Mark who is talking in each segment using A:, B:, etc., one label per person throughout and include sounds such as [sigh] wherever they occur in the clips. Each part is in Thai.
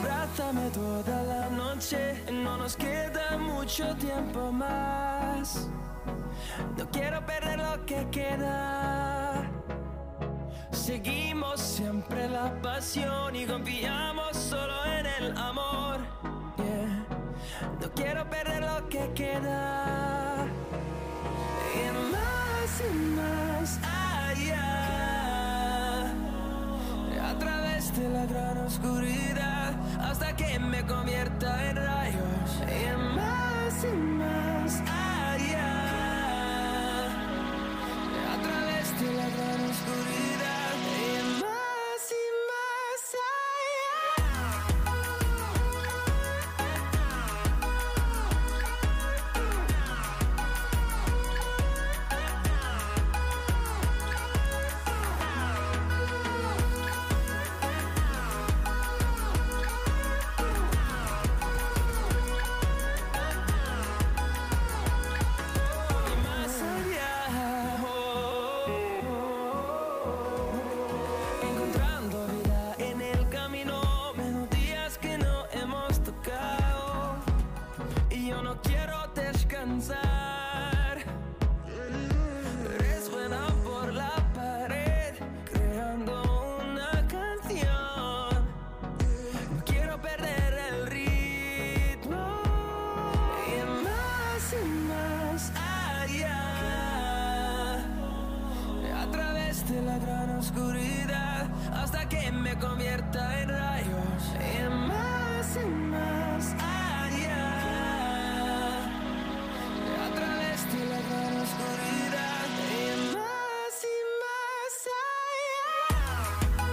A: Bésame toda la noche, no nos queda mucho tiempo más. No quiero perder lo que queda. Seguimos siempre la pasión y confiamos solo en el amor. Yeah. No quiero perder lo que queda. Y más y más allá. A través de la gran oscuridad hasta que me convierta en rayos. Y más y más allá. A través de la gran oscuridad. Y más y más allá. Y más allá. oh, oh, oh. Encontrando vida en el camino, melodías que no hemos tocado. Y yo no quiero descansar. Resuena por la pared, creando una canción. No quiero perder el ritmo. Y más y más allá. A través de la gran oscuridad hasta que me convierta en rayos. Y más y más allá. A través de la gran oscuridad. Y más y más allá.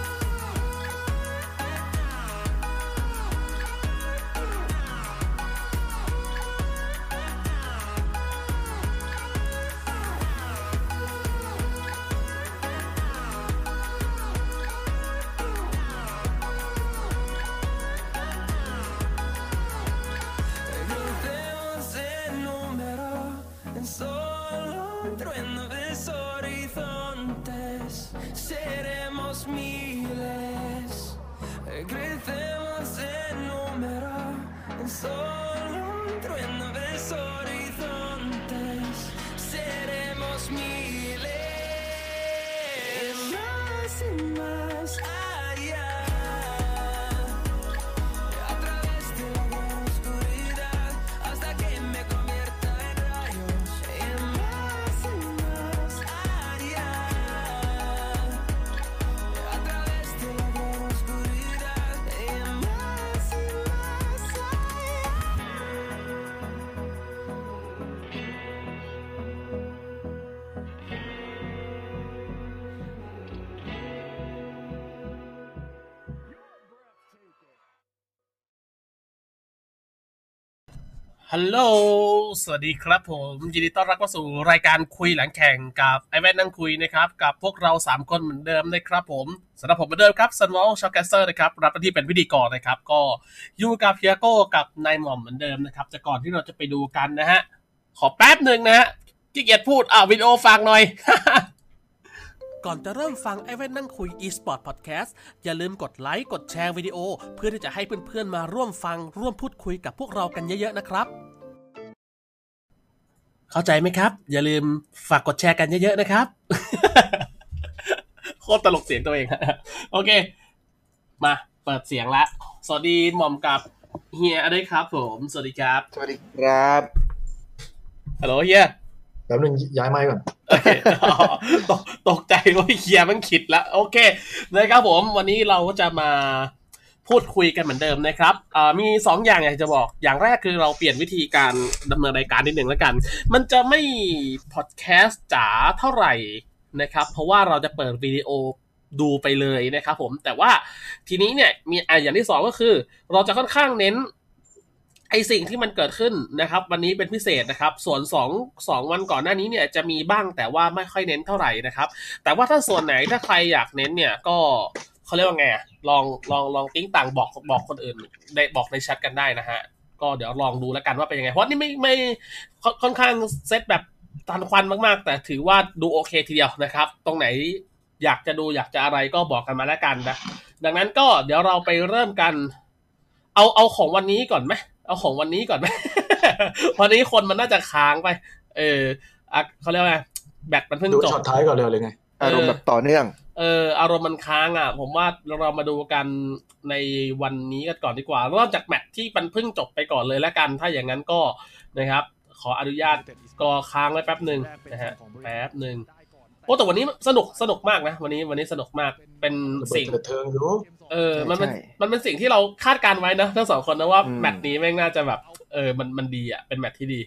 A: Glutemos en número, en solo un trueno de horizontes, seremos miles. Crecemos en número, en solo un trueno de horizontes, seremos miles. Y más y más allá. A través de la gran oscuridad hasta que me convierta en rayos En más y más allá A través de la gran oscuridad En más y más allá
B: ฮัลโหล สวัสดีครับผมยินดีต้อนรับเข้าสู่รายการคุยหลังแข่งกับไอแวนนั่งคุยนะครับ กับพวกเรา 3 คนเหมือนเดิมนะครับผมสำหรับผมเหมือนเดิมครับซันวอลช็อกแกสเตอร์นะครับรับหน้าที่เป็นพิธีกรนะครับ ก็อยู่กับเฮียโก้กับนายหม่อมเหมือนเดิมนะครับ แต่ก่อนที่เราจะไปดูกันนะฮะ ขอแป๊บหนึ่งนะฮะขี้เกียจพูดอ่าวิดีโอฟังหน่อย [laughs] ก่อนจะเริ่มฟังไอเว่นนั่งคุย eSport Podcast อย่าลืมกดไลค์ กดแชร์วิดีโอ เพื่อที่จะให้เพื่อนๆมาร่วมฟังร่วมพูดคุยกับพวกเรากันเยอะๆนะครับ เข้าใจไหมครับ อย่าลืมฝากกดแชร์กันเยอะๆนะครับ [laughs] โคตรตลกเสียงตัวเอง [laughs] โอเค มาเปิดเสียงละ สวัสดีหม่อมกับเฮียด้วยครับผม สวัสดีครับ
C: สวัสดีครับ
B: ฮัลโหลเฮีย
D: แป๊บนึงย้ายไม้ก่อน
B: โอเค [laughs] อ๋อตกตกใจว่าเคียร์มันขิดแล้ว โอเคนะครับผมวันนี้เราก็จะมาพูดคุยกันเหมือนเดิมนะครับอ่ามีสองอย่างอยากจะบอกอย่างแรกคือเราเปลี่ยนวิธีการดำเนินรายการนิดหนึ่งแล้วกัน มันจะไม่พอดแคสต์จ๋าเท่าไหร่นะครับ เพราะว่าเราจะเปิดวิดีโอดูไปเลยนะครับผมแต่ว่าทีนี้เนี่ยมีอ่ะอย่างที่สองก็คือ เราจะค่อนข้างเน้น ไอสิ่งที่มันเกิดขึ้นนะครับ วันนี้เป็นพิเศษนะครับ ส่วน2 2วันก่อนหน้านี้เนี่ยจะมีบ้างแต่ว่าไม่ค่อยเน้นเท่าไหร่นะครับ แต่ว่าถ้าส่วนไหนถ้าใครอยากเน้นเนี่ยก็เขาเรียกว่าไงอะลองลองลองติ้งต่างบอกบอกคนอื่นได้บอกในแชทกันได้นะฮะก็เดี๋ยวลองดูแล้วกันว่าเป็นยังไงเพราะนี่ไม่ไม่ค่อนค่อนข้างเซตแบบทันควันมากๆ แต่ถือว่าดูโอเคทีเดียวนะครับ ตรงไหนอยากจะดูอยากจะอะไรก็บอกกันมาแล้วกันนะดังนั้นก็เดี๋ยวเราไปเริ่มกัน เอา เอาเอาของวันนี้ก่อนไหมเอาของวันนี้ก่อนไหม [laughs] วันนี้คนมันน่าจะค้างไป เอออ่ะเขาเรียกว่าไงแบตมันเพิ่ง
D: ดู
B: จบ
D: ช็อตท้ายก่อนเลยหรือไง
B: เอออ
C: อารมณ์แบบต่อเนื่อง
B: เอออารมณ์มันค้างอ่ะ ผมว่าเรามาดูกันในวันนี้กันก่อนดีกว่าเริ่มจากแมตช์ที่มันเพิ่งจบไปก่อนเลยแล้วกัน ถ้าอย่างนั้นก็นะครับ ขออนุญาตก็ค้างไว้แป๊บหนึ่งนะฮะแป๊บหนึ่งโอ้แต่วันนี้สนุกสนุกมากนะ วันนี้วันนี้สนุกมากเป็นสิ่ง
D: เปิดเทิงอยู่
B: เออ มันเป็น
C: ใช่
B: มันเป็นสิ่งที่เราคาดการไว้นะทั้งสองคนนะว่า
C: อืม
B: แมตช์นี้แม่งน่าจะแบบ เออมันมันดีอ่ะเป็นแมตช์ที่ดี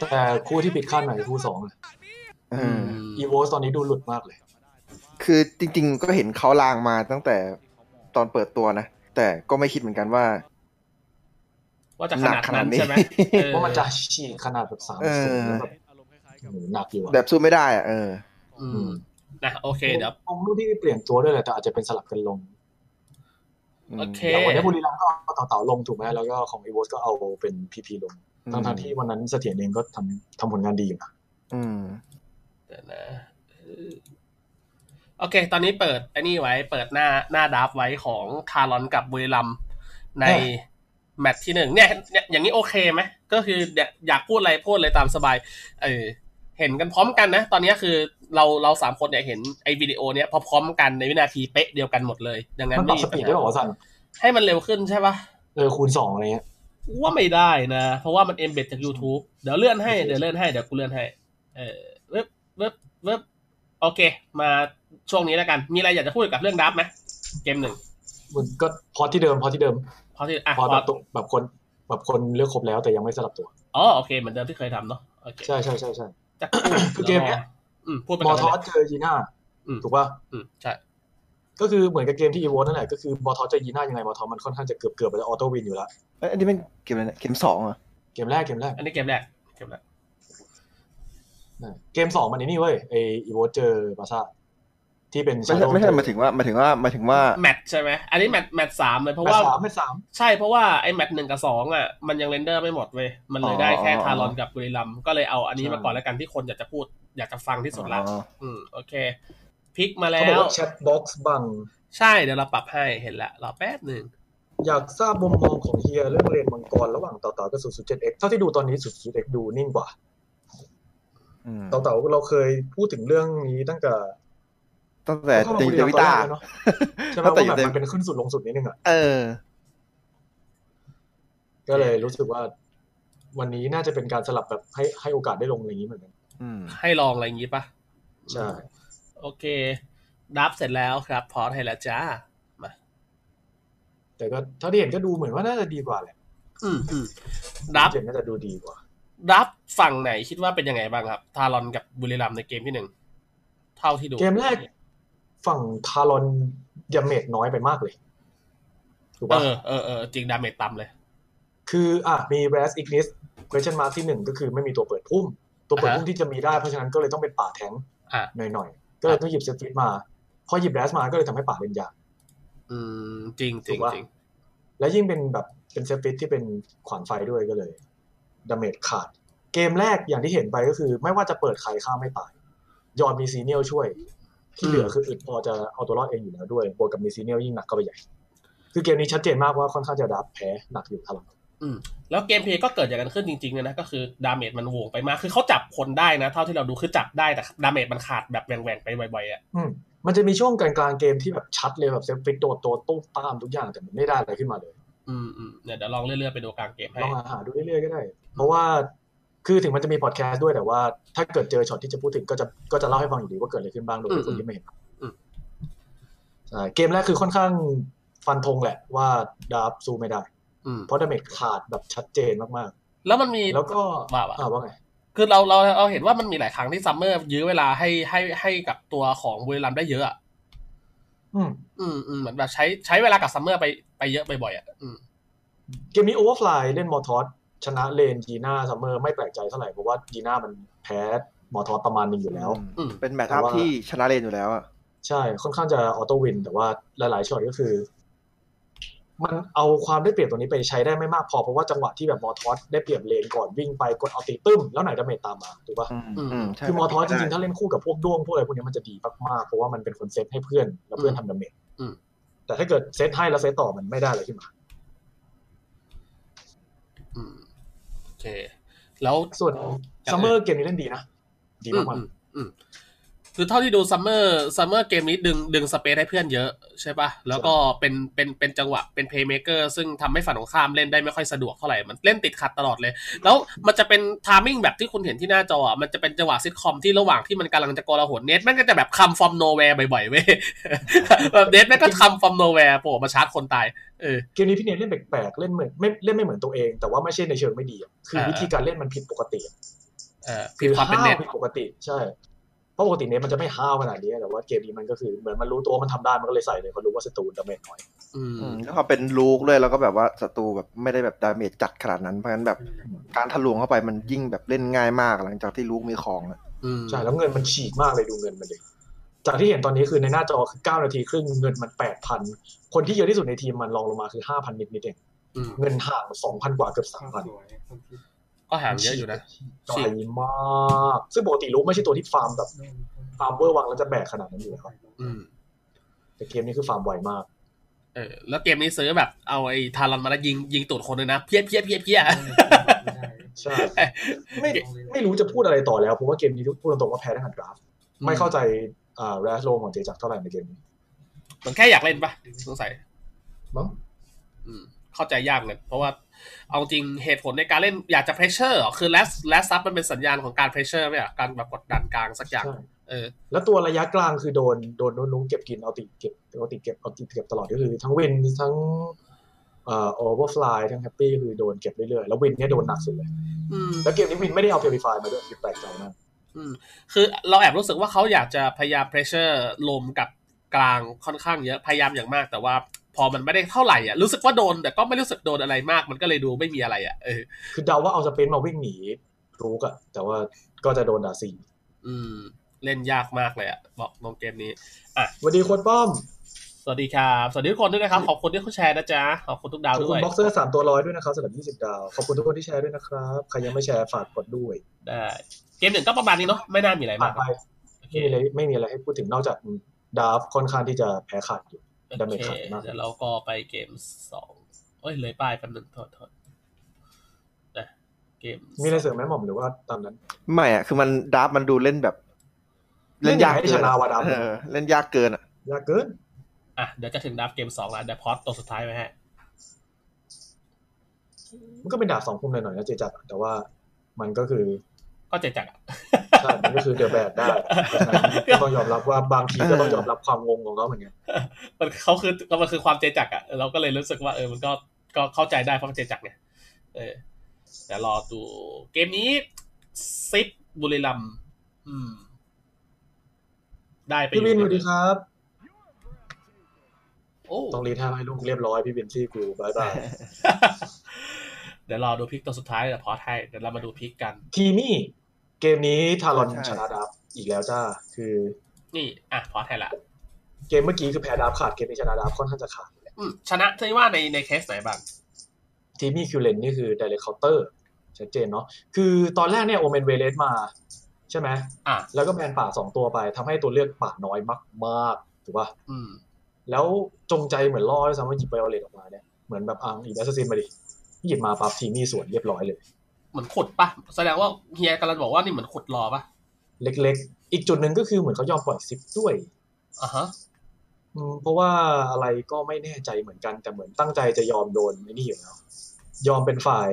D: แต่คู่ที่ผิดคาดหมายคือคู่สองอะ
C: เอออ
B: ม
D: อีโวสตอนนี้ดูหลุดมากเลย
C: คือจริงๆก็เห็นเขาลางมาตั้งแต่ตอนเปิดตัวนะ แต่ก็ไม่คิดเหมือนกันว่า
B: ว่าจะข
C: หนัก
B: นาด
C: ขนา
B: นั้
C: ด
B: น
C: นี้
B: ใช่ไหมเออ
D: ว่ามันจะฉีกขนาดแบบสามสิบแล้วแบบโอ้โหหนักอยู่อะ
C: แบบสู้ไม่ได้อะเออ
B: อืมนะโอเคเดี๋ยว
D: ผมไม่ได้เปลี่ยนตัวด้วยแหละแต่อาจจะเป็นสลับกันลง
C: อืม
B: โอเค
D: แต่วันนี้บุรีรัมย์ก็เอาเต่าๆลงถูกไหมแล้วก็ของอีโวสก็เอาเป็นพีพีลง
C: อืม
D: ทั้งๆที่วันนั้นเสถียรเองก็ทำทำผลงานดีอยู่นะ
C: อืม
B: เดี๋ยวนะเออโอเค ตอนนี้เปิดไอ้นี่ไว้ เปิดหน้าหน้าดับไว้ของคารอนกับบุรีรัมย์ในแมตช์ที่หนึ่งเนี่ยเนี่ยอย่างนี้โอเคไหมก็คือเนี่ยอยากพูดอะไรพูดเลยตามสบาย เออ เห็นกันพร้อมกันนะ ตอนนี้คือเราเราสามคนเนี่ยเห็นไอ้วิดีโอเนี้ยพร้อมๆกันในวินาทีเป๊ะเดียวกันหมดเลยดังนั้น
D: มันป
B: ไม่
D: รับ
B: มี
D: ส
B: ปั
D: ปี
B: ญ
D: ดได้
B: หา
D: บอกว่าสัน
B: ให้มันเร็วขึ้นใช่ปะ
D: เออคูณสองอะไรเงี้ย
B: กูว่าไม่ได้นะ เพราะว่ามันเอมเบดจาก YouTube เดี๋ยวเลื่อนให้เดี๋ยวเลื่อนให้เดี๋ยวกูเลื่อนให้ เออเว็บเว็บเว็บโอเค มาช่วงนี้แล้วกัน มีอะไรอยากจะพูดกับเรื่องดับไหมเกมหนึ่ง
D: มันก็พอที่เดิมพอที่เดิม
B: พอที่อ่ะ
D: พอ
B: พ
D: แบ
B: อบ
D: ตัวแบบคนแบบคนเลือกครบแล้วแต่ยังไม่สลับตัว
B: อ๋อโอเคเหมือนเดิมที่เคยทำเนาะโอเค
D: ใช่ใช่ใช่ใช่
B: จาก
D: คือเกมเนี้ย
B: อืมพูดไป
D: ม
B: ก่
D: อน ทอ
B: เล
D: ส
B: ย
D: เจอยีน่า
B: อืม
D: ถูกป่ะ
B: อืมใช่
D: ก็คือเหมือนกับเกมที่อีโวนั่นแหละก็คือมอทอสเจอยีน่ายังไงมอทอสมันค่อนข้างจะเกือบเกือบไปแล้วออโต้วินอยู่แล้ว
C: เอ้ยอันนี้เป็นเกมอะไรนะเกมสองเหรอ่ะ
D: เกมแรกเกมแรก
B: อันนี้เกมแรกเกมแรก
D: นะเกมสองมันไอ้นี่เว้ยไออีโวเจอบาซ่าที่เป็น
C: ไม่ใช่
D: Shadow
C: ไม่ใช่
D: King
C: หมายถึงว่าหมายถึงว่าหมายถึงว่า
B: แมตช์ใช่ไหมอันนี้แมตช์แมตช์สามเลยเพราะ
D: แมต
B: ว่า
D: ช์สามแมตช์สาม
B: ใช่เพราะว่าไอ้แมตช์หนึ่งกับสองอ่ะมันยังเรนเดอร์ไม่หมดเว้ยมันเลยได้แค่ทารอนกับบุรีรัมย์ก็เลยเอาอันนี้มาก่อนแล้วกันที่คนอยากจะพูดอยากจะฟังที่สุดละ
C: อ๋อ
B: อืมโอเคพลิกมาแล้
D: เขาบอ
B: ว
D: กว่าแชทบ็อกซ์บัง
B: ใช่เดี๋ยวเราปรับให้เห็นละรอแป๊บหนึ่ง
D: อยากทราบมุมมองของเฮียเรื่องเลนมังกรระหว่างเต่าๆกับ 007x เท่าที่ดูตอนนี้ 007x ดูนิ่งกว่า
C: อืม
D: เต่าๆเราเคยพูดถึงเรื่องนี้ตั้งแต่
C: ตั้งแต่
D: เข้ามา
C: ติง
D: คุย
C: เด
D: กัน
C: วิ
D: ตอน
C: ต้า
D: แรกเลยเนอะ
C: [laughs]
D: ใช่ไหม
C: ตั้งแต่อ
D: ว่า
C: ยู่
D: แบ
C: เด
D: บมันเป็นขึ้นสุดลงสุดนิดนึงอะ
C: เออ
D: ก็เลยรู้สึกว่าวันนี้น่าจะเป็นการสลับแบบให้ให้โอกาสได้ลงอะไรอย่างนี้เหมือนกัน
C: อืม
B: ให้ลองอะไรอย่างงี้ปะ
D: ใช่
B: โอเค ดับเสร็จแล้วครับพอให้แล้วจ้า
D: แต่ก็เท่าที่เห็นก็ดูเหมือนว่าน่าจะดีกว่าแหละ
B: อืมอืมดับ
D: เห็นน่าจะดูดีกว่า
B: ดับฝั่งไหนคิดว่าเป็นยังไงบ้างครับ ทารอนกับบุรีรัมย์ในเกมที่หนึ่ง เท่าที่ดู
D: เกมแรกฝั่งทารอนดาเมจน้อยไปมากเลย ถูก
B: เอ
D: ปะ
B: อเออเออจริงดาเมจต่ำเลย
D: คืออ่ะมี r a s Ignis question mark ที่หนึ่งก็คือไม่มีตัวเปิดพุ่ม ตัวเปิด
B: อ่าฮะ
D: พุ่มที่จะมีได้เพราะฉะนั้นก็เลยต้องเป็นป่าแทง
B: อ่ะ
D: หน่อยๆ ก็เลยต้องหยิบเซฟิตมา พอหยิบ r a s มาก็เลยทำให้ป่าเล่นยาก
B: อืม จริงจริง
D: ถูกปะ
B: จริง
D: และยิ่งเป็นแบบเป็นเซฟฟิตที่เป็นขวานไฟด้วยก็เลยดาเมจขาด เกมแรกอย่างที่เห็นไปก็คือ ไม่ว่าจะเปิดใครข้ามไม่ตาย ยอนมีซีเนียลช่วย ที่เหลือคืออึดพอจะเอาตัวรอดเองอยู่แล้วด้วยบวกกับมีซีเนียลยิ่งหนักก็ไปใหญ่ คือเกมนี้ชัดเจนมากว่าค่อนข้างจะดับแพ้หนักอยู่ทารัง
B: แล้วเกมเพลย์ก็เกิดอย่างนั้นขึ้นจริงๆเลยนะก็คือดาเมจมันโหวงไปมาก คือเขาจับคนได้นะ เท่าที่เราดูคือจับได้แต่ดาเมจมันขาดแบบแหว่งๆไปบ่อยๆอ่ะ
D: อืมมันจะมีช่วงกลางๆเกมที่แบบชัดเลยแบบเซฟฟิตโดดโตตุ้มตามทุกอย่างแต่มันไม่ได้อะไรขึ้นมาเลย
B: อืมอืมเดี๋ยวเดี๋ยวลองเรื่อยๆไปดูกลางเกมให้
D: ลองหาดูเรื่อยๆก็ได้ เพราะว่าคือถึงมันจะมีพอดแคสต์ด้วยแต่ว่า ถ้าเกิดเจอช็อตที่จะพูดถึงก็จะก็จะเล่าให้ฟังอยู่ดีว่าเกิดอะไรขึ้นบ้างโดยที่คนที่ไม่เห็น
B: อืม
D: ใช่เกมแรกคือค่อนข้างฟันธงแหละว่าดาร์ฟสู้ไม่ได้
B: อืม
D: เพราะดาเมจขาดแบบชัดเจนมาก
B: แล้วมันมี
D: ๆ แล้วก็
B: ว่าว่ะ
D: อ่าว่าไง
B: คือเราเราเราเห็นว่ามันมีหลายครั้งที่ซัมเมอร์ยื้อเวลาให้ให้ให้กับตัวของบุรีรัมย์ได้เยอะอะ
D: อืม
B: อืมอืมเหมือนแบบใช้ใช้เวลากับซัมเมอร์ไปไปเยอะบ่อยๆอ่ะอืม
D: เกมนี้โอเวอร์ฟลายเล่นมอทอสชนะเลนยีน่าซัมเมอร์ไม่แปลกใจเท่าไหร่เพราะว่ายีน่ามันแพ้มอทอสประมาณหนึงอยู่แล้ว
B: อืม
C: เป็นแมตช์อัพที่ชนะเลนอยู่แล้วอ่ะ
D: ใช่ ค่อนข้างจะออโต้วิน แต่ว่าหลาย ๆช็อตก็คือ มันเอาความได้เปรียบตรงนี้ไปใช้ได้ไม่มากพอ เพราะว่าจังหวะที่แบบมอทอสได้เปรียบเลนก่อนวิ่งไปกดเอาตีตึ้มแล้วไหนดาเมจตามมาถูกปะ
C: อืมอืมใช่
D: คือมอทอสจริงๆ ถ้าเล่นคู่กับพวกด้วงพวกอะไรพวกนี้มันจะดีมากๆ เพราะว่ามันเป็นคนเซตให้เพื่อน แล้วเพื่อนทำดาเมจแต่ถ้าเกิดเซตให้แล้วเซตต่อมันไม่ได้เลยขึ้นมา
B: เค แล้ว
D: ส่วน
B: จัดเลย
D: ซัมเมอร์เกมนี้เล่นดีนะ ดี
B: อื
D: มาม ก
B: อืมอืมคือเท่าที่ดูซัมเมอร์ซัมเมอร์เกมนี้ดึงดึงสเปซให้เพื่อนเยอะใช่ปะ่ะ แล้วก็เป็นเป็นเป็นจังหวะเป็นเพย์เม k เกอร์ซึ่งทำให้ฝั่งของข้ามเล่นได้ไม่ค่อยสะดวกเท่าไหร่ มันเล่นติดขัดตลอดเลย แล้วมันจะเป็นทามมิ่งแบบที่คุณเห็นที่หน้าจออะมันจะเป็นจังหวะซิทคอมที่ระหว่างที่มันกำลังจะโกลาหลเน็ตแม่งก็จะแบบคำฟอมโนแวร์บ่อยๆเว้ย [laughs] แบบเน็ตแม่งก็คำฟอมโนแวร์โผล่มาชาร์จคนตายเออ
D: ๆเกมนี้พี่เนยเล่นแปลกๆเล่นเหมือนไม่เล่นไม่เหมือนตัวเอง แต่ว่าไม่ใช่ในเชิงไม่ดีอะคือ
B: เออ
D: วิธีการเล่นมันผิดปกติอะ
B: เออผิดความเป็นเน็ต
D: ผิดปกติใช่เพราะปกติเนตมันจะไม่ห้าวขนาดนี้แต่ว่าเกมนี้มันก็คือเหมือนมันรู้ตัวมันทำได้มันก็เลยใส่เลยเพราะรู้ว่าศัตรูดาเมจน้อย
B: อืม
C: อืมแล้วเขาเป็นลูกด้วยแล้วก็แบบว่าศัตรูแบบไม่ได้แบบดาเมจจัดขนาดนั้นเพราะฉะนั้นแบบการทะลวงเข้าไปมันยิ่งแบบเล่นง่ายมากหลังจากที่ลูกมีของอะ
B: อืม
D: ใช่แล้วเงินมันฉีกมากเลยดูเงินมันดิจากที่เห็นตอนนี้คือในหน้าจอคือ9นาทีครึ่งเงินมัน 8,000 คนที่เยอะที่สุดในทีมมันรองลงมาคือ 5,000 นิดนิดๆเอง
B: อืม
D: เงินห่าง2,000 กว่าเกือบ 3,000
B: ก็ห่างเยอะอยู่นะ
D: ไกลมาก ซึ่งปกติรู้ไม่ใช่ตัวที่ฟาร์มแบบฟาร์มเวอร์วังแล้วจะแบกขนาดนั้นอยู่แล้ว
B: อืม
D: แต่เกมนี้คือฟาร์มไวมาก
B: เออแล้วเกมนี้ซื้อแบบเอาไอ้ทารอนมาแล้วยิงยิงตูดคนเลยนะ เพี้ยเพี้ยเพี้ยเพี้ย
D: ใช่ ไม่ไม่รู้จะพูดอะไรต่อแล้วเพราะว่าเกมนี้พูดตรงๆว่าแพ้ทางการดราฟต์ไม่เข้าใจอ่าแรชโลของเจจักรเท่าไหร่ในเกมนี้
B: มันแค่อยากเล่นปะสงสัย
D: มั้ง
B: อืม เข้าใจยากเลยเพราะว่าเอาจริงเหตุผลในการเล่นอยากจะเพรสเชอร์เหรอคือแลสแลสซับมันเป็นสัญญาณของการเพรสเชอร์ไหมอ่ะการแบบกดดันกลางสักอย่าง
D: ใช่
B: เออ
D: แล้วตัวระยะกลางคือโดนโดนนุ้นๆเก็บกินเอาติดเก็บเอาติดเก็บเอาติดเก็บตลอดก็คือทั้งวินทั้งเอ่อโอเวอร์ฟลายทั้งแฮปปี้ก็คือโดนเก็บเรื่อยๆ แล้ววินเนี่ยโดนหนักสุดเลย
B: อืม
D: แล้วเกมนี้วินไม่ได้เอาเพล r ิฟายมาด้วยคือแปลกใจมาก
B: คือเราแอบรู้สึกว่าเขาอยากจะพยายามเพรสเชอร์ลมกับกลางค่อนข้างเยอะพยายามอย่างมาก แต่ว่าพอมันไม่ได้เท่าไหร่อ่ะรู้สึกว่าโดน แต่ก็ไม่รู้สึกโดนอะไรมากมันก็เลยดูไม่มีอะไรอ่ะเออ
D: คือเดาว่าเอาสเปนมาวิ่งหนีรูกอะแต่ว่าก็จะโดนดาซี
B: อืม เล่นยากมากเลยอ่ะบอกลงเกมนี้
D: สวัสดีโค้ดป้อม
B: สวัสดีครับ สวัสดีทุกคนด้วยนะครับ ขอบคุณที่เขาแชร์นะจ๊ะ ขอบคุณทุกดา
D: ข
B: ว
D: อบ
B: ด้
D: คุ
B: ว
D: ณ
B: ย
D: บ็อกเซอร์สามตัวร้อยด้วยนะครับสำหรับ 20 ดาว ขอบคุณทุกคนที่แชร์ด้วยนะครับใครยังไม่แชร์ฝากกดด้วย
B: ได้ เกมหนึ่งก็ประมาณนี้เนาะ ไม่น่ามีอะ
D: ผ่าม
B: ไราน ก
D: ไป
B: โอเค
D: ไม่มีอะไรไม่มีอะไรให้พูดถึงนอกจากดาฟค่อนข้างที่จะแพ้ขาดอยู่ ดาเม
B: โอ
D: จ
B: เค
D: ขาดมาก
B: เดี๋ยวเราก็ไปเกมสองเอ้ย เลยป้ายแป๊บนึงโทษโทษนะเกม
D: มีอะไรเสริมไหมหม่อมหรือว่าตามนั้น
C: ไม่อะคือมันดาร์ฟมันดูเล่นแบบ
D: เล่นยากให้
C: เกิ
D: ชนะวะดาร์ฟ
C: เออเล่นยากเกินอะ
D: ยากเกิน
B: อ่ะ เดี๋ยวจะถึงดับเกมสองแล้วเดี๋ยวพอดตัวสุดท้ายไว้ฮะ
D: มันก็เป็นดาบสองคมหน่อยๆนะเจจักรแต่ว่ามันก็คือ
B: ก็เจจักรอะ
D: ใช่ มันก็คือเดอะแบด [laughs] ได้เพราะฉะนั้นก็ต้องยอมรับว่าบางทีก็ต้องยอมรับความงงของเขาเหมื [laughs] อนกัน
B: มันเขาคือมันคือความเจจักอะเราก็เลยรู้สึกว่าเออมันก็ก็เข้าใจได้เพราะมันเจจักเนี่ยเออแต่รอดูเกมนี้ซิปบุรีรัมย์อืม ได้ไปอ
D: พี่วินส
B: ยู่
D: วัสดีครับ
B: โอ้
D: ต้องรีท่าให้ลูกเรียบร้อยพี่วินซี่กูบายบาย
B: [laughs] เดี๋ยวรอดูพลิกตัวสุดท้ายเดี๋ยวพอไทยเดี๋ยวเรามาดูพลิกกัน
D: ทีนี่เกมนี้ทารอนชนะดับอีกแล้วจ้า คือ
B: นี่ อ่ะพอไทยละ
D: เกมเมื่อกี้คือแพ้ดับขาดเกมนี้ชนะดับค่อนข้างจะขาดเลยแหละ
B: อืมชนะที่ว่าในในเคสไหนบ้าง
D: ทีมี่คิวเลนนี่คือไดเรคเคาน์เตอร์ชัดเจนเนาะคือตอนแรกเนี่ยโอเมนเวเลสมา ใช่ไหม
B: อ่ะ
D: แล้วก็แบนป่าสองตัวไปทำให้ตัวเลือกป่าน้อยมากๆถูกปะ
B: อืม
D: แล้วจงใจเหมือนล่อด้วยซ้ำว่าหยิบไบโอเลตออกมาเนี่ยเหมือนแบบอ่างอีแอสซินมาดิหยิบมาปั๊บทีมี่สวนเรียบร้อยเลย
B: เหมือนขุดปะแสดงว่าเฮียกำลังบอกว่านี่เหมือนขุดรอปะ
D: เล็กๆ อีกจุดหนึ่งก็คือเหมือนเขายอมปล่อยซิปด้วย
B: อ่ะฮะ
D: อืมเพราะว่าอะไรก็ไม่แน่ใจเหมือนกันแต่เหมือนตั้งใจจะยอมโดนไอ้นี่อยู่แล้วยอมเป็นฝ่าย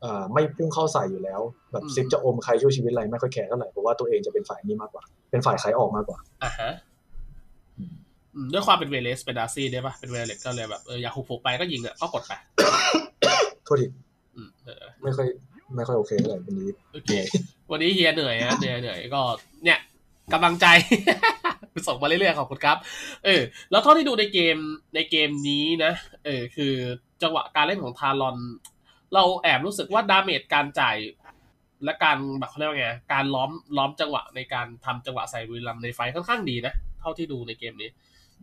D: เอ่อไม่พุ่งเข้าใส่อยู่แล้ว แบบ
B: อืม
D: ซิปจะอมใครช่วยชีวิตอะไรไม่ค่อยแคร์เท่าไหร่เพราะว่าตัวเองจะเป็นฝ่ายนี้มากกว่า เป็นฝ่ายขายออกมากกว่า
B: อ่าฮะอืมด้วยความเป็นเวเลสเป็นดาร์ซี่ได้ปะเป็นเวเลสก็เลยแบบเอออยากหุบผูกไปก็ยิงอ่ะก็กดไป
D: โทษที
B: อืมเออ
D: ไม่ค่อยไม่ค่อยโอเคเท่าไหร่วันนี้
B: โอเค วันนี้เฮียเหนื่อยนะเหนื่อยเหนื่อยก็เนี่ยกำลังใจ [laughs] ส่งมาเรื่อยๆขอบคุณครับ เออ แล้วเท่าที่ดูในเกมในเกมนี้นะเออคือจังหวะการเล่นของทารอน เราแอบรู้สึกว่าดาเมจการจ่าย และการแบบเขาเรียกว่าไงการล้อมล้อมจังหวะในการทำจังหวะใส่บุรีรัมย์ในไฟท์ค่อนข้างดีนะเท่าที่ดูในเกมนี้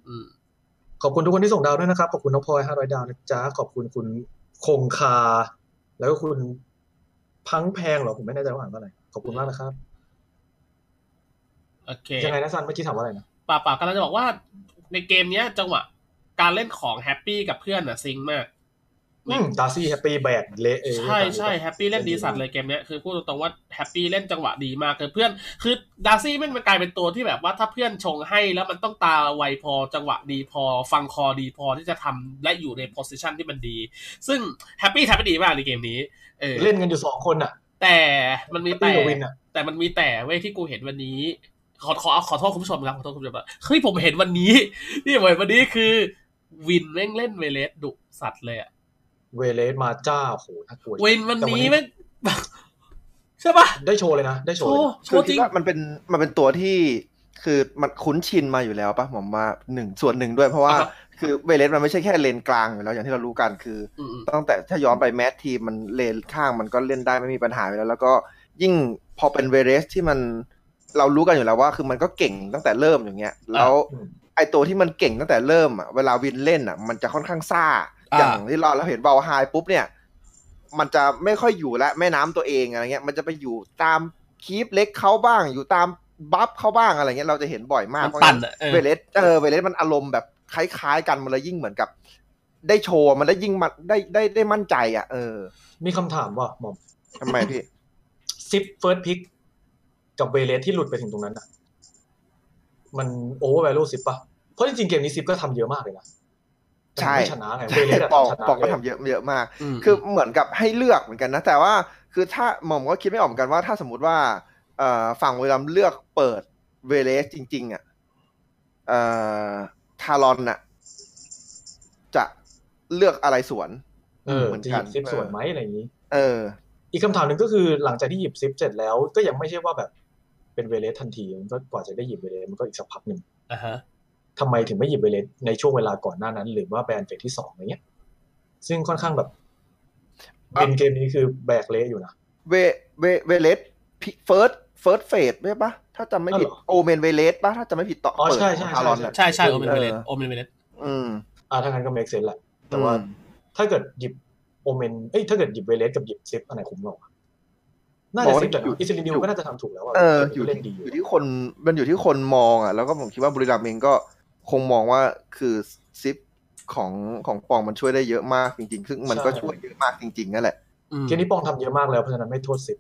B: อืม
D: ขอบคุณทุกคนที่ส่งดาวด้วยนะครับ ขอบคุณน้องพลอยห้าร้อยดาวนะจ๊ะ ขอบคุณคุณคงคา แล้วก็คุณพังแพงเหรอ ผมไม่แน่ใจว่าอ่านว่าอะไร ขอบคุณมากนะครับ
B: โอเค
D: ยังไงนะซันเมื่อกี้ถามว่าอะไรนะ
B: ป่าป่ากำลังจะบอกว่าในเกมเนี้ยจังหวะการเล่นของแฮปปี้กับเพื่อนอะซิงค์มาก
D: อื
B: วิ
D: มดาร์ซี่แฮปปี้แบกเละเอง
B: ใช่ใช่แฮปปี้เล่นดีสัตว์เลยเกมเนี้ยคือพูดตรงๆว่าแฮปปี้เล่นจังหวะดีมากคือเพื่อนคือดาร์ซี่แม่งมันกลายเป็นตัวที่แบบว่าถ้าเพื่อนชงให้แล้วมันต้องตาไวพอจังหวะดีพอ ฟังคอดีพอที่จะทำและอยู่ในโพสิชันที่มันดี ซึ่งแฮปปี้ทำได้ดีมากในเกมนี้เออ
D: เล่นกันอยู่สองคนอ่ะ
B: แต่มันมี
D: แฮป
B: แต่
D: ปี้กับวินอ่ะ
B: แต่มันมีแต่เว้ยที่กูเห็นวันนี้ ขอขอขอโทษคุณผู้ชมครับขอโทษคุณผู้ชมครับเฮ้ยผมเห็นวันนี้ ที่ผมเห็นวันนี้คือ วินแม่งเล่นเวเลสดุสัตว์เลยอะ
D: เวเลสมาจ้าโอ้โหน่ากลัว
B: วินวันนี้แม่ง [laughs] ใช่ปะ
D: ได้โชว์เลยนะ ได้โช
B: โช
D: ว์เลย
B: ว์
D: นะ
B: โช
C: คือ
B: ว์จ
C: คิ
B: ริ
C: ด
B: ง
C: ว่ามันเป็นมันเป็นตัวที่คือมันคุ้นชินมาอยู่แล้วปะผมว่าหนึ่งส่วนหนึ่งด้วยเพราะว่า
B: อ่าฮะ
C: คือเวเลสมันไม่ใช่แค่เลนกลางอยู่แล้วอย่างที่เรารู้กันคือ
B: อืม
C: ตั้งแต่ถ้าย้อนไปแมททีมมันเลนข้างมันก็เล่นได้ไม่มีปัญหาอยู่แล้ว แล้วก็ยิ่งพอเป็นเวเรสที่มันเรารู้กันอยู่แล้วว่า คือมันก็เก่งตั้งแต่เริ่มอย่างเงี้ย แล้วไอตัวที่มันเก่งตั้งแต่เริ่มอ่ะเวลาวินเล่นอ่ะ มันจะค่อนข้างซ่า อย่างที่เราเราเห็นเบาไฮปุ๊บเนี่ย มันจะไม่ค่อยอยู่และแม่น้ำตัวเองอะไรเงี้ย มันจะไปอยู่ตามคีปเล็กเขาบ้าง อยู่ตามบัฟเขาบ้างอะไรเงี้ยเราจะเห็นบ่อยมาก
B: มัน
C: เพราะ
B: ปั่
C: งั้
B: น
C: น
B: อะเออ
C: เวเลสเออเวเลสมันอารมณ์แบบคล้ายๆกันมันเลยยิ่งเหมือนกับ ได้โชว์มันได้ยิ่งมันได้ได้ได้มั่นใจอ่ะเออ
D: มีคำถามว่าหมอม
C: ทำไมพี่
D: ซิปเฟิร์สพิกกับเวเลสที่หลุดไปถึงตรงนั้นอ่ะ มันโอเวอร์ l วลูซิปป่ะ เพราะจริงๆเกมนี้ซิปก็ทำเยอะมากเลยนะแต่มันไม่
C: ใช่
D: ชนะไงเวเลสอะ
C: ปอก
D: ทำชนะ
C: ปอกก็
D: เลย
C: ทำเยอะเยอะมาก
B: ม
C: คือเหมือนกับให้เลือกเหมือนกันนะ แต่ว่าคือถ้าหม่อมก็คิดไม่ออกเหมือนกันว่าถ้าสมมติว่าเอ่อฝั่งเวลัมย์เลือกเปิดเวเลสจริง ๆอ่ะเอ่อทารอนน่ะจะเลือกอะไรสวน
D: เออ
C: เหมือน
D: จะห
C: กัน
D: ยิบซิป
C: เออ
D: สวยไหมอะไรอย่างนี้
C: เออ
D: อีกคำถามหนึ่งก็คือหลังจากที่หยิบซิปเสร็จแล้วก็ยังไม่ใช่ว่าแบบเป็นเวเลสทันทีมันก็กว่าจะได้หยิบเวเลสมันก็อีกสักพักหนึ่ง
B: อ่าฮะ
D: ทำไมถึงไม่หยิบเวเลสในช่วงเวลาก่อนหน้านั้น หรือว่าแบนเฟสที่สองอะไรเงี้ย ซึ่งค่อนข้างแบบ
C: อ่ะ
D: เป็นเกมนี้คือแบกเละอยู่นะ
C: เวเวเวเลสเฟิร์สเฟิร์สเฟสใช่ปะถ้าจำไม่ผิด
D: อ๋อเหรอ
C: โอเมนเวเลสปะถ้าจำไม่ผิดต่อ
D: อ๋อ
C: เปิด
D: ใช่ใช่
C: ทารอน
D: ใช่
C: น่ะ
B: ใช่ใช่โอเมน
C: เออ
B: เวเลสโอเมนเวเลส
C: อืม
D: อ่าถ้างั้นก็ make sense แหละ แต่ว่าถ้าเกิดหยิบโอเมนเอ้ยถ้าเกิดหยิบเวเลสกับหยิบซิปอันไหนคุ้มกว่า น่า
C: บอ
D: จะ
C: กว่า
D: ซิปแต่
C: อยู่
D: อิสรินิ
C: อ
D: ว
C: ยู่
D: ก็น่าจะทำถูกแล้วว่า
C: เอออ
D: อยู่
C: ยู่
D: เล่
C: ที่
D: นดีอ
C: อยู่ ยู่ที่คนมันอยู่ที่คนมองอ่ะ แล้วก็ผมคิดว่าบริรัมย์เองก็คงมองว่าคือซิปของของปองมันช่วยได้เยอะมากจริง ๆ ซึ่งมันก็ช่วยเยอะมากจริงๆนั่นแหละ
B: อืม
D: เกมนี้ปองทำเยอะมากแล้วเพราะฉะนั้นไม่โทษซิป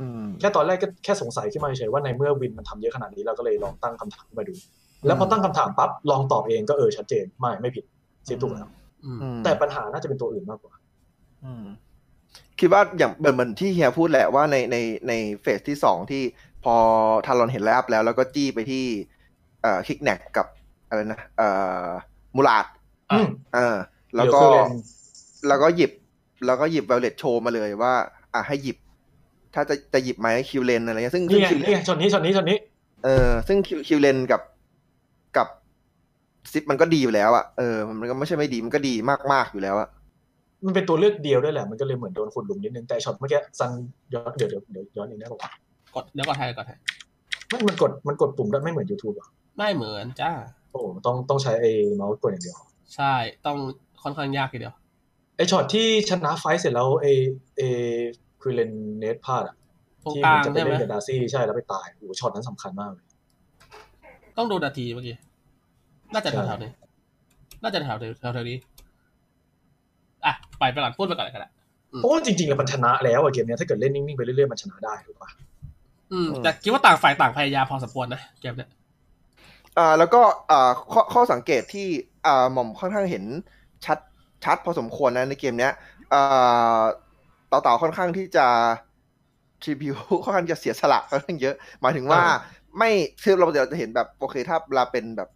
C: อืม
D: แค่ตอนแรกก็แค่สงสัยขึ้นมาเฉยๆว่าในเมื่อวินมันทำเยอะขนาดนี้เราก็เลยลองตั้งคำถามขึ้นมาดู แล้วพอตั้งคำถามปั๊บลองตอบเองก็เออชัดเจนไม่ไม่ผิดเซฟถูกแล้ว
B: อืม
C: อืม
D: แต่ปัญหาน่าจะเป็นตัวอื่นมากกว่า
C: อืมคิดว่าอย่างเหมือนเหมือนที่เฮียพูดแหละว่าในในในเฟสที่สองที่พอทารอนเห็นแล้วอัพแล้ว แล้วก็จี้ไปที่เอ่อคิกแนกกับอะไรนะเอ่อมูลาด
D: อืม
C: เออแล้วก็
D: เดี๋ยวคือเลน
C: แล้วก็หยิบ แล้วก็หยิบ v ว l เลตโชว์มาเลยว่า อ่ะให้หยิบ ถ้าจะจะหยิบไหมคิวเลนอะไรเงี้ยซึ่งซึ่
D: นี่
C: ง
D: ไง
C: คิว
D: นี่ไงช็อตนี้ช็อตนี้ช็อตนี้
C: เออซึ่งคิวคิวเลนกับกับซิปมันก็ดีอยู่แล้วอะเออมันก็ไม่ใช่ไม่ดีมันก็ดีมากๆอยู่แล้วอะ
D: มันเป็นตัวเลือกเดียวด้วยแหละมันก็เลยเหมือนโดนขุดหลุมนิดนึงแต่ช็อตเมื่อกี้ซันย้อนเดี๋ยวเดี๋ยวเดี๋ยวย้อนอีกนะบอกว่าก
B: ดแล้วก็ไทยก่อนไทย
D: ไม่มันกดมันกดปุ่มได้ไม่เหมือน YouTube อ่ะ
B: ไม่เหมือนจ้า
D: โอ้โหต้องต้องใช้ไอ้เมาส์กดอย่างเดียว
B: ใช่ต้องค่อนข้างยากทีเดียว
D: ไอ้ช็อตที่ชนะไฟท์เสร็จแล้วไอ้ไอ้คุยเลนเนทพลาดอ่ะ
B: ตรง
D: ที่
B: ก
D: มั
B: ลาน ง
D: จะไป
B: ใช่ไหม
D: เล่นกับดาร์ซี่ใช่แล้วไปตายโอ้โหช็อตนั้นสำคัญมากเลย
B: ต้องดูนาทีเมื่อกี้น่าจะ
D: ใช่
B: แถวๆนี้น่าจะแถวๆแถวๆนี้อ่ะไปไปก่อนพูดไปก่อนเลยก็ได้
D: เพราะว่าจริงๆแล้วมันชนะแล้วอะเกมเนี้ยถ้าเกิดเล่นนิ่งๆไปเรื่อยๆมันชนะได้ถูกปะ
B: อืมแต่คิดว่าต่างฝ่ายต่างพยายามพอสมควรนะเกมเนี้ย
C: อ่าแล้วก็อ่าข้อข้อสังเกตที่อ่าหม่อมค่อนข้างเห็นชัดชัดพอสมควรนะในเกมเนี้ยอ่าเต่าเต่าค่อนข้างที่จะทริบิว [laughs] ค่อนข้างจะเสียสละค่อนข้างเยอะ หมายถึงว่า ไม่คือเราจะเห็นแบบโอเคถ้าเวลาเป็นแบบ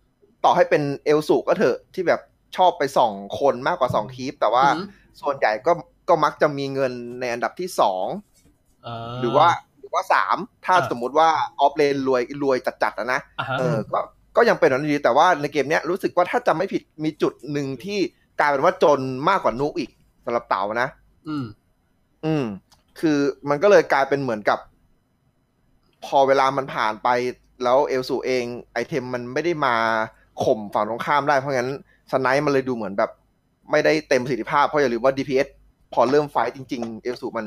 C: ต่อให้เป็นเอลสูก็เถอะที่แบบชอบไปส่องคนมากกว่าสองคีปแต่ว่า
B: อืม
C: ส่วนใหญ่ก็ก็มักจะมีเงินในอันดับที่สอง
B: เห
C: รือว่าหรือว่าสามถ้า
B: อ่า
C: สมมุติว่าออฟเลนรวยรวยจัดๆอะนะ
B: อ่ะฮะ
C: เออก็ก็ยังเป็นแบบนั้นอยู่ดีแต่ว่าในเกมเนี้ยรู้สึกว่าถ้าจำไม่ผิดมีจุดหนึ่งที่กลายเป็นว่าจนมากกว่านุกอีกสำหรับเต่านะ
B: อืม
C: อืม คือมันก็เลยกลายเป็นเหมือนกับ พอเวลามันผ่านไปแล้วเอลสูเอง ไอเทมมันไม่ได้มาข่มฝั่งตรงข้ามได้ เพราะงั้นสไนป์มันเลยดูเหมือนแบบ ไม่ได้เต็มประสิทธิภาพ เพราะอย่าลืมว่า DPS พอเริ่มไฟต์จริง ๆ เอลสูมัน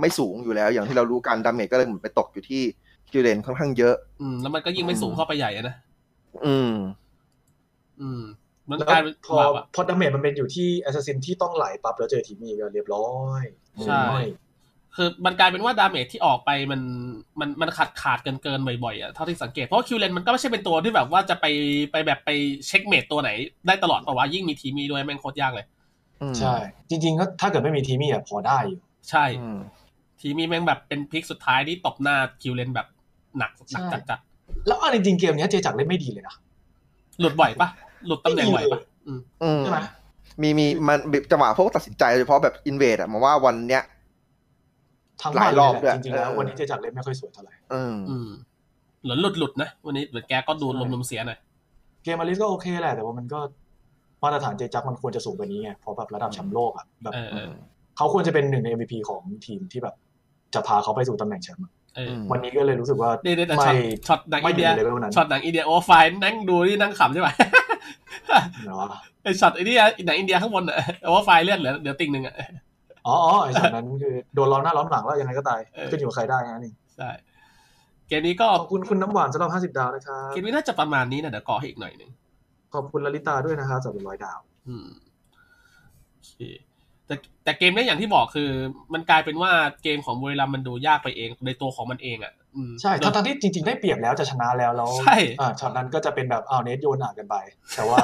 C: ไม่สูงอยู่แล้ว อย่างที่เรารู้กันดาเมจก็เลยเหมือนไปตกอยู่ที่คิวเลนค่อนข้างเยอะ
B: อืม แล้วมันก็ยิ่งไม่สูงเข้าไปใหญ่อะนะ
C: อืม
B: อืม มัน
D: แล้ว
B: กลายเป็น
D: พอบ
B: าปอะ
D: พอดาเมจมันเป็นอยู่ที่แอสซัสซินที่ต้องไหลปั๊บแล้วเจอทีมนีก็เรียบร้อย
B: ใช่
D: ไม่
B: คือมันกลายเป็นว่าดาเมจที่ออกไปมันมันมันขาดขาดเกินเกินบ่อยๆอ่ะเท่าที่สังเกตเพราะคิวเลนมันก็ไม่ใช่เป็นตัวที่แบบว่าจะไปไปแบบไปเช็คเมจตัวไหน ได้ตลอดเพราะว่ายิ่งมีทีมมีด้วยแม่งโคตรยากเลย
C: อืม
D: ใช่ จริงๆก็ถ้าเกิดไม่มีทีมี่อ่ะพอได้อยู่
B: ใช่
C: อืม
B: ทีมมีแม่งแบบเป็นพลิกสุดท้ายที่ตบหน้าคิวเลนแบบหนักหนัก
D: ใช่
B: จัดจัด
D: แล้วเอาจริงๆเกมเนี้ยเจจักรเล่นไม่ดีเลยนะ
B: ๆหลุดบ่อยปะหลุดตำแหน่งบ่อยปะอืม
C: อืม
D: ใช่ไหม
C: มีมีมันแบบจังหวะพวกตัดสินใจโดยเฉพาะแบบอินเวดอะมาว่าวันเนี้ย
D: ทั้ง
C: หลายรอบด้วย
D: จริงๆแล้ว
C: เออ
D: วันนี้เจจักรเล่นไม่ค่อยสวยเท่าไหร่
C: อืม
B: อืมเหลือหลุดหลุดๆนะ วันนี้เหลือแกก็ดู
D: ใช่
B: ลมลมๆเสียหน่อย
D: เกมอลิสก็โอเคแหละแต่ว่ามันก็มาตรฐานเจจักรมันควรจะสูงกว่านี้ไงเพราะแบบระดับแชมป์โลกอ่ะแบบ
B: เออเออ
D: เขาควรจะเป็นหนึ่งใน MVP ของทีมที่แบบจะพาเขาไปสู่ตำแหน่งแชมป์อะ
B: เออ
D: วันนี้ก็เลยรู้สึกว่า
B: เดี๋ยวเดี๋ยวแต่ช็อตช็อตห
D: ไม่
B: นัง
D: ไม่
B: อิน
D: อยู่
B: เดีย
D: ในเลเวลนั้น
B: ช็อตหนังอินเดียโอ้ไฟล์นั่งดูนี่นั่งขำใช่ไหม
D: เหรอวะ
B: ไอช็อตไอ้นี่อะหนังอินเดียข้างบนอะโอเวอร์ไฟล์เลือดเหลือเดี๋ยวติ่งหนึ่งอะ [laughs]
D: อ๋ออ๋อไอ้ช็อตนั้นคือโดนล้อมหน้าล้อมหลังแล้วยังไงก็ตาย
B: เออ
D: ขึ้นอยู่กับใครได้นะนี่
B: ใช่เกมนี้ก็
D: ขอบคุณคุณน้ำหวานสำหรับ50 ดาวนะครับ
B: เกมนี้น่าจะประมาณนี้นะเดี๋ยวก่อให้อีกหน่อยหนึ่ง
D: ขอบคุณลลิตาด้วยนะครับสำหรับร้อยดาว
B: อืมโอเคแต่แต่เกมนี้อย่างที่บอกคือ มันกลายเป็นว่าเกมของบุรีรัมย์มันดูยากไปเองในตัวของมันเองอ่ะอืม
D: ใช่ทั้งๆที่จริงๆ ได้เปรียบแล้วจะชนะแล้วแล้ว
B: ใช่
D: อ่าช็อตนั้นก็จะเป็นแบบอ้าวเนทโยนอ่านกันไป แต่
B: [laughs]
D: ว่า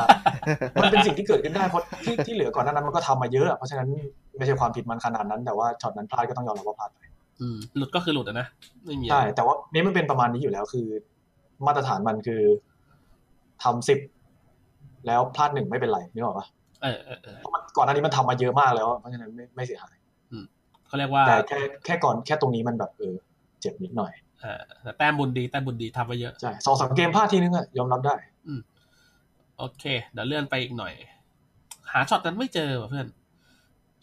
D: มันเป็นสิ่งที่เกิดขึ้นได้เพราะที่ที่เหลือก่อนหน้านั้นมันก็ทำมาเยอะอะเพราะฉะนั้นไม่ใช่ความผิดมันขนาดนั้น แต่ว่าช็อตนั้นพลาดก็ต้องยอมรับว่าพลาดไป
B: อืมหลุดก็คือหลุดอะนะไม่มีอะ
D: ใช่
B: ไร
D: แต่ว่านี่มันเป็นประมาณนี้อยู่แล้วคือ มาตรฐานมันคือทำสิบแล้วพลาดหนึ่งไม่เป็นไรนึกออกปะ
B: เออเออเออ
D: เพราะมันก่อนหน้านี้มันทำมาเยอะมากแล้วเพราะฉะนั้นไม่ไม่เสียหาย
B: เขาเรียกว่า
D: แต่แค่แค่ก่อนแค่ตรงนี้มันแบบเออเจ็บนิดหน่อย
B: เออแต่แต้มบุญดีแต้มบุญดีทำไปเยอะ
D: ใช่สองสามเกมพลาดทีนึงอะยอมรับได้
B: โอเค เดี๋ยวเลื่อนไปอีกหน่อย หาช็อตนั้นไม่เจอว่ะเพื่อน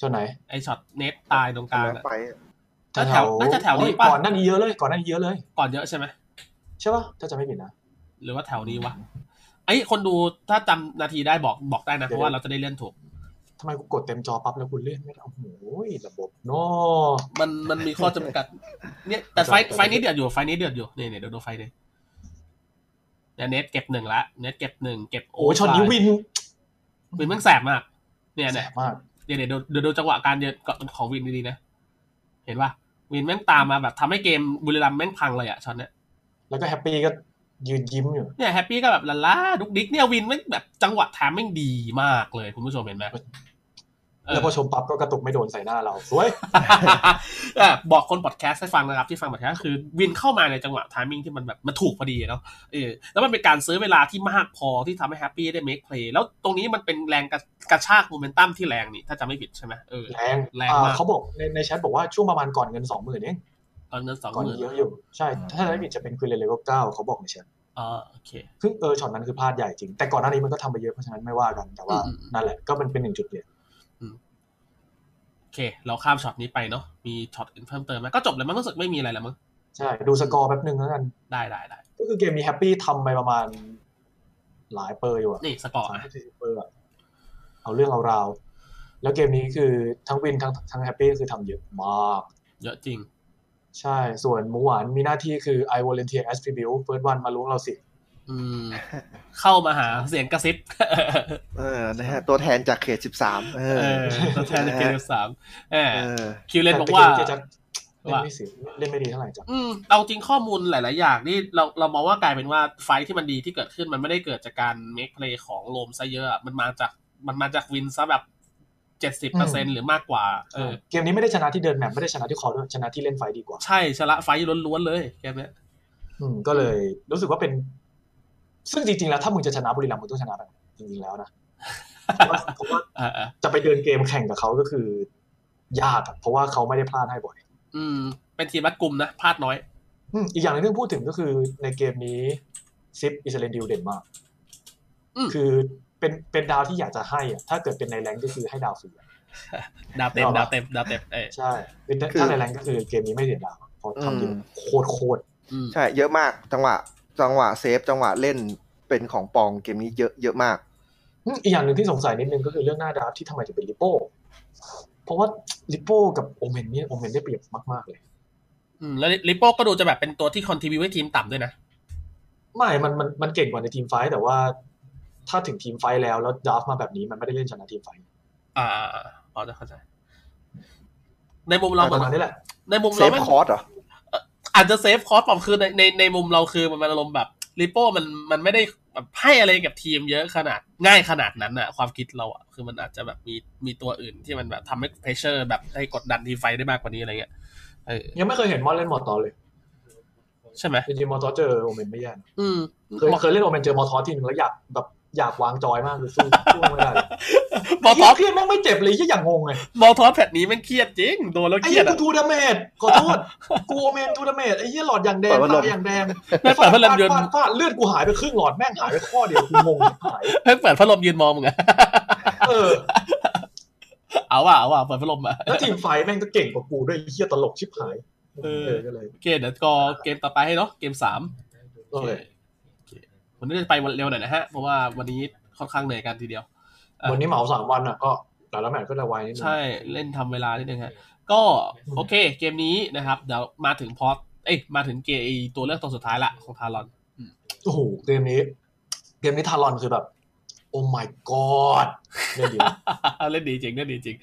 D: จนไหน
B: ไอช็อตเน็ตตายตรงกลางอะ
C: ไป
B: น่าแถวน่าจะแถวนี้
D: โอ้ย
B: ปะ
D: ก่อนหนั่นนี้เยอะเลย ก่อนหนั่นนี้เยอะเลย
B: ก่อนเยอะใช่ไหม
D: ใช่ป่ะ ถ้าจะไม่ผิดนะ
B: หรือว่าแถวนี้วะไอ้ยคนดูถ้าจำนาทีได้บอกบอกได้นะ เพราะว่าเราจะได้เลื่อนถูก
D: ทำไมกูกดเต็มจอปั๊บแล้วกูเลื่อนไม่ได้โอ้โหระบบเนาะ
B: มันมันมีข้อจำกัด เนี่ยแต่ไฟ
D: จำกัด
B: ไฟนี้เดือดอยู่ไฟนี้เดือดอยู่เนี่ยเนี่ยเดี๋ยวดูไฟนี้เนี่ยเน็ตเก็บหนึ่งละเน็ตเก็บหนึ่งเก็บ
D: โอ้ยช็อตนี้วิน
B: วินมันแสบมาก เนี่ย
D: แส
B: เนี่ย
D: บมาก
B: เดี๋ยวเดี๋ยวดูเดี๋ยวดูจังหวะการเดินของวินดีๆนะ เห็นป่ะวินแม่งตามมาแบบทำให้เกมบุรีรัมย์แม่งพังเลยอะช็อตเนี้ย
D: แล้วก็แฮปปี้ก็ยืนยิ้มอยู่
B: เนี่ยแฮปปี้ก็แบบละล่าดุกดิกเนี่ยวินไม่งแบบจังหวะทามไม่งดีมากเลย คุณผู้ชมเห็นไหมเออ
D: แล้วพอชมปั๊บก็กระตุกไม่โดนใส่หน้าเราสวย
B: [laughs] เอ่อบอกคนพอดแคสต์ให้ฟังนะครับ ที่ฟังพอดแคสต์คือวินเข้ามาในจังหวะทามมิ่งที่มันแบบมันถูกพอดีเนาะเออแล้วมันเป็นการซื้อเวลาที่มากพอที่ทำให้แฮปปี้ได้เมคเพลย์แล้วตรงนี้มันเป็นแรงกระกระชากโมเมนตัมที่แรงนี่ถ้าจำไม่ผิดใช่ไหมเออ
D: แรง
B: แรงมาก
D: อ่าเขาบอกในในแชทบอกว่าช่วงประมาณก่อนเงินสองหมื่นเอง
B: ตอนเงินสอง
D: ก่อน
B: หมื่น
D: เยอะอยู่ ใช่ ถ้าจะไม่ผิดจะเป็นคือเลเวลเก้าเขาบอกในแชท
B: อ๋อโอเค
D: คือเออช็อตนั้นคือพลาดใหญ่จริง แต่ก่อนหน้านี้มันก็ทำไปเยอะเพราะฉะนั้นไม่ว่ากัน แต่ว่า
B: อืมอืม
D: นั่นแหละก็มันเป็นหนึ่งจุดเปลี่ยน
B: โอเค เราข้ามช็อตนี้ไปเนาะมีช็อตอื่นเพิ่มเติมไหมก็จบแล้วมั้งรู้สึกไม่มีอะไรแล้วมั้ง
D: ใช่ ดูสกอร์แป๊บนึงแล้วกัน
B: ได้ได้ได้
D: ก็คือเกมมีแฮปปี้ทำไปประมาณหลายเปอร์อยู่อะ
B: นี่สกอร์
D: สาม
B: นะ
D: สิบสี่สิบเปอร์อะเอาเรื่องเอาราว แล้วเกมนี้คือทั้งวินทั้งทั้งแฮปปี้คือทำเยอะมาก
B: เยอะจริง
D: ใช่ ส่วนหมูหวานมีหน้าที่คือ I volunteer as tribute first one มาล้วงเราสิ
B: อืม เข้ามาหาเสียงกระซิบ [laughs]
C: เออนะฮะตัวแทนจากเขตสิบสามเอ
B: เอ
C: อ
B: อตัวแทนจากเกมสามเออ
C: เออ
B: คิวเลนบ
D: แต่
B: อกว่า
D: เจ๊จักเล่น
B: ว่า
D: ไม่สิเล่นไม่ดีเท่าไหร่จ้ะ
B: อืมเอาจริงข้อมูลหลาย ๆ อย่างนี่เราเรามองว่ากลายเป็นว่าไฟท์ที่มันดีที่เกิดขึ้นมันไม่ได้เกิดจากการเมคเพลย์ของโลมซะเยอะอะมันมาจากมันมาจากวินซะแบบเจ็ดสิบเปอร์เซ็นหรือมากกว่า เออ
D: เกมนี้ไม่ได้ชนะที่เดินแมปไม่ได้ชนะที่คอร์ด้วยชนะที่เล่นไฟดีกว่า
B: ใช่ชนะไฟท์ล้วน ๆ เลยเกมเนี้ย [laughs]
D: อืมก็เลยรู้สึกว่าเป็น ซึ่งจริงๆแล้วถ้ามึงจะชนะบุรีรัมย์มึงต้องชนะแบบจริงๆแล้วนะ [laughs] เพราะว่าเพราะว่า
B: เออ
D: จะไปเดินเกมแข่งกับเขาก็คือ ยากอะเพราะว่าเขาไม่ได้พลาดให้บ่อย
B: ๆอืม เป็นทีมรัดกลุ่มนะพลาดน้อย
D: อืมอีกอย่างหนึงที่ต้องพูดถึงก็คือในเกมนี้ซิปอิสราเอลดิวเด่นมาก
B: อืม
D: คือเป็นเป็นดาวที่อยากจะให้อะถ้าเกิดเป็นในแรงก็คือให้ดาวฟรีอะ
B: ดาวเต็มดาวเต็มดาวเต็มเออ
D: ใช่คือถ้า
C: คือ
D: ถ้าในแรงก็คือเกมนี้ไม่เสียดาวเพราะทำเย
C: อื
D: อะ
C: ม
D: โคตรโคตร
B: อืม
C: ใช่เยอะมากจังหวะ จังหวะเซฟ จังหวะเล่นเป็นของปองเกมนี้เยอะเยอะมาก
D: อืมอีกอย่างหนึ่งที่สงสัยนิดนึงก็คือเรื่องหน้าดาวที่ทำไมถึงเป็นลิโป้เพราะว่าลิโป้กับโอเมนเนี่ยโอเมนได้เปรียบมากๆเลย
B: อืมแล้วลิโป้ก็ดูจะแบบเป็นตัวที่คอนทิวิวให้ทีมต่ำด้วยนะ
D: ไม่มันมันมันเก่งกว่าในทีมไฟท์แต่ว่า ถ้าถึงทีมไฟท์แล้วแล้วดราฟต์มาแบบนี้มันไม่ได้เล่นชนะทีมไฟท์
B: อ่าพอจะเข้าใจ ในมุมเรา
D: แต่
B: เห
D: ป
B: มือน
D: ระมาณนี้แหละ
B: ในมุม
C: เซ
B: เรา
C: ฟ
B: ไม่
C: คอร์สเหรอ
B: อาจจะเซฟคอสปรับคือในในในมุมเราคือมันอารมณ์แบบริโป้มันมันไม่ได้แบบให้อะไรกับทีมเยอะขนาดง่ายขนาดนั้นอะความคิดเราอะคือมันอาจจะแบบมีมีตัวอื่นที่มันแบบทำให้เพรสเชอร์แบบให้กดดันทีมไฟท์ได้มากกว่านี้อะไรเงี้ยเออ
D: ยังไม่เคยเห็นมอสเล่นมอร์ตอสเลย
B: ใช่ไหม
D: จริงๆมอร์ตอสเจอโอเมนไม่แย่นะ
B: อืม
D: เคยเคยเล่นโอเมนเจอมอร์ตอสทีนึงแล้วอยากแบบอยากวางจอยมากคือสู้สู้ไม่ได้เลย
B: มอทอส
D: เฮียเครียดแม่งไม่เจ็บเลยที่อย่างงงเลย
B: มอทอสแพทนี้แมันเครียดจริง โดนแล้วเค
D: ไอ้
B: รี
D: เหี้
B: ยด
D: ยกู
B: อะ
D: ทูดาเมจขอโทษ กูโอเมนทูดาเมจไอ้เหี้ยหลอดอย่างแดง
C: เปิดพัดล
D: ตาม อย่างแดง
B: ไม่เปิดพัดลมยนต์
D: ฟาฟาฟาเลือดกูหายไปครึ่งหลอดแม่งหายไปข้อเดียวกูงงชิบหาย
B: เพิ่งเปิดพัดลมยืนมองมึงอะ
D: เออ
B: เอาว่ะเอาว่ะเปิดพัดลมมา
D: แล้วทีมไฟท์แม่งก็เก่งกว่ากูด้วยไอ้เหี้ยตลกชิบหาย
B: เออ
D: ก็เลย
B: โอเคเดี๋ยวก็เกมต่อไปให้เนาะเกมสาม
D: ก็เลย
B: โอเควันนี้จะไปวันเร็วหน่อยนะฮะ เพราะว่าวันนี้ค่อนข้างเหนื่อยกันทีเดียว อ่ะ
D: วันนี้เหมาสามวันอ่ะก็แต่ละแมตช์ก็จะไวนิดนึง
B: ใช่เล่นทำเวลานิดนึงฮะ ก็โอเค เกมนี้นะครับ เดี๋ยวมาถึงพอสเอ้ยมาถึงเกมไอ้ตัวเลือกตัวสุดท้ายละของทารอน
D: โอ้โหเกมนี้ เกมนี้ทารอนคือแบบ โอ้ my god เล่น
B: [laughs]
D: ดีวะ
B: [laughs] เล่นดีจริงเล่นดีจริง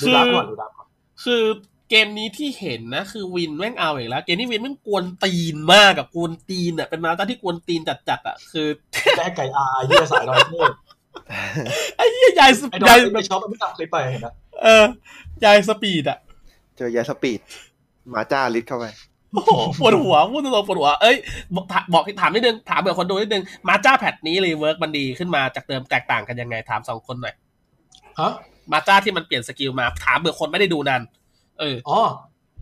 D: ดูดับก่อนดูดับก่อน
B: คือเกมนี้ที่เห็นนะ คือวินแม่งเอาอีกแล้ว เกมนี้วินแม่งกวนตีนมากกับกวนตีนอ่ะเป็นมาตาที่กวนตีนจัดๆอ่ะคือ [laughs]
D: แด้ไก่อาเหี้ยสายดอยเทพ
B: ไอ้เหี้ยยายส
D: ไอ้ดอย
B: าย ย
D: ไปช็อปมันไม่ทำคลิปไปเห็นนะ
B: เออยายสปีดอ่ะ
C: เจอยาสปีดหมาจ้าลิดเข้าไป
B: โอ้โหปวดหัวพูดตรงๆปวดหัวเอ้ยบอกถามบอกถามนิดนึงถามเผื่อคนดูนิดนึงมาจ้าแพทนี้รีเวิร์กมันดีขึ้นมาจากเดิมแตกต่างกันยังไงถามสองคนหน่อย
D: ฮะ
B: มาจ้าที่มันเปลี่ยนสกิลมาถามเผื่อคนไม่ได้ดูนานเออ
D: อ๋อ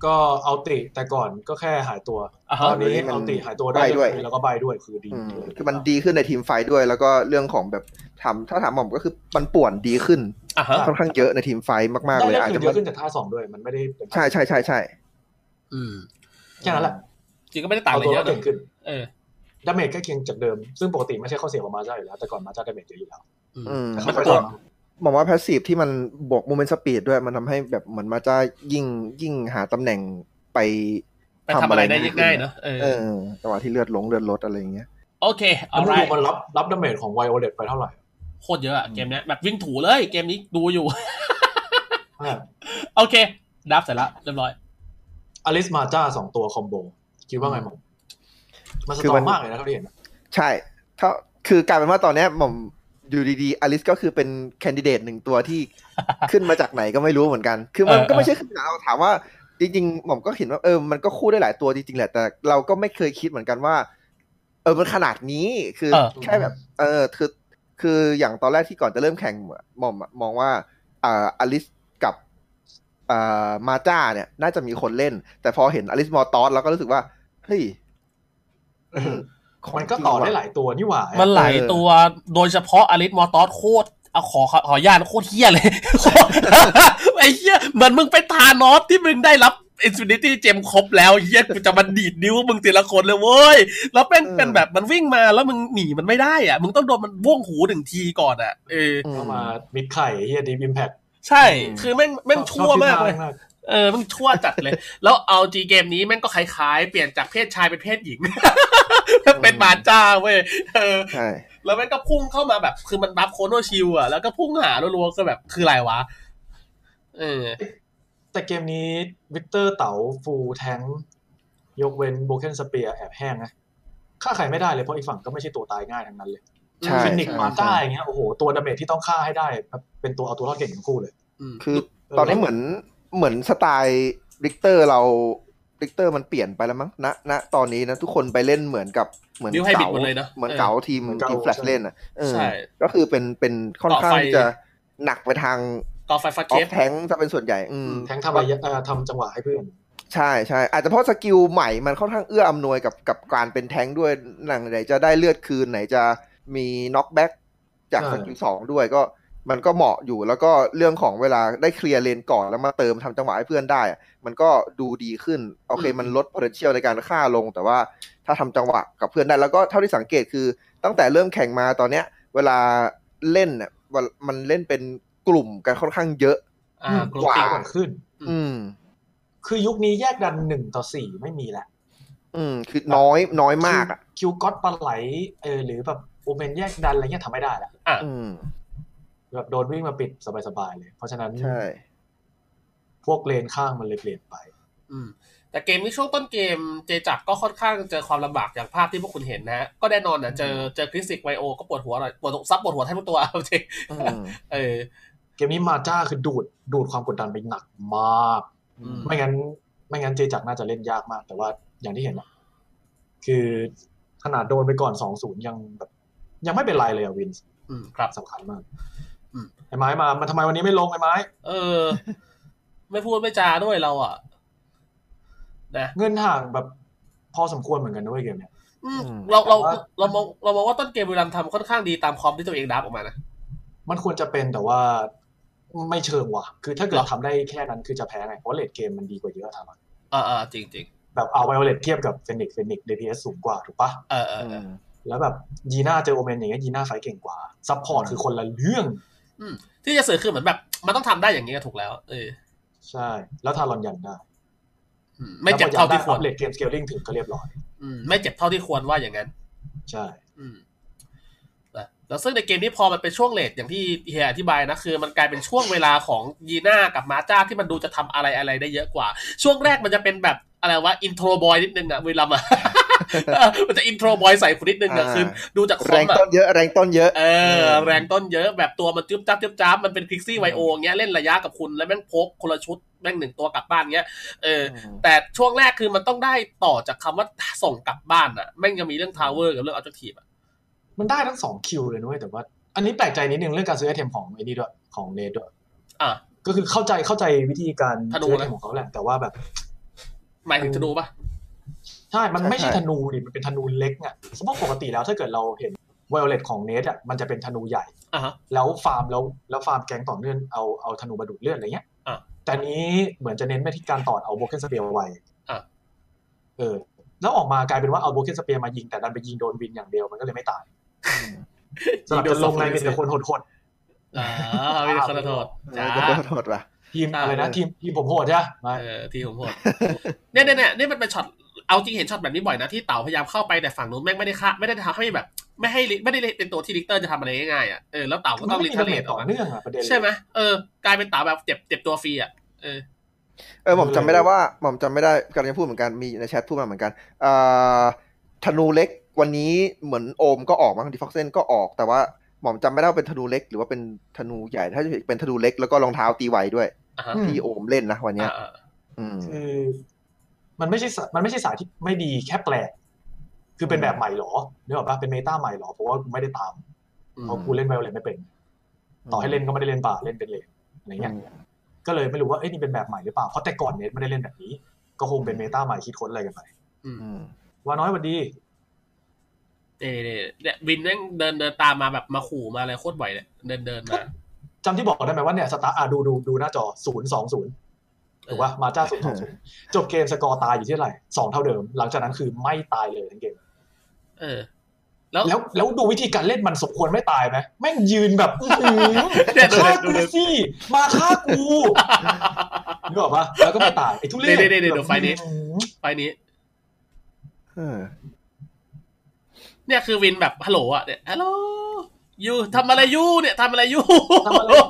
D: ก็เอาติแต่ก่อนก็แค่หายตัว
B: อ่ะ
D: ต
B: ฮะ
D: อนนี้
C: มัน
D: เอาติหายตัวได้
C: ใบ้ด้วย
D: คืนแล้วก็ใบด้วยคือดี
C: อืมคือมันดีขึ้นในทีมไฟท์ด้วย แล้วก็เรื่องของแบบถามถ้าถามหม่อมก็คือมันป่วนดีขึ้น
B: อ่ะฮะ
C: ค่อนข้างเยอะในทีมไฟท์มากๆ
D: ได้
C: เลย
D: ได้
C: อาจ
D: คื
C: จะ
D: นเย
C: มัน
D: อะขึ้นจากท่าสองด้วยมันไม่ได้เป็น
C: ใช่ใช่ใช่ใช่
B: อืม
D: แค่นั้นแหละ
B: จริงก็ไม่ได้ต่าง
D: เอา
B: อะไร
D: ตัว
B: เย
D: ก็
B: อะ
D: เก่ง
B: นะ
D: ขึ้น
B: เออ
D: ดาเมจใกล้เคียงจากเดิม ซึ่งปกติไม่ใช่ข้อเสียของมาจ้าอยู่แล้วแต่ก่อนมาจ้าดาเมจเยอะอยู่แล้ว
B: อืม
C: อืม
D: แต่
B: มั
D: เขา
B: นก
D: ไปต่
B: ด
D: อ
C: หม่อมว่าพาสซีฟที่มันบวกโมเมนต์สปีดด้วยมันทำให้แบบเหมือนมาจ้ายิ่งยิ่งหาตำแหน่งไป
B: ไปทำอะไรได้ง่ายๆเนอะเอ
C: เอ
B: อ
C: อจังหวะที่เลือดลงเลือดลดอะไรอย่างเงี้ย
B: โอเค
D: แล้
B: เอา
D: ว
B: ไร
D: มันรับรับดาเมจของไวโอเลตไปเท่าไหร่
B: โคตรเยอะอะเกมเนี้ยแบบวิ่งถูเลยเกมนี้ดูอยู่ [laughs]
D: อ่ะ
B: โอเค ดับเสร็จแล้วเรียบร้อย
D: อลิสมาจ้าสองตัวคอมโบคิดว่าไงหมอมันส
C: คือ
D: ตร
C: มั
D: อน งมากเลยนะเท่าที่เห็นนะ
C: ใช่ถ้าคือกลายเป็นว่าตอนเนี้ยหม่อมอยู่ดีๆอลิสก็คือเป็นแคนดิเดตหนึ่งตัว
B: [laughs]
C: ที่ ขึ้นมาจากไหนก็ไม่รู้เหมือนกัน คือมัน
B: เออ
C: ก็ไม่ใช่ขึ้นมาเราถามว่าจริงๆหม่อมก็เห็นว่าเออมันก็คู่ได้หลายตัวจริงๆแหละแต่เราก็ไม่เคยคิดเหมือนกันว่า เออมันขนาดนี้คือ
B: เออ
C: แค่แบบ เออคือคืออย่างตอนแรกที่ก่อนจะเริ่มแข่งหม่อมอะมองว่าอ่าอลิสกับอ่ามาจ้าเนี่ย น่าจะมีคนเล่น แต่พอเห็นอลิสมอร์ตอสเราก็รู้สึกว่าเฮ้ย
D: เออ
C: ขง
D: มันก็
C: จริง
D: ต่อ
C: ว่ะ
D: ได้หลายตัวนี่หว่า
B: มันหลายตัวโดยเฉพาะอลิสมอตอสโคตรเอาขอขอขออนุญาตโคตรเฮี้ย [laughs] เลยโคตร ไอ้เฮี้ยเหมือนมึงไปทานอสที่มึงได้รับอินฟินิตี้เจมครบแล้วเฮี้ยกูจะมาดีดนิ้วมึงแต่ละคนเลยเว้ย แล้วเป็น
C: เออ
B: เป็นแบบมันวิ่งมาแล้วมึงหนีมันไม่ได้อ่ะ มึงต้องโดนมันบ้วงหูหนึ่งทีก่อนอ่ะ เออ
C: อืม
D: เข้ามามิดไข่เฮียดีอิมแพค
B: ใช่ คือแม่งแม่งชั่วมากเลย เออมันชั่วจัดเลย [laughs] แล้วเอาจีเกมนี้แม่งก็คล้ายๆ เปลี่ยนจากเพศชายเป็นเพศหญิง [laughs] เป็นบาจ้าเว้ยเออ
C: ใช่
B: แล้วแม่งก็พุ่งเข้ามาแบบ คือมันบัฟโคโนชิลอะแล้วก็พุ่งหารัวๆก็แบบคืออะไรวะ เออ
D: แต่เกมนี้วิกเตอร์เต๋าฟูแทงยกเว้นโบเ e นสเปียแอบแห้งนะฆ่าใครไม่ได้เลยเพราะอีกฝั่งก็ไม่ใช่ตัวตายง่ายทั้งนั้นเลย
C: ใช่
D: ฟินิกซ์มาต้าอย่างเงี้ยโอ้โหตัวดาเมจที่ต้องฆ่าให้ได้แบบเป็นตัวเอาตัวรอดเก่งทั้งคู่เลย
B: อืม
C: คือตอนนี้เหมือนเหมือนสไตล์ริกเตอร์เราริกเตอร์มันเปลี่ยนไปแล้วมั้งณณตอนนี้นะ ทุกคนไปเล่นเหมือนกับเหมือน
B: นิ้วให้บิด
C: เก๋า
B: หมดเลยเนอะ
C: เหมือน
B: เออ
C: เก๋าทีมทีมแฟลชเล่นอ่ะเออ
B: ใช่
C: ก็คือเป็นเป็นค่อนข้าง
B: ต่อไฟ
C: จะหนักไปทาง
B: ต่อไฟฟ้า
C: อ
B: เค
C: อ
B: ฟ
C: ฟแทงจะเป็นส่วนใหญ่ อืม
D: แทงทำระยะเอ่อทำจังหวะให้เพื่อน
C: ใช่ใช่อาจจะเพราะสกิลใหม่มันค่อนข้างเอื้ออำนวยกับกับการเป็นแทงด้วยหนังไหนจะได้เลือดคืนไหนจะมีน็อกแบ็กจากสกิลสองด้วยก็มันก็เหมาะอยู่แล้วก็เรื่องของเวลาได้เคลียร์เลนก่อนแล้วมาเติมทำจังหวะให้เพื่อนได้อะมันก็ดูดีขึ้น โอเคมันลด potential ในการฆ่าลง แต่ว่าถ้าทำจังหวะกับเพื่อนได้ แล้วก็เท่าที่สังเกตคือตั้งแต่เริ่มแข่งมาตอนเนี้ย เวลาเล่นเนี่ยวันมันเล่นเป็นกลุ่มกันค่อนข้างเยอะ
B: อ่า
D: อืม
B: กรุ๊ป
C: ว้า
B: ปิ้ง
D: ก่อนขึ้น
B: อื
C: อืม
D: คือยุคนี้แยกดันหนึ่งต่อสี่ไม่มีแล้ว
C: อืมคือน้อยน้อยมากอ่ะ
D: คิวก็อตปลาไหลเออหรือแบบ โอเมนแยกดันอะไรเงี้ยทำไม่ได้ละ
C: อืม
D: แบบโดนวิ่งมาปิดสบายๆเลย เพราะฉะนั้น
C: ใช่
D: พวกเลนข้างมันเลยเปลี่ยนไป
B: อืมแต่เกมที่ช่วงต้นเกมเจจักรก็ค่อนข้างเจอความลำบากอย่างภาพที่พวกคุณเห็นนะฮะก็แน่นอนนะเจอเจอคริสติกไวโอก็ปวดหัวหน่อยปวดซับปวดหัวแทบทุกตัว [laughs] เอาจริง
C: อืม
B: เออ
D: เกมนี้มาจ้าคือดูดดูดความกดดันไปหนักมาก
B: อืม
D: ไม่งั้น ไม่งั้นเจจักรน่าจะเล่นยากมาก แต่ว่าอย่างที่เห็นอะคือขนาดโดนไปก่อนสองศูนย์ยังแบบ ยังไม่เป็นไรเลยอะวิน
B: อืมครับ
D: สำคัญมาก
B: อืม
D: ไอ้ไม้มา มันทำไมวันนี้ไม่ลงไอ้ไม้
B: เออ ไม่พูดไม่จาด้วยเราอ่ะ นะ
D: เงินห่างแบบพอสมควรเหมือนกันด้วยเกมเนี้ย
B: อืม
C: อืม
B: เราเรา
D: แต่ว่า
B: เรามองเรามองว่าต้นเกมบุรีรัมย์ทำค่อนข้างดีตามคอมที่ตัวเองดับออกมานะ
D: มันควรจะเป็นแต่ว่าไม่เชิงว่ะ คือถ้าเกิ
B: ห
D: ด
B: รอ
D: ทำได้แค่นั้นคือจะแพ้ไง เพราะเลดเกมมันดีกว่าเยอะทาง
B: อ่าอ่าจริงจริง
D: แบบเอาไวโอเลตเทียบกับเฟนิกเฟนิก DPS สูงกว่าถูกปะ
B: เออเออ
C: อื
B: เออ
C: ม
D: แล้วแบบยีน่าเจอโอเมนอย่างเงี้ยยีน่าไฟเก่งกว่าซัพพอร์ต
C: อืม
D: คือคนละเรื่อง
B: ที่จะสื่อคือเหมือนแบบ มันต้องทำได้อย่างนี้ก็ถูกแล้ว เออ
D: ใช่ แล้วทารอนยันได้
B: อืมไม่เจ็บเท่าที่ควร
D: เลดเกมสเกลลิงถึงก็เรียบร้อย
B: อืมไม่เจ็บเท่าที่ควรว่าอย่างนั้น
D: ใช่
B: อืมนะแล้วซึ่งในเกมนี้พอมันเป็นช่วงเลทอย่างที่เฮียอธิบายนะคือมันกลายเป็นช่วงเวลาของยีน่ากับมาจ้าที่มันดูจะทำอะไรอะไรได้เยอะกว่า ช่วงแรกมันจะเป็นแบบอะไรวะอินโทรบอยนิดนึงอะเว [laughs] ลามา มันจะอินโทรบอยใส่คุณนิดนึงอะ
C: อ่า
B: คือดูจากคอ
C: แร
B: ม
C: ง
B: อะ
C: ต้นเยอะแรงต้นเยอะ
B: เออ แรงต้นเยอะแบบตัวมันจึ๊บจับจึ๊บจับมันเป็นคลิกซี่ไวโออย่างเงี้ยเล่นระยะกับคุณแล้วแม่งพกคนละชุดแม่งหนึ่งตัวกลับบ้านเงี้ยเออ แต่ช่วงแรกคือมันต้องได้ต่อจากคำว่าส่งกลับบ้านอะแม่งยังมีเรื่องทาวเวอร์กับเรื่องออ j จ c t ทีฟอะ
D: มันได้ทั้งสองคิวเลยนุ้ยแต่ว่า อันนี้แปลกใจนิดนึงเรื่องการซื้อไอเทมของไอ้นี่ด้วยของเนดด้วย
B: อ่ะ
D: ก็คือเข้าใจเข้าใจวิธีการ
B: ธนู
D: ซื้อ
B: นะ
D: ไอเทมของเขาแหละแต่ว่าแบบ
B: หมายถึงธนูปะ
D: ใช่ มันไม่ใช่
C: ใช่ใช่
D: ธนูดิมันเป็นธนูเล็กอ่ะเพราะปกติแล้วถ้าเกิดเราเห็นไวโอเลตของเนทอ่ะมันจะเป็นธนูใหญ่
B: อ่าฮะ
D: แล้วฟาร์มแล้วแล้วฟาร์มแกงต่อเนื่องเอาเอาธนูมาดูดเลือดอะไรเงี้ย
B: อ่ะ
D: แต่อันนี้เหมือนจะเน้นไปที่การต่อดเอาโบเกนสเปียร์ไว้
B: อ่ะ
D: เออ แล้วออกมากลายเป็นว่าเอาโบเกนสเปียร์มายิงแต่ดันไปยิงโดนวินอย่างเดียวมันก็เลยไม่ต [laughs] ายสลับจะลงในมีแต่คนโหด
B: อ่าไม่ได้ขอโทษ
C: เอ
B: จ้า
C: อขอโทษขอโทษว่ะ
D: ๆทีม
B: อ่า
D: อะไรนะทีมทีมผมโหดใช่ไหมไม่
B: เออทีของผมเนี่ยเนี่ยเนี่ยเนี่ยมันเป็นช็อตเอาจริงเห็นช็อตแบบนี้บ่อยนะที่เต่าพยายามเข้าไปแต่ฝั่งนู้นแม่งไม่ได้ฆ่าไม่ได้ทำให้แบบไม่ให้ลิไม่ได้เป็นตัวที่ลิกเตอร์จะทำอะไรง่ายๆอ่ะเออแล้วเต่าก็
D: มัน
B: ต้อง
D: ไม่
B: ลิ
D: มี
B: ท
D: ระ
B: เล
D: เบิด
B: ตออ
D: ต่
B: ก
D: อ
B: มา
D: เนื่องอะประเด็นเลย
B: ใช่ไหมเออกลายเป็นเต่าแบบเจ็บเจ็บตัวฟรีอ่ะเออ
C: เออหม่อมจำไม่ได้ว่าหม่อมจำไม่ได้กำลังจะพูดเหมือนกันมีในแชทพูดมาเหมือนกันเอ่อธนูเล็กวันนี้เหมือนโอมก็ออกมั้งดีฟ็อกเซนก็ออก แต่ว่าหม่อมจำไม่ได้ว่าเป็นธนูเล็ก หรือว่าเป็นธนูใหญ่ถ้าจะเป็นธนูเล็กแล้วก็รองเท้าตีไวด้วย
B: อ่าฮะ
D: อืม
C: ที่โอมเล่นนะวันเนี้ย
B: อ่าอ่า
C: อืม
D: คือ มันไม่ใช่สายมันไม่ใช่สายที่ไม่ดีแค่แปลก คือเป็นแบบใหม่เหรอนึกออกปะเป็นเมตาใหม่เหรอเพราะว่ากูไม่ได้ตาม
B: อืม
D: เพราะกูเล่นไวโอเลตไม่เป็น ต่อให้เล่นก็ไม่ได้เล่นป่าเล่นเป็นเลนอะไรเงี้ย ก็เลยไม่รู้ว่าเอ้ยนี่เป็นแบบใหม่หรือเปล่า เพราะแต่ก่อนเน็ตไม่ได้เล่นแบบนี้ ก็คงเป็นเมตาใหม่คิดค้นอะไรกันไป
C: อืม
D: ว่าน้อยวันดี
B: เนี่ยเนี่ยเนี่ยวินแม่งเดินเดินตามมาแบบมาขู่มาอะไรโคตรบ่อยเลยเดินเดินมา
D: จำที่บอกได้ไหมว่าเนี่ยสตาร์อ่ะดูดูดูหน้าจอศูนย์สองศูนย์ถูกป่ะมาจ้าศูนย์สองศูนย์จบเกมสกอร์ตายอยู่ที่เท่าไหร่สองเท่าเดิม หลังจากนั้นคือไม่ตายเลยทั้งเกม
B: เออ แล้ว
D: แล้วแล้วดูวิธีการเล่นมันสมควรไม่ตายไหมแม่งยืนแบบอื้อหือ
B: เนี่ยดู
D: ฆ่า
B: ดู
D: กู
B: ดู
D: สิมาฆ่ากูนึกออกปะแล้วก็ไม่ตายไอ้ทุเรศ
B: เดี๋ยวเดี๋ยวเดี๋ยวเดี๋ยวไฟนี้
D: อื้อหือ
B: ไปนี้
C: เออ
B: เนี่ยคือวินแบบฮัลโหลอ่ะเนี่ยฮัลโหลยูทำอะไรยูเนี่ยทำอะไรยู
D: ทำอะไรอยู่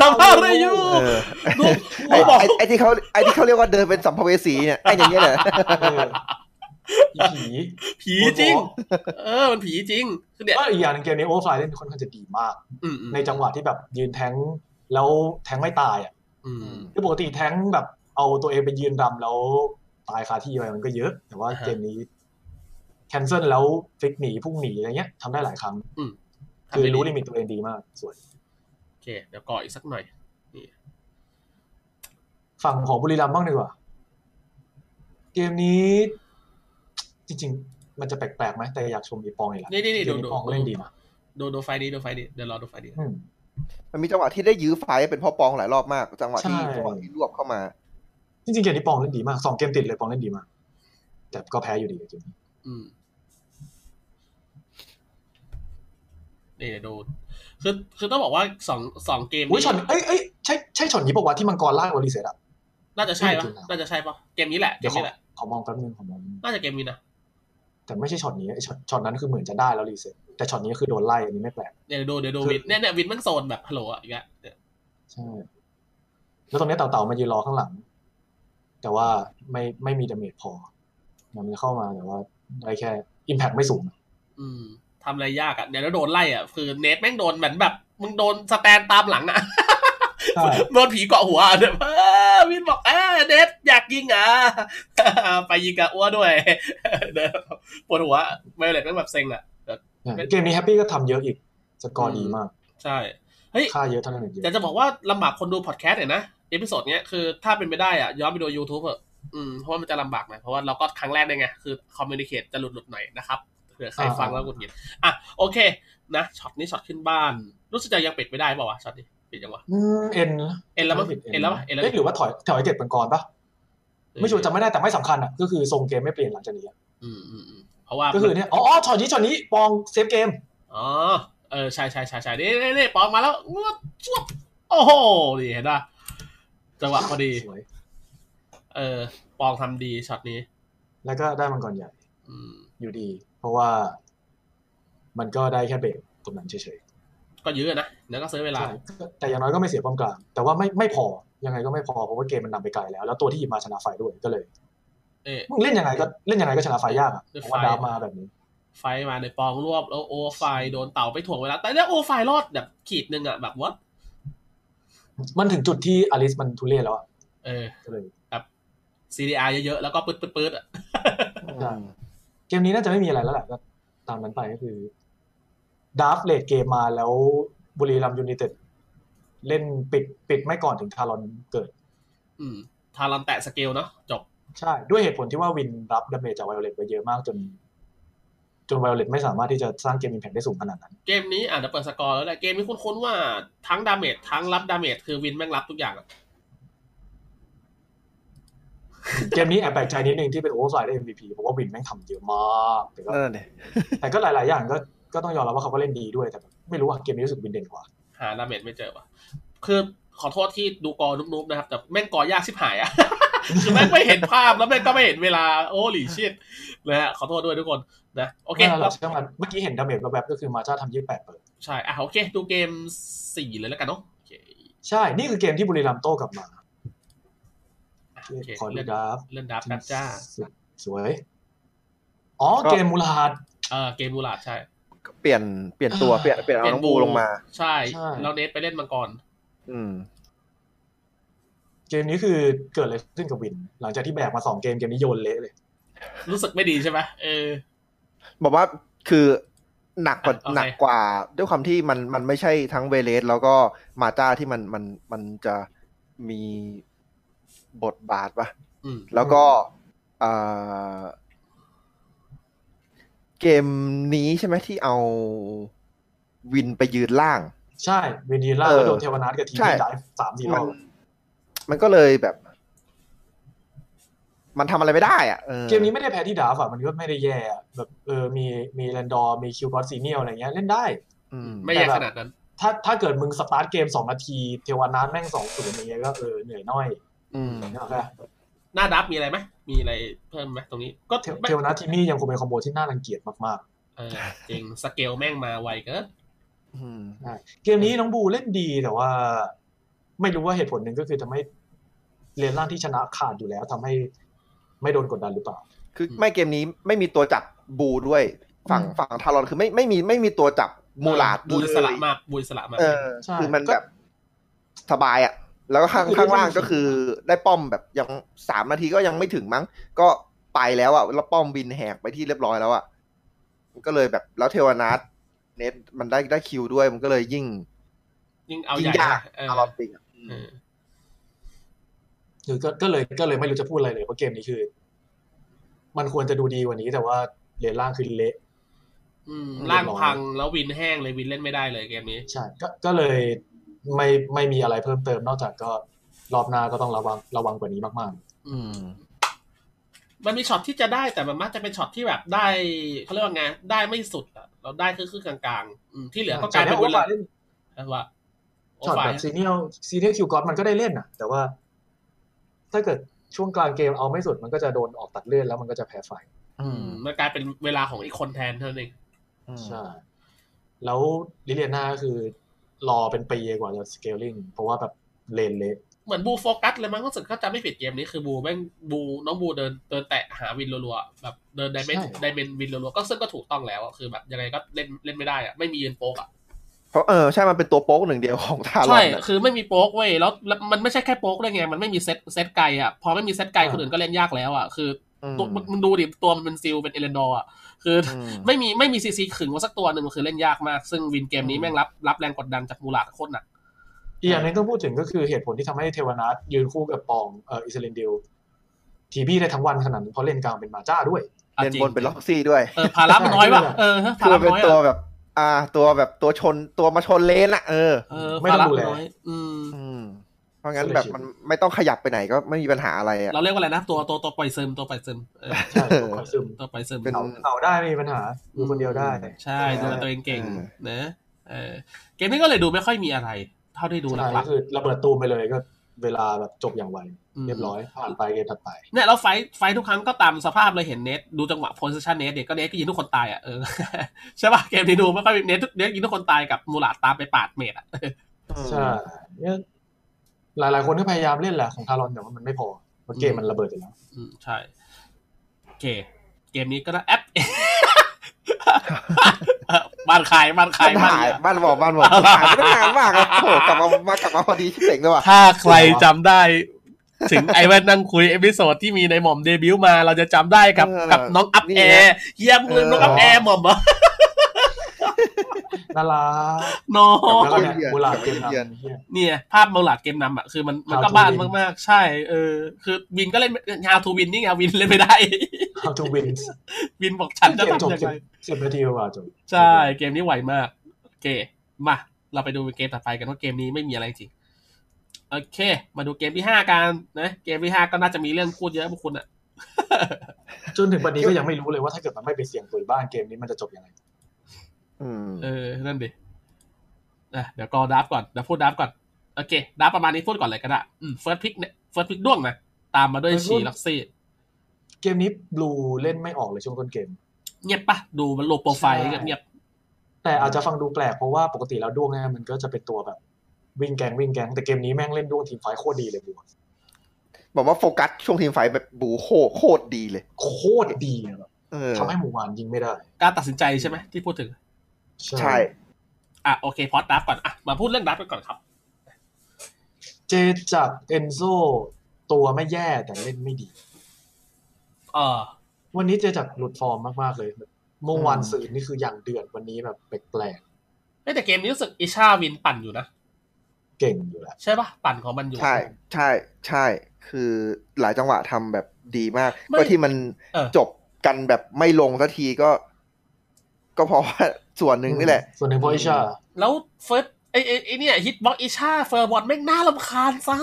B: ทำอะไรยู
C: เออ
B: ลูก
C: ไอ้
B: บอก
C: ไอ้ไอ้ที่เขาไอ้ที่เขาเรียกว่าเดินเป็นสัมภเวสีเนี่ยไอ้อย่างเงี้ยแหละ
D: เอออีผี
B: ผีจริง เออ มันผีจริงคือเนี่ย
D: ก็อีกอย่างหนึงเกมนี้โอเวอร์ไฟเล่นค่อนข้างจะดีมาก
B: อืมอืม
D: ในจังหวะที่แบบยืนแทงค์แล้วแทงค์ไม่ตายอ่ะ
B: อืม
D: คือปกติแทงค์แบบเอาตัวเองไปยืนรำแล้วตายคาที่อะไรมันก็เยอะ แต่ว่า
B: อ่าฮะ
D: เกมนี้แคนเซิลแล้วฟิกหนีพุ่งหนีอะไรเงี้ยทำได้หลายครั้ง
B: อืม
D: คือรู้ลิมิตตัวเองดีมากสวย
B: โอเคเดี๋ยวก่ออีกสักหน่อย
D: ฝั่งของบุรีรัมย์บ้างดีกว่า เกมนี้ จริง ๆ มันจะแปลกๆไหมแต่อยากชมอีปองอีกแล้ว
B: นี่นี่นี่
D: เก
B: ดู
D: ม
B: ดู
D: อีปองก็เล่นดีนะ
B: ดูดูไฟล์นี้ดูไฟล์นี้เดี๋ยวรอดูไฟล์นี้
D: อืม
C: มันมีจังหวะที่ได้ยื้อไฟเป็นพ่อปองหลายรอบมาก จังหวะที่
D: ใช่
C: จังหวะที่รวบเข้ามา
D: จริงๆเกมนี้ปองเล่นดีมากสองเกมติดเลยปองเล่นดีมากแต่ก็แพ้อยู่ดีเกมนี้
B: อืมนี่เดี๋ยวดูคือคือต้องบอกว่าสองสองเกม
D: อุ้ย
B: นี้
D: ช็อตเอ้ยเอ้ยใช่ใช่ช็อตนี้ปะวะที่มังกรลากเรารีเซ็ตอ่ะ
B: น่าจะใช่ปะ
D: เอ้ยจริงเหรอ
B: น่าจะใช่ปะเกมนี้แหละเก
D: เดี๋ย
B: ม
D: วขอ
B: นี้แหละ
D: ขอมองแป๊บนึงขอมองแป๊บนึง
B: น่าจะเกมนี้นะ
D: แต่ไม่ใช่ช็อตนี้ไอ้ช็อตช็อตนั้นคือเหมือนจะได้แล้วรีเซ็ตแต่ช็อตนี้คือโดนไล่อันนี้ไม่แปลก
B: เดี๋ยวดูเดี๋ยวดูวินเนี่ยเนี่ยวินมันโซนแบบฮัลโหลอ่ะอีกแล้วเนี่ย
D: ใช่ แล้วตรงเนี้ยเต่าๆมายืนรอข้างหลัง แต่ว่าไม่ไม่มีดาเมจพอ มันเข้ามาแต่ว่าได้แค่ Impact ไม่สูง
B: อืมทำอะไรยากอ่ะเดี๋ยวแล้วโดนไล่อ่ะคือเนทแม่งโดนเหมือนแบบ มึงโดนสแตนตามหลังอ่ะ
D: ใช่
B: [laughs] โดนผีเกาะหัวอะเดี๋ยวเออวินบอกเออเนทอยากยิงอ่ะ [laughs] ไปยิงกับอ้วด้วย [laughs] เดี๋ยวปวดหัวไม่เลยแม่งแบบเซ็งอ่ะ
D: เกมนี้แฮปปี้ก็ทำเยอะอีก สกอ
B: อื
D: ร์
B: ม
D: ดีมาก
B: ใช่ เฮ้ย
D: ค่าเยอะเท่านั้นเองเย
B: แต่
D: อะ
B: จะบอกว่าลำบากคนดูพอดแคสต์เนี่อยนะเอพิโซดเนี้ยคือถ้าเป็นไปได้อ่ะย้อนไปดู YouTube เถอะอืมเพราะว่ามันจะลำบากหน่อยเพราะว่าเราก็ครั้งแรกเลยไง คือคอมมิวนิเคตจะหลุดหลุดๆหน่อยนะครับเผื่อใครฟังแล้วหงุดหงิดอ่ะโอเคนะช็อตนี้ช็อตขึ้นบ้าน รู้สึกจะยังปิดไม่ได้เปล่าวะช็อตนี้ปิดยังวะ
D: อืมเอ็น
B: เอ็นแล้วมั้งเอ็นแล้วปะเอ็นแล้ว
D: เอ๊ะหรือว่าถอยถอยเจ็ดเป็นกรปะไม่ชัวร์จำไม่ได้แต่ไม่สำคัญอ่ะก็คือทรงเกมไม่เปลี่ยนหลังจากนี้อะ
B: อืมอืมอืมเพราะว่า
D: ก็คือเนี่ยอ๋ออ๋อช็อตนี้ช็อตนี้ปองเซฟเกม
B: อ๋อเออใช่ใช่ใช่ใช่นี่นี่นี่ปองมาแล้วงวดจวบโอ้โหนี่เห็นป่ะจังหวะพอดี
D: สวย
B: เออปองทำดีช็อตนี้
D: แล้วก็ได้มังกรใหญ่
B: อืม
D: อยู่ดี เพราะว่า มันก็ได้แค่เบรกตรงนั้นเฉย
B: ก็เยอะนะแล้วก็ซื้อเว
D: ๆ
B: ลา
D: ใช่ก็แต่อย่างน้อยก็ไม่เสียป้อมกลาง แต่ว่าไม่ไม่พอ ยังไงก็ไม่พอ เพราะว่าเกมมันนำไปไกลแล้ว แล้วตัวที่หยิบมาชนะไฟด้วยก็เลย
B: เอ๊ะ
D: มึงเล่นยังไงก็เล่นยังไงก็ชนะไฟยากอะเพราะว่าดราฟมาแบบนี้
B: ไฟมาในปองรวบแล้วโอไฟโดนเต่าไปถ่วงเวลา แต่เนี่ยโอไฟรอดแบบขีดหนึ่งอะแบบว่า
D: มันถึงจุดที่อลิสมันทุเรศแล้วอะ
B: เออ
D: ก็เลย
B: CDR เยอะๆ แล้วก็ปืดปืดปืดอะ
D: ใช่ เกมนี้น่าจะไม่มีอะไรแล้วแหละก็ตามนั้นไปก็คือดราฟเลดเกมมาแล้วบุรีรัมยูไนเต็ดเล่นปิดปิดไม่ก่อนถึงทารอนเกิด
B: อืม ทารันแตะสเกลเนาะจบ
D: ใช่ ด้วยเหตุผลที่ว่าวินรับดาเมจจากไวโอเลตไปเยอะมากจน จนไวโอเลตไม่สามารถที่จะสร้างเกมอิมแพ t ได้สูงขนาดนั้น
B: เกมนี้อาจจะเปิดสกอร์แล้วแหละ เกมนี้คุ้นๆว่าทั้งดาเมจทั้งรับดาเมจคือวินแม่งรับทุกอย่างอะ
D: เกมนี้แอบแปลกใจนิดนึงที่เป็นโอเวอร์ไซด์ได้ MVP เพราะว่าวินแม่งทำเยอะมากแต่ก็
C: นั่นนะดิ [laughs]
D: แต่ก็หลาย ๆ อย่างก็ก็ต้องยอมรับว่าเขาก็เล่นดีด้วยแต่แบบไม่รู้ว่าเกมนี้รู้สึกวินเด่นกว่า
B: หาดาเมจไม่เจอว่ะ คือขอโทษที่ดูกอนุ๊บๆนะครับ แต่แม่งกอยากชิบหายอะ [laughs] คือแม่งไม่เห็นภาพแล้วแม่งก็ไม่เห็นเวลาโอ้หลีชิดนะฮะขอโทษด้วยทุกคนนะโอเค
D: ไม่น่าหรอกใช่ไหมเมื่อกี้เห็นดาเมจแบบๆก็คือมาจ้าทำยี่สิบแปดเปิด
B: ใช่ อ่ะโอเค ดูเกมสี่เลยแล้วกันเนาะโอเค
D: ใช่ นี่คือเกมที่บุรีรัมย์โต้กลับมา
B: อ่ะโอเค
D: ขอดู
B: เลื่อน
D: ดราฟ
B: เลื่อนดับครับจ้า
D: สวย อ๋อ เกมมูลาด
B: เออเกมมูลาดใช่
C: ก็เปลี่ยนเปลี่ยนตัวเปลี่ยนเปลี่ยนเอาน้องบูลงมา
B: ใช่
D: ใช่
B: แล้วเนทไปเล่นมังกร
C: อืม
D: เกมนี้คือเกิดอะไรขึ้นกับวิน หลังจากที่แบกมาสองเกมเกมนี้โยนเละเลย
B: รู้สึกไม่ดีใช่ไหมเออ
C: บอกว่าคือหนักกว่า
B: อ่ะโอเค
C: หนักกว่า ด้วยความที่มันมันไม่ใช่ทั้งเวเลสแล้วก็มาจ้าที่มันมันมันจะมีบทบาทปะ
B: อืม
C: แล้วก็เอ่อเกมนี้ใช่ไหมที่เอาวินไปยืนล่าง
D: ใช่วินดีล่า
C: เออ
D: แล้วโดนเทวนาทกับทีม
C: ใช่
D: ที่ได้สามสี่ร
C: มั
D: อน บ
C: มันก็เลยแบบ มันทำอะไรไม่ได้อ่ะออ
D: เกมนี้ไม่ได้แพ้ที่ดาฟอะมันก็ไม่ได้แย่อะแบบเออมีมีแรนดอร์มีคิวกอตซีเนียลอะไรเงี้ยเล่นได้
C: อืม
B: ไม่แย่ขนาดนั้น
D: ถ้าถ้าเกิดมึงสตาร์ทเกมสองนาที เทวนาทแม่งสองศูนย์อย่างเงี้ยก็เออเหนื่อยหน้อย
C: อืม
D: เนกออกปะ
B: หน้าดับมีอะไรไหมมีอะไรเพิ่มไหมตรงนี้ ก็
D: เท
B: ถือ
D: ว
B: ไม่
D: เทวนาททีมนี่ยังคงเป็นคอมโบที่น่ารังเกียจมาก
B: เออจริง สเกลแม่งมาไวเกิน
C: อืม
D: ๆ เกมนี้น้องบูเล่นดีแต่ว่า ไม่รู้ว่าเหตุผลหนึ่งก็คือทำให้เลนล่างที่ชนะขาดอยู่แล้วทำให้ไม่โดนกดดันหรือเปล่า
C: คือไม่เกมนี้ไม่มีตัวจับบูด้วย ฝั่ง
D: อืม
C: ฝั่งทารอนคือไม่ไม่มีไม่มีตัวจับมูลาด
B: บุย
C: เย
B: สละมากบุยสละมาก
C: เออ
D: ใช่
C: คือมัน
D: ก็
C: แบบสบายอ่ะ แล้วก็ข้าง
D: ก็คือ
C: ข้างล่าง
D: ได้ยิน
C: ก็คือได้ป้อมแบบยังสามนาทีก็ยังไม่ถึงมั้ง ก็ไปแล้วอ่ะแล้วป้อมบินแหกไปที่เรียบร้อยแล้วอ่ะมันก็เลยแบบแล้วเทวนาทเน็ตมันได้ได้คิวด้วย มันก็เลยยิ่ง
B: ยิ่งเอา
C: ยิ
B: ให
C: ง
B: ญ่
C: ยาก
B: นะเออ
C: ทารอนปิงอะ
B: เออ
D: คือก็ก็เลยก็เลยไม่รู้จะพูดอะไรเลยเพราะเกมนี้คือ มันควรจะดูดีกว่านี้ แต่ว่าเลนล่างคือเละ
B: อืมล่างพังแล้ววินแห้งเลยวินเล่นไม่ได้เลยเกมนี้
D: ใช่ก็ก็เลยไม่ไม่มีอะไรเพิ่มเติม นอกจากก็รอบหน้าก็ต้องระวังระวังกว่านี้มาก
B: อืม มันมีช็อตที่จะได้แต่มันมักจะเป็นช็อตที่แบบได้เขาเรียกว่าไงได้ไม่สุดอะเราได้คือคือกลางๆอืมที่
D: ๆ
B: เหลือก็กลายเป็น
D: ช็
B: วุ
D: อ
B: น
D: ตแบ
B: ละ
D: บ
B: ว่าโอ
D: ช็อต
B: ไฟ
D: แบบซีเนียลซีเนียลคิวกอมันก็ได้เล่นน่ะ แต่ว่า ถ้าเกิดช่วงกลางเกมเอาไม่สุดมันก็จะโดนออกตัดเลือดแล้วมันก็จะแพ้ไฟ
C: อืม
B: มันกลายเป็นเวลาของอีกคนแทนเท่านั้นเอง
C: อืม
D: ใช่ แล้วลิเลียนาก็คือ รอเป็นปีกว่าจะสเกลลิ่งเพราะว่าแบบเลนเละ
B: เหมือนบูโฟกัสเลยมั้งรู้สึกถ้าจำไม่ผิดเกมนี้คือบูแม่งบูน้องบูเดินเดินแตะหาวินรัวๆแบบเดินไดเมนไดเมนวินรัวๆก็ซึ่งก็ถูกต้องแล้วอะคือแบบยังไงก็เล่นเล่นไม่ได้อะไม่มียืนโป๊กอะ
C: เพราะเออใช่มันเป็นตัวโป๊กหนึ่งเดียวของทารอ
B: ใช่
C: นอะ
B: คือไม่มีโป๊กเว้ยแล้วแล้วมันไม่ใช่แค่โป๊กด้วยไง มันไม่มีเซตเซตไกลอ่ะ พอไม่มีเซตไกลคนอื่นก็เล่นยากแล้วอ่ะ คือ
C: อืม
B: ตัวมึงมึงดูดิ ตัวมันเป็นซิล เป็นเอเลนดอร์อ่ะ คืออ
C: อืม
B: ไม่มีไม่มีซีซีขึงมาสักตัวหนึ่งมันคือเล่นยากมาก ซึ่งวินเกมนี้
C: อืม
B: แม่งรับรับแรงกดดันจากมูลาดโคตรหนัก
D: อีกอย่างหนึงก็พูดถึงก็คือเหตุผลที่ทำให้เทวนาทยืนคู่กับปองเอ่ออิสเลนเดลทีบี้ได้ทั้งวันขนาดนั้นเพราะเลนกลางเป็นมาจ้าด้วย
B: เอา
C: เล่น
B: จริง
C: บนเป็นล็อกซี่ด้วย
B: เออภาระมันน้อยว่ะ เออฮะ
C: คื
B: ภา
C: อ
B: ระ
C: มันเป็น
B: น้อย
C: ตัว
B: อะ
C: แบบ อ่า ตัวแบบตัวชนตัวมาชนเลนอะเออ
B: เออ
D: ไม่ต้
B: ภา
D: อ
B: ระ
D: งดูแล
B: น้อย อืม
C: อืม เพราะงั้นแบบมันไม่ต้องขยับไปไหนก็ไม่มีปัญหาอะไรอ่ะ
B: เราเรียกว่าอะไรนะ ตัวตัวตัวปล่อยซึม ตัวปล่อยซึม เออ
D: [laughs] ใช่คอยซึม
B: ตัวปล่อยซึม
C: เป็น
D: เอาได้ไม่มีปัญหาอยู่คนเดียวได้
B: ใช่ดูแลตัวเองเก่ง
C: เออ
B: นะเออเกมนี้ก็เลยดูไม่ค่อยมีอะไร เท่าได้ดูห
D: ใช่
B: ลั
D: ก็
B: ก
D: คือระเบิดตูมไปเลยก็เวลาแบบจบอย่างไว
B: ๆอืม
D: เรียบร้อยผ่านไปเกมถัดไป
B: เนี่ยแล้วไฟท์ไฟท์ทุกครั้งก็ตามสภาพเลยเห็นเน็ตดูจังหวะโพสชันเน็ตเด็กก็เน็ตก็ยิงทุกคนตายอ่ะเอ [laughs] อ ใช่ป่ะเกมนี้ดูไม่ค่อยมีเน็ตเน็ตยิงทุกคนตายกับมูลาดตามไปปาดเมดอ่ะ
D: ใช่เนี่ยหลายๆ คนก็พยายามเล่นแหละของทารอนแต่ว่ามันไม่พอเพราะเกมมันระเบิดไปแล้ว
B: อืมใช่โอเค เกมนี้ก็นะแอป [laughs] บ้านขายบ้านขา
C: บ้าย น
B: บ้าน
C: หาย
B: เนี่ย
C: บ้านบอกบ้านบอกหายไปตั้งนานมากอะโอ้โหกลับมามากลับมาพอดีเจ๋งด้วยว่ะ
B: ถ้าใครจำได้ ถึงไอ้แว่ [laughs] นนั่งคุย เอพิโซดที่มีในหม่อมเดบิวต์มาเราจะจำได้กับ
C: เออ
B: กับน้องอัพ
C: นี่
B: แอ
C: ไง
B: ร์เยี่ยมเลย
C: เออ
B: น้องอัพแอร์หม่อมเห [laughs] รอ
D: น่ารัก
B: น้อง
D: แล้วก็เนี่ย
C: โอ้ย
D: บูลาดเกม
C: เย็น
D: นำเหี้ย
B: เนี่ย ภาพเมาหลาดเกมนำอ่ะคือมันมันก็
D: How to
B: บ้าน
D: win
B: มากๆ ใช่เออคือวินก็เล่นฮาทูวินนี่ไงวินเล่นไม่ได้ [laughs]
D: How to win
B: วินบอกฉันจะ
D: เกมจบ
B: ทำยัง
D: สิบ
B: ไง
D: สิบนาทีกว่าจบ
B: ใช่เกมนี้ไวมาก โอเค มาเราไปดูเกมต่อไปกันว่าเกมนี้ไม่มีอะไรจริงโอเค มาดูเกมที่ห้ากันนะเกมที่ห้าก็น่าจะมีเรื่องพูดเยอะพวกคุณอ่ะ
D: จนถึงวันนี้ก็ยังไม่รู้เลยว่าถ้าเกิดมันไม่ไปเสี่ยงปืนบ้านเกมนี้มันจะจบยังไง
C: อืม
B: เออ นั่นดิอ่ะเดี๋ยวกอดับก่อน เดี๋ยวพูดดับก่อน โอเค ดับประมาณนี้พูดก่อนเลยก็ได้ อืมเฟิร์สพิกเนี่ยเฟิร์สพิกด้วงนะ ตามมาด้วยฉีลักซี่
D: เกมนี้บลูเล่นไม่ออกเลยช่วงต้นเกม
B: เงียบปะ ดูมันโลโปรไฟล์
D: ใช่
B: เงียบ
D: แต่อาจจะฟังดูแปลกเพราะว่าปกติแล้วด้วงเนี่ยมันก็จะเป็นตัวแบบวิ่งแกงวิ่งแกงแต่เกมนี้แม่งเล่นด้วงทีมไฟท์โคตรดีเลยบู
C: บอกว่าโฟกัสช่วงทีมไฟท์แบบบูโคโคตรดีเลย
D: โคตรดีอะแบบ
C: เออ
D: ทำให้หมู่หวานยิงไม่ได้
B: ๆการตัดสินใจใช่ไหมที่พูดถึง
C: ใช่
B: อ่ะ โอเค พอดดับก่อน อ่ะ มาพูดเรื่องดับกันก่อนครับ
D: เจจากเอนโซตัวไม่แย่แต่เล่นไม่ดี
B: เออ
D: วันนี้เจจากหลุดฟอร์มมากๆเลยเมื่อวานสื่อนี่คืออย่างเดือดวันนี้แบบแปลก
B: เอ้ยแต่เกมนี้รู้สึกอิชาวินปั่นอยู่นะ
D: ๆเก่งอยู่แหละ
B: ใช่ปะปั่นของมันอยู่
C: ใช่ใช่ใช่ คือหลายจังหวะทำแบบดีมาก
B: ไม่
C: ก็ที่มัน
B: เออ
C: จบกันแบบไม่ลงสักทีก็ ก็เพราะว่าส่วนหนึ่งนี่แหละ
D: ส่วนหนึ่งเพราะอิชา
B: แล้วเฟิร์สไอ้ไอ้ไอ้เนี่ยฮิตบ็อกอิชาเฟอร์บอลแม่งน่ารำคาญซะ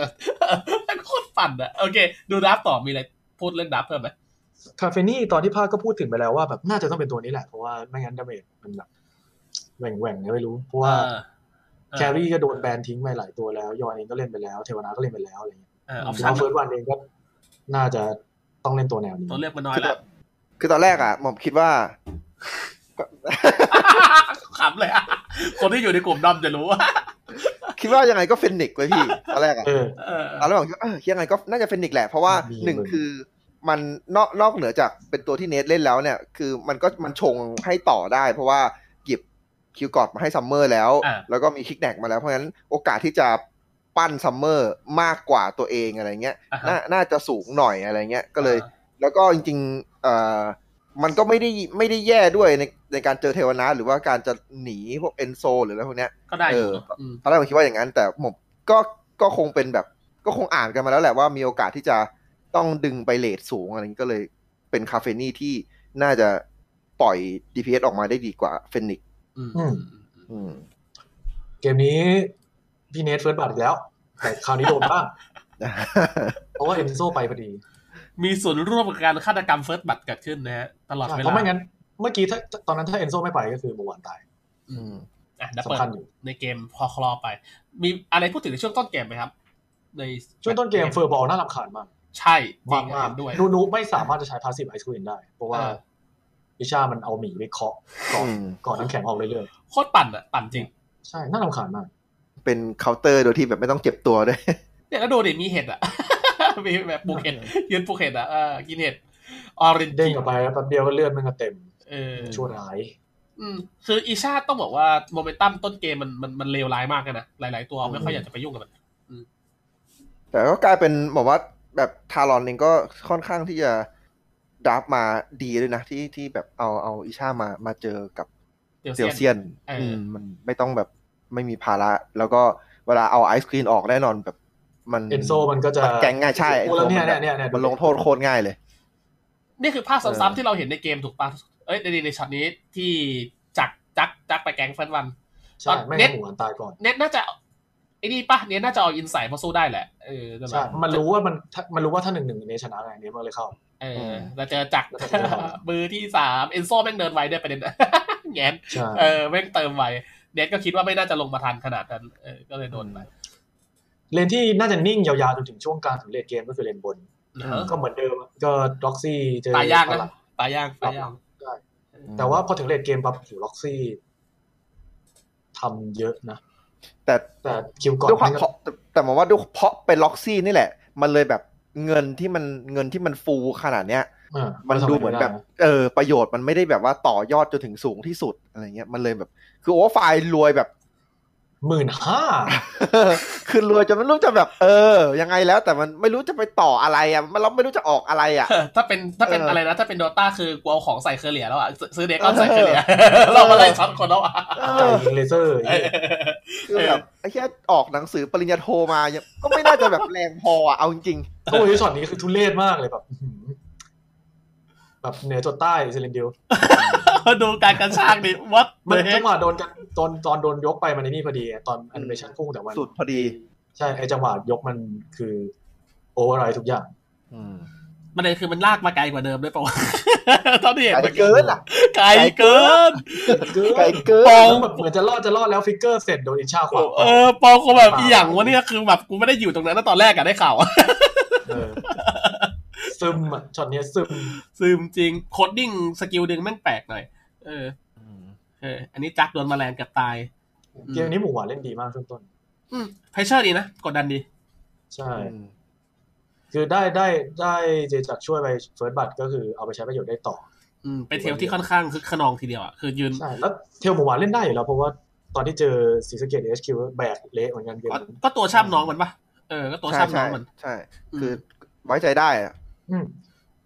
B: [laughs] แม่งโคตรปั่นอะโอเค ดูดับต่อมีอะไรพูดเรื่องดับเพิ่มไหม
D: คาเฟนี่ตอนที่ภาคก็พูดถึงไปแล้วว่าแบบน่าจะต้องเป็นตัวนี้แหละเพราะว่าไม่งั้นดาเมจมันแบบแหว่งแหว่งๆนะไม่รู้เพราะว่า
B: เออ
D: แครี่ก็โดนแบนทิ้งไปหลายตัวแล้ว ยอนเองก็เล่นไปแล้ว เทวนาก็เล่นไปแล้วอะไรอย่างเงี้ย
B: เออออป
D: แล้ว
B: ชั่น
D: เฟิร์สวันเองก็น่าจะต้องเล่นตัวแนวนี้
B: ตัวเลือกมันน้อยแล้ว
C: คือตอนแรกอ่ะหมอมคิดว่า
B: ขำเลยอะ [laughs] คนที่อยู่ในกลุ่มดอมจะรู้ว่า
C: คิดว่ายังไงก็เฟนิกซ์ไว้ยพี่ตอนแรกอ่ะ
D: เออ
B: เออ
C: ตอนแรกผมคิดว่าเออยังไงก็น่าจะเฟนิกซ์แหละ เพราะว่า
D: ดี
C: หนึ่ง
D: เลย
C: คือมันนอกนอกเหนือจากเป็นตัวที่เนทเล่นแล้วเนี่ย คือมันก็มันชงให้ต่อได้ เพราะว่าหยิบคิวกอดมาให้ซัมเมอร์แล้ว
B: อ่ะ
C: แล้วก็มีคิกแนกมาแล้ว เพราะฉะนั้นโอกาสที่จะปั้นซัมเมอร์มากกว่าตัวเองอะไรเงี้ย
B: อ่ะฮะ
C: นาน่าจะสูงหน่อยอะไรเงี้ยก็เลย แล้วก็จริงๆเอ่อมันก็ไม่ได้ไม่ได้แย่ด้วยในในการเจอเทวนาหรือว่าการจะหนีพวกเอนโซหรืออะไรพวกเนี้ย
B: ก็ได้อยู่
C: เออ
B: ม
C: ตอนแรกผมคิดว่าอย่างนั้น แต่ผมก็ก็คงเป็นแบบ ก็คงอ่านกันมาแล้วแหละว่ามีโอกาสที่จะต้องดึงไปเลทสูงอะไรอย่างนี้ก็เลยเป็นคาเฟนี่ที่น่าจะปล่อย DPS ออกมาได้ดีกว่าเฟนิกซ์
B: อืม
D: อืม
C: อืม
D: เกมนี้พี่เนทเฟิร์สบัตอีกแล้ว แต่คราวนี้โดนบ้าง [laughs] เพราะว่าเอ็นโซไปพอดี
B: มีส่วนร่วมกับการฆาตกรรมเฟิร์สบัตเกิดขึ้นนะฮะ ตลอดเว
D: เพ
B: ลา
D: ราะไม่งั้น เมื่อกี้ถ้าตอนนั้นถ้าเอ็นโซไม่ไปก็คือเมื่อวานตาย
B: อืมอ่ะเดับเบิล
D: สำคัญอยู่
B: ในเกมพอคลอไป มีอะไรพูดถึงในช่วงต้นเกมไหมครับ ใน
D: ช่วงต้นเกมเฟอร์บอลน่ารำคาญมาก
B: ใช่จริ
D: ว่าง มาก
B: เห็นด้วย
D: นูนูไม่สามารถจะใช้พาสซีฟไอซ์ค e ีนได้ เพราะว่า
B: เออ
D: วิชามันเอาหมีไปเคาะก่อ
C: [laughs]
D: น
C: อืม
D: ก่อนน้ำแข็งออกเรื่อย
B: โคตรปั่นอะปั่นจริง
D: ๆใช่น่ารำคาญมาก
C: เป็นเคาน์เตอร์โดยที่แบบไม่ต้องเจ็บตัวด้วย [laughs]
B: เนี่ยแล้วดูดิมีเห็ดอ่ะ [laughs] มีแบบปลูกเห็ดยืนปลูกเห็ดอ่ะเออกินเห็ดออริน
D: เด้ง
B: จิ
D: ออกไปแล้วแป๊บเดียวก็เลือดมันก็เต็ม
B: เออ
D: ชั่วร้าย
B: อืมคืออีชาต้องบอกว่าโมเมนตัมต้นเกมมันมันมันเลวร้ายมากเลยนะ หลาย ๆ ตัวไม่ค่อยอยากจะไปยุ่งกับมัน
C: แต่ก็กลายเป็นบอกว่าแบบทารอนเองก็ค่อนข้างที่จะดราฟมาดีเลยนะที่ที่แบบเอาเอาอิชามามาเจอกับเซลเซียน
B: เอออื
C: มมันไม่ต้องแบบไม่มีภาระ แล้วก็เวลาเอาไอซ์ครีนออกแน่นอนแบบ มัน
D: เอนโซมันก็จะ
C: มันแกงง่ายใช่
D: โอ้แล้วเนี่ยเนี่ยเนี่ยเนี่ย
C: มันลงโทษโคตรง่ายเลย
B: นี่คือภาพซ้ำๆที่เราเห็นในเกมถูกปะเอ้ยในในช็อตนี้ที่จักจักจักไปแกงเฟนวัน
D: ใช่ไม่
B: เน็ต
D: งั้นหมูมันตายก่อน
B: เน็ตน่าจะไอ้นี่ปะเน็ตน่าจะเอาอินไซด์มาสู้ได้แหละเออใช่ไหม
D: ใช่มันรู้ว่ามันถ้ามันรู้ว่าถ้าหนึ่งหนึ่งเนชนะไงเนมันเลยเข้า
B: เอ
C: อื
B: อ
C: ม
B: เราเจอจักร มือที่สามเอนโซแม่งเดินไวด้วยประเด็น แงน [laughs]
D: ใช่
B: เออแม่งเติมไวเน็ตก็คิดว่าไม่น่าจะลงมาทันขนาดนั้นเออก็เลยโดนไป
D: เลนที่น่าจะนิ่งยาวๆจนถึงช่วงกลางของเลนเกมก็คือเลนบน
B: เออ
D: ก็เหมือนเดิมอะก็ล็อกซี่เจอ
B: ตายยาก
D: ปะหล
B: นะ
D: ด
B: ตายยากตายยาก
D: ได้ แต่ว่าพอถึงเลนเกมปั๊บโอ้โหล็อกซี่ทำเยอะนะ
C: แต่
D: แต่คิวก่อน
C: ด้วยความ
D: แม่ง
C: เพ
D: ก็
C: ราะแต่แต่มองว่าด้วยเพราะเป็นล็อกซี่นี่แหละ มันเลยแบบเงินที่มันเงินที่มันฟูขนาดเนี้ย
D: อ่า
C: มันดู
D: ทำะไร
C: เหมือน
D: ไ
C: แบบ เออ ประโยชน์มันไม่ได้แบบว่าต่อยอดจนถึงสูงที่สุดอะไรเงี้ย มันเลยแบบ คือโอเวอร์ไฟล์รวยแบบ [laughs]
D: หมื่นห้า
C: คือรวยจนไม่รู้จะแบบ เออ ยังไงแล้ว แต่มันไม่รู้จะไปต่ออะไรอ่ะ มันเราไม่รู้จะออกอะไรอ่ะ
B: เออ [laughs] ถ้าเป็นถ้าเป็น
C: เอออ
B: อะไรนะ ถ้าเป็นโดต้าคือกูเอาของใส่เคอร์เลียแล้วอ่ะซื้อซื้อเด็กก็
C: เออ
B: ใส่เคอร์เลีย
C: อ
B: [laughs] เรามาไล่ช็อตคนแล้วอ่ะ
C: เอ
D: จ่าย
C: อ
D: ยิงเลเซอร์
B: เออ
C: คือแบบไอ้แค่ออกหนังสือปริญญาโทมายังก็ไม่น่าจะแบบแรงพออ่ะ เอาจริง
D: โอ้ยช็อตนี้คือทุเรศมากเลยแบบอื้อหือแบบเหนือจดใต้เซเลนดิว
B: ดูการกระชากดิวัด
D: มัน
B: เลย
D: จังหวะโดนกันตอนตอนโดนยกไปมันในนี่พอดีไงตอนแอนิเมชันพุ่งแต่มัน
C: ๆ สุดพอดี
D: ใช่ไอจังหวะยกมันคือโอเวอร์ไรทุกอย่าง
C: อืม
B: มันเลยคือมันลากมาไกลกว่าเดิมด้วยเปล่าวะ [laughs] ตอนที่เห็น
C: ไกล
B: มัน
C: เกินอ่ะ
B: ไกลเกิน
C: ไกลเกิน
B: ปอง
D: แล้วแบบเหมือนจะรอดจะรอดแล้วฟิกเกอร์เสร็จโดนอิชาขวาง
B: เออปอคงแบบอีหยังวะเนี่ยคือแบบกูไม่ได้อยู่ตรงนั้นนะตอนแรกอะได้ข่าว
D: เออซึมอะช็อตเนี้ยซึม
B: [laughs] ซึมจริงโคดดิ้งสกิลดึงแม่งแปลกหน่อย เออ เออ อันนี้จักโดนแมลงเกับตาย
D: เกมนี้หมูหวานเล่นดีมากช่วงต้น
B: อืมเพชเชอร์ดีนะ กดดันดี
D: ใช่ คือได้ได้ได้เจจากช่วยไปเฟิร์สบัตก็คือเอาไปใช้ประโยชน์ได้ต่อ
B: อืม เป็นเทลที่ค่อนข้างคึกขนองทีเดียวอ่ะ คือยืน
D: ใช่ แล้วเทลหมูหวานเล่นได้อยู่แล้ว เพราะว่าตอนที่เจอสีสะเกตเอชคิวแบกเละเหมือนกันเกม
B: ก็
D: นั้น
B: ก็ตัวช่ำน้องมันปะเออ ก็ตัว
C: ใช่
B: ช่ำน้
C: ใช่
B: องมัน
C: ใช่ คือไว้ใจได้อ่ะ
D: อืม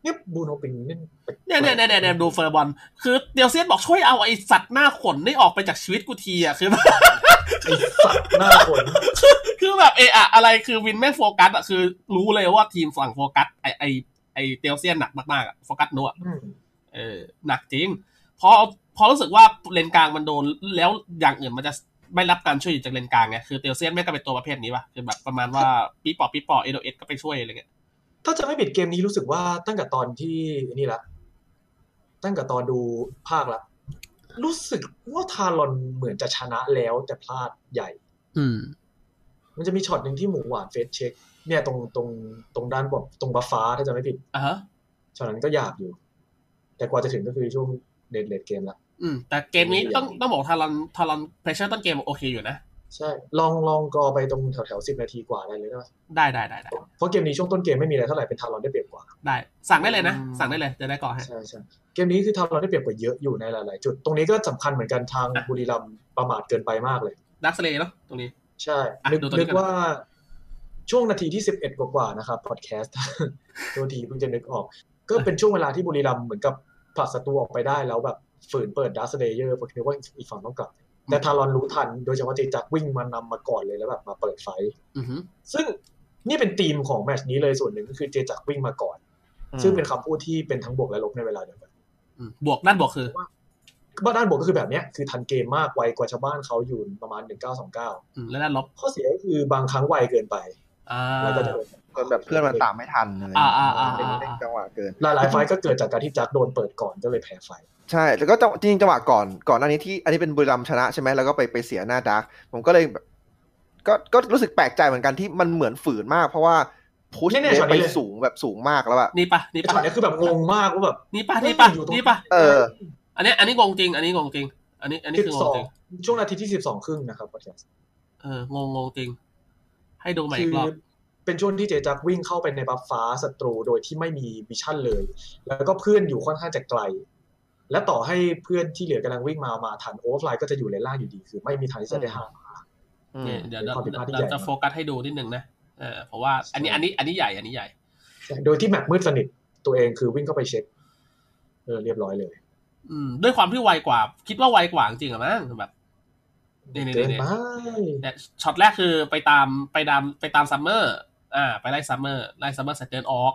D: เนี่ยบูโนปิงเล่นแปลกๆ
B: เนี่ยเนี่ยเนี่ยเนี่ยเนี่ยดูเฟอร์บอล คือเดลเซียนบอกช่วยเอาไอสัตว์หน้าขนนี่ออกไปจากชีวิตกูทีอ่ะ คือ
D: ไอ้สัตว์หน้าขน
B: คือแบบเอะอะอะไรคือวินแม่งโฟกัสอ่ะ คือรู้เลยว่าทีมฝั่งโฟกัสไอไอไอเดลเซียนหนักมากๆอ่ะ โฟกัสนัว
D: อืม
B: เออหนักจริงเพราะเพราะรู้สึกว่าเลนกลางมันโดนแล้วอย่างอื่นมันจะไม่รับการช่วยเหลือจากเลนกลางไงคือเตลเซียนไม่งก็เป็นตัวประเภทนี้ป่ะคือแบบประมาณว่าปีปอบปีปอบเอโดเอสก็ไปช่วยอะไรเงี้ย
D: ถ้าจะไม่ผิดเกมนี้รู้สึกว่าตั้งแต่ตอนที่นี่ละ ตั้งแต่ตอนดูภาคละ รู้สึกว่าทารอนเหมือนจะชนะแล้วแต่พลาดใหญ่
B: อืม
D: มันจะมีช็อตหนึ่งที่หมูหวานเฟสเช็ค เนี่ยตรงตรงตรงด้านบอกตรงบัฟฟ้าถ้าจะไม่ผิด
B: อ่ะฮะ
D: ช็อตนั้นก็ยากอยู่ แต่กว่าจะถึงก็คือช่วงเดดเลดเกมละ
B: อืม แต่เกมนี้ต้องต้องบอกทารอนทารอนเพรสเชอร์ต้นเกมโอเคอยู่นะ
D: ใช่ ลองลองกรอไปตรงแถวแถวสิบนาทีกว่าได้เลยได้ไหม
B: ได้ได้ได้ได้
D: เพราะเกมนี้ช่วงต้นเกมไม่มีอะไรเท่าไหร่เป็นทารอนได้เปรียบกว่า
B: ได้ สั่งได้เลยนะ
C: อืม
B: สั่งได้เลยจะได้ก่อนฮะ
D: ใช่ใช่เกมนี้คือทารอนได้เปรียบกว่าเยอะอยู่ในหลาย ๆ จุด ตรงนี้ก็สำคัญเหมือนกันท [laughs] าง
B: อ่ะ
D: บุรีรัมย์ประมาทเกินไปมากเลย
B: ดักสเลย์เนาะตรงนี้
D: ใช่
B: อ่ะ
D: นึก
B: ดูตัวนี้
D: นึก
B: ก่อน
D: ว่าช่วงนาทีที่สิบเอ็ดกว่าๆนะครับพอดแคสต์ [laughs] ตัวทีเพิ่งจะนึกออก ก็เป็นช่วงเวลาที่บุรีรัมย์เหมือนกับผลักศัตรูออกไปได้แล้วแบบฝืนเปิดดัสเลเยอร์เพราะคิดว่าอีกฝั่งต้องกลับ แต่ทารอนรู้ทัน โดยเฉพาะเจจักวิ่งมานำมาก่อนเลยแล้วแบบมาเปิดไฟ
B: อือหือ
D: ซึ่งนี่เป็นธีมของแมตชนี้เลยส่วนหนึ่งก็คือเจจักวิ่งมาก่อน ซึ่งเป็นคำพูดที่เป็นทั้งบวกและลบในเวลาเดียวกัน
B: อืมบวกด้านบวกคือ
D: บ้านด้านบวกก็คือแบบเนี้ยคือทันเกมมากไวกว่าชาวบ้านเขาอยู่ประมาณ 1929
B: อืมแล้วด้านลบ
D: ข้อเสียก็คือบางครั้งไวเกินไป
B: อ่า
D: แล้วก็จะโดน
C: จนแบบเพื่อนมันตามไม่ทันอะไรเงี้ย
B: อ่าอ่าอ่า
C: เล่นเล่นจังหวะเกิน
D: หลายๆไฟล์ก็เกิดจากการที่จักโดนเปิดก่อนก็เลยแพ้ไฟล์
C: ใช่ แล้วก็จังจริงจังหวะก่อนก่อนหน้านี้ที่อันนี้เป็นบุรีรัมย์ชนะใช่ไหมแล้วก็ไปไปเสียหน้าดาร์กผมก็เลยแบบก็ก็รู้สึกแปลกใจเหมือนกันที่มันเหมือนฝืนมาก เพราะว่า พุช
D: เนี่ยเนี่ยช็อต
C: ไป
D: นี้เลย
C: สูงแบบสูงมากแล้วอะ
B: นี่ปะนี่
D: ไอ้
B: ปะ
D: ช็อตเนี้ยคือแบบงงมากว่าแบบ
B: นี่ปะนี่ปะนี่ปะ
C: เออ
B: อันนี้อันนี้งงจริง อันนี้งงจริง อันนี้อันนี้
D: สิ
B: คือบ ง
D: ส
B: ง
D: อง
B: จริง
D: ช่วงนาทีที่สิบสองครึ่งนะครับพอดแคสต์
B: เอองงงงจริง ให้ดูใหม่
D: คื
B: อีก
D: อ
B: รอบ
D: เป็นช่วงที่เจจักวิ่งเข้าไปในบัฟฟ้าศัตรูโดยที่ไม่มีวิชั่นเลย แล้วก็เพื่อนอยู่ค่อนข้างจะไกล และต่อให้เพื่อนที่เหลือกำลังวิ่งมามาทันโอเวอร์ไฟก็จะอยู่เลนล่างอยู่ดี คือไม่มีทางที่จะได้ห้าม
B: เนี่ยเดี๋ยว
D: เป็น
B: เรา
D: ความผิดพลาดที่
B: เรา
D: ใหญ่
B: จะ
D: มาก
B: โฟกัสให้ดูนิดนึงนะเออเพราะว่าอันนี้อันนี้อันนี้ใหญ่อันนี้ใหญ่
D: โดยที่แมปมืดสนิทตัวเองคือวิ่งเข้าไปเช็คเออเรียบร้อยเลย
B: อืมด้วยความที่ไวกว่า คิดว่าไวกว่าจริงๆอะมั้งแบบ นี่ๆๆๆ
D: เกินไป
B: เนี่ยช็อตแรกคือไปตามไปตามไปตามซัมเมอร์อ่าไปไล่ซัมเมอร์ไล่ซัมเมอร์เสร็จเดินออก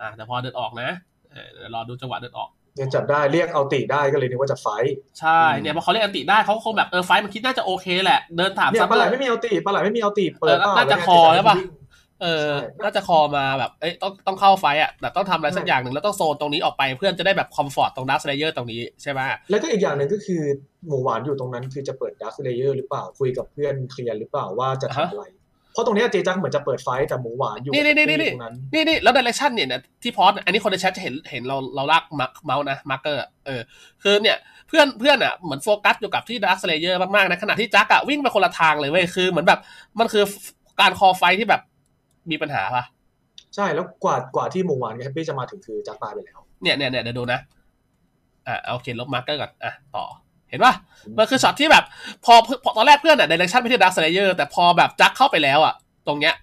B: อ่าแต่พอเดินออกนะเออเดี๋ยวรอดูจังหวะเดินออก
D: เรียนจับได้เรียกเอาติได้ก็เลยนึกว่าจะไฟท์
B: ใช่
C: อืม
B: เนี่ยพอเขาเรียกอันติได้เขาก็คงแบบเออไฟท์มันคิดน่าจะโอเคแหละ เดินถาม
D: เนี่ย
B: ซัม
D: ป
B: เม
D: ลา
B: อ
D: ไหล
B: ร์
D: ไม่มีเอาติปลาไหลไม่มีเอาติเปิด
B: เออน่าจะคอใช่ปะ เออน่าจะคอมาแบบเอ้ยต้องต้องเข้าไฟท์อ่ะแต่ต้องทำอะไรสักอย่างหนึ่งแล้วต้องโซนตรงนี้ออกไปเพื่อนจะได้แบบคอมฟอร์ตตรงดัสเลเยอร์ตรงนี้ใช่ไหม
D: แล้วก็อีกอย่างหนึ่งก็คือหมูหวานอยู่ตรงนั้นคือจะเปิดดักเลเยอร์หรือเปล่าคุยกับเพื่อนเคลียร์หรือเปล่าว่าจะทำอะไร เพราะตรงเนี้ยเจจังเหมือนจะเปิดไฟท์แต่หมูหวานอยู่
B: นี่นี่นี่
D: ที่
B: นี่
D: ตรงนั้น
B: นี่นี่แล้วเดเรคชั่นเนี่ยนะที่พอสอันนี้คนในแชทจะเห็นเห็นเราเราลากมาร์คเมาส์นะมาร์เกอร์เออคือเนี่ยเพื่อนเพื่อนอ่ะเหมือนโฟกัสอยู่กับที่ดัสเลเยอร์มากๆนะขณะที่จักอ่ะวิ่งไปคนละทางเลยเว้ยคือเหมือนแบบมันคือการคอไฟท์ที่แบบมีปัญหาป่ะ
D: ใช่แล้วกว่ากว่าที่หมูหวานกับแฮปปี้จะมาถึงคือจักตายไปแล้ว
B: เนี่ยเนี่ยเนี่ยเดี๋ยวดูนะ อ่ะเอาเขียนลบมาร์กเกอร์ก่อน อ่ะ ต่อ เห็นปะมันคือช็อตที่แบบ พอพอตอนแรกเพื่อนอ่ะเดเรคชั่นไปที่ดักสเลเยอร์แต่พอแบบจักเข้าไปแล้วอ่ะ ตรงเนี้ย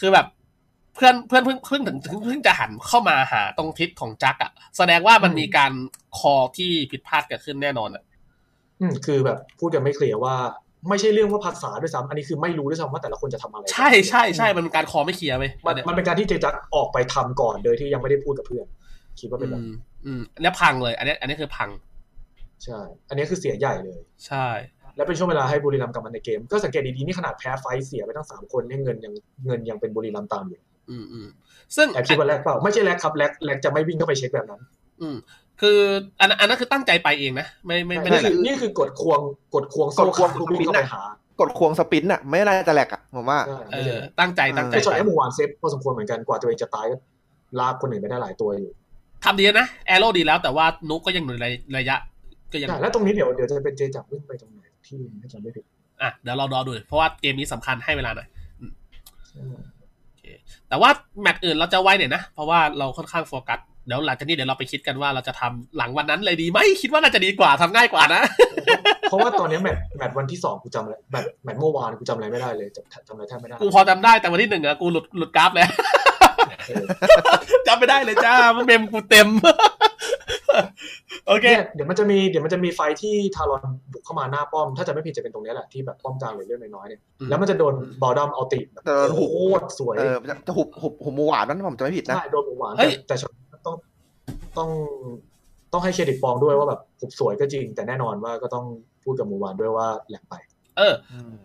B: คือแบบเพื่อนเพื่อนเพิ่งเพิ่งถึงถึงเพิ่งจะหันเข้ามาหาตรงทิศของจักอ่ะ แสดงว่ามัน
D: อืม
B: มีการคอที่ผิดพลาดเกิดขึ้นแน่นอนอ่ะ
D: อืมคือแบบพูดกันไม่เคลียร์ว่า ไม่ใช่เรื่องว่าภาษาด้วยซ้ำอันนี้คือไม่รู้ด้วยซ้ำว่าแต่ละคนจะทำอะไร
B: ใช่ใช่ใช่มันเป็นการคอไม่เคลียร์ไป
D: มันมันเป็นการที่เจจักออกไปทำก่อนโดยที่ยังไม่ได้พูดกับเพื่อน คิดว่า
B: อื
D: เป็นแบบ
B: มอืมอันเนี้ยพังเลย อันเนี้ยอันเนี้ยคือพัง
D: ใช่ อันนี้คือเสียใหญ่เลย
B: ใช่
D: และเป็นช่วงเวลาให้บุรีรัมย์กลับมาในเกม ก็สังเกตดีๆนี่ขนาดแพ้ไฟท์เสียไปทั้งสามคนเนี่ยเงินยังเงินยังเป็นบุรีรัมย์ตามอยู่
B: อืมอืมซึ่ง
D: แอบคิดว่าแลกเปล่าไม่ใช่แลกครับแลกแลกจะไม่วิ่งเข้าไปเช็คแบบนั้น
B: อืมคืออันนั้นอันนั้นคือตั้งใจไปเองนะ ไม่ไม่
D: อั
B: ไม่
D: น
B: ได้แห
D: นี้คื
B: ละ
D: อนี่คือกดควงกดควงโซ่ขาดลูกวิ่งเข้าไปหาก
C: ดควงสปรินต์อะไม่น่าจะแหลกอะผมว่า
D: ใช่
B: เอ
D: ไม่ใช่
B: อตั้งใจตั้งใจ
D: ไอ้ช็อต
B: ไป
D: ไอ้หมูหวานเซฟพอสมควรเหมือนกันกว่าตัวเองจะตายก็ลากคนอื่นไปได้หลายตัวอยู่
B: ทำดีนะแอโร่ดีแล้วแต่ว่านุกก็ยังอยู่ในระยะ ก็ยัง
D: ใช่แล้วตรงนี้เดี๋ยวเดี๋ยวจะเป็นเจจับวิ่งไปตรงไหนที่ถ้าจำไม่ผิด
B: อ่ะเดี๋ยวเรารอดูเพราะว่าเกมนี้สำคัญให้เวลาหน่อยแต่ว่าแมตช์อื่นเราจะไว้เนี่อยนะ เพราะว่าเราค่อนข้างโฟกัสเดี๋ยวหลังจากนี้เดี๋ยวเราไปคิดกันว่าเราจะทำหลังวันนั้นเลยดีไหมคิดว่าน่าจะดีกว่าทำง่ายกว่านะ
D: เพราะว่าตอนนี้แมตช์แมตช์วันที่สองกูจำอะไรแมตช์แมตช์เมื่อวานกูจำอะไรไม่ได้เลยจำจำอะไรแทบไม่ได้
B: กูพอจำได้แต่วันที่หนึ่งอะกูหลุดหลุดกราฟแล้ว [laughs]
D: เออ
B: จำไม่ได้เลยจ้ามันเมมกูเต็ม [laughs] โอเค
D: เนี่ยเดี๋ยวมันจะมีเดี๋ยวมันจะมีไฟที่ทารอนบุกเข้ามาหน้าป้อม ถ้าจะไม่ผิดจะเป็นตรงเนี้ยแหละที่แบบป้อมกลางเลยเรื่องน้อยๆเนี่ย
B: อืม
D: แล้วมันจะโดนบอลดอมเอาติดแบบ
C: แต่โดนหุบ
D: โคตรสวย
C: เออจะจะหุบหุบหุบหมูหวานนั้นผมจะไม่ผิดนะ
D: ใช่โดนหวาน
B: เฮ้ย
D: แต่แต่ช็อตนั้นต้องต้องต้องให้เครดิตปองด้วยว่าแบบหุบสวยก็จริง แต่แน่นอนว่าก็ต้องพูดกับหมูหวานด้วยว่าแหลกไป
B: เออ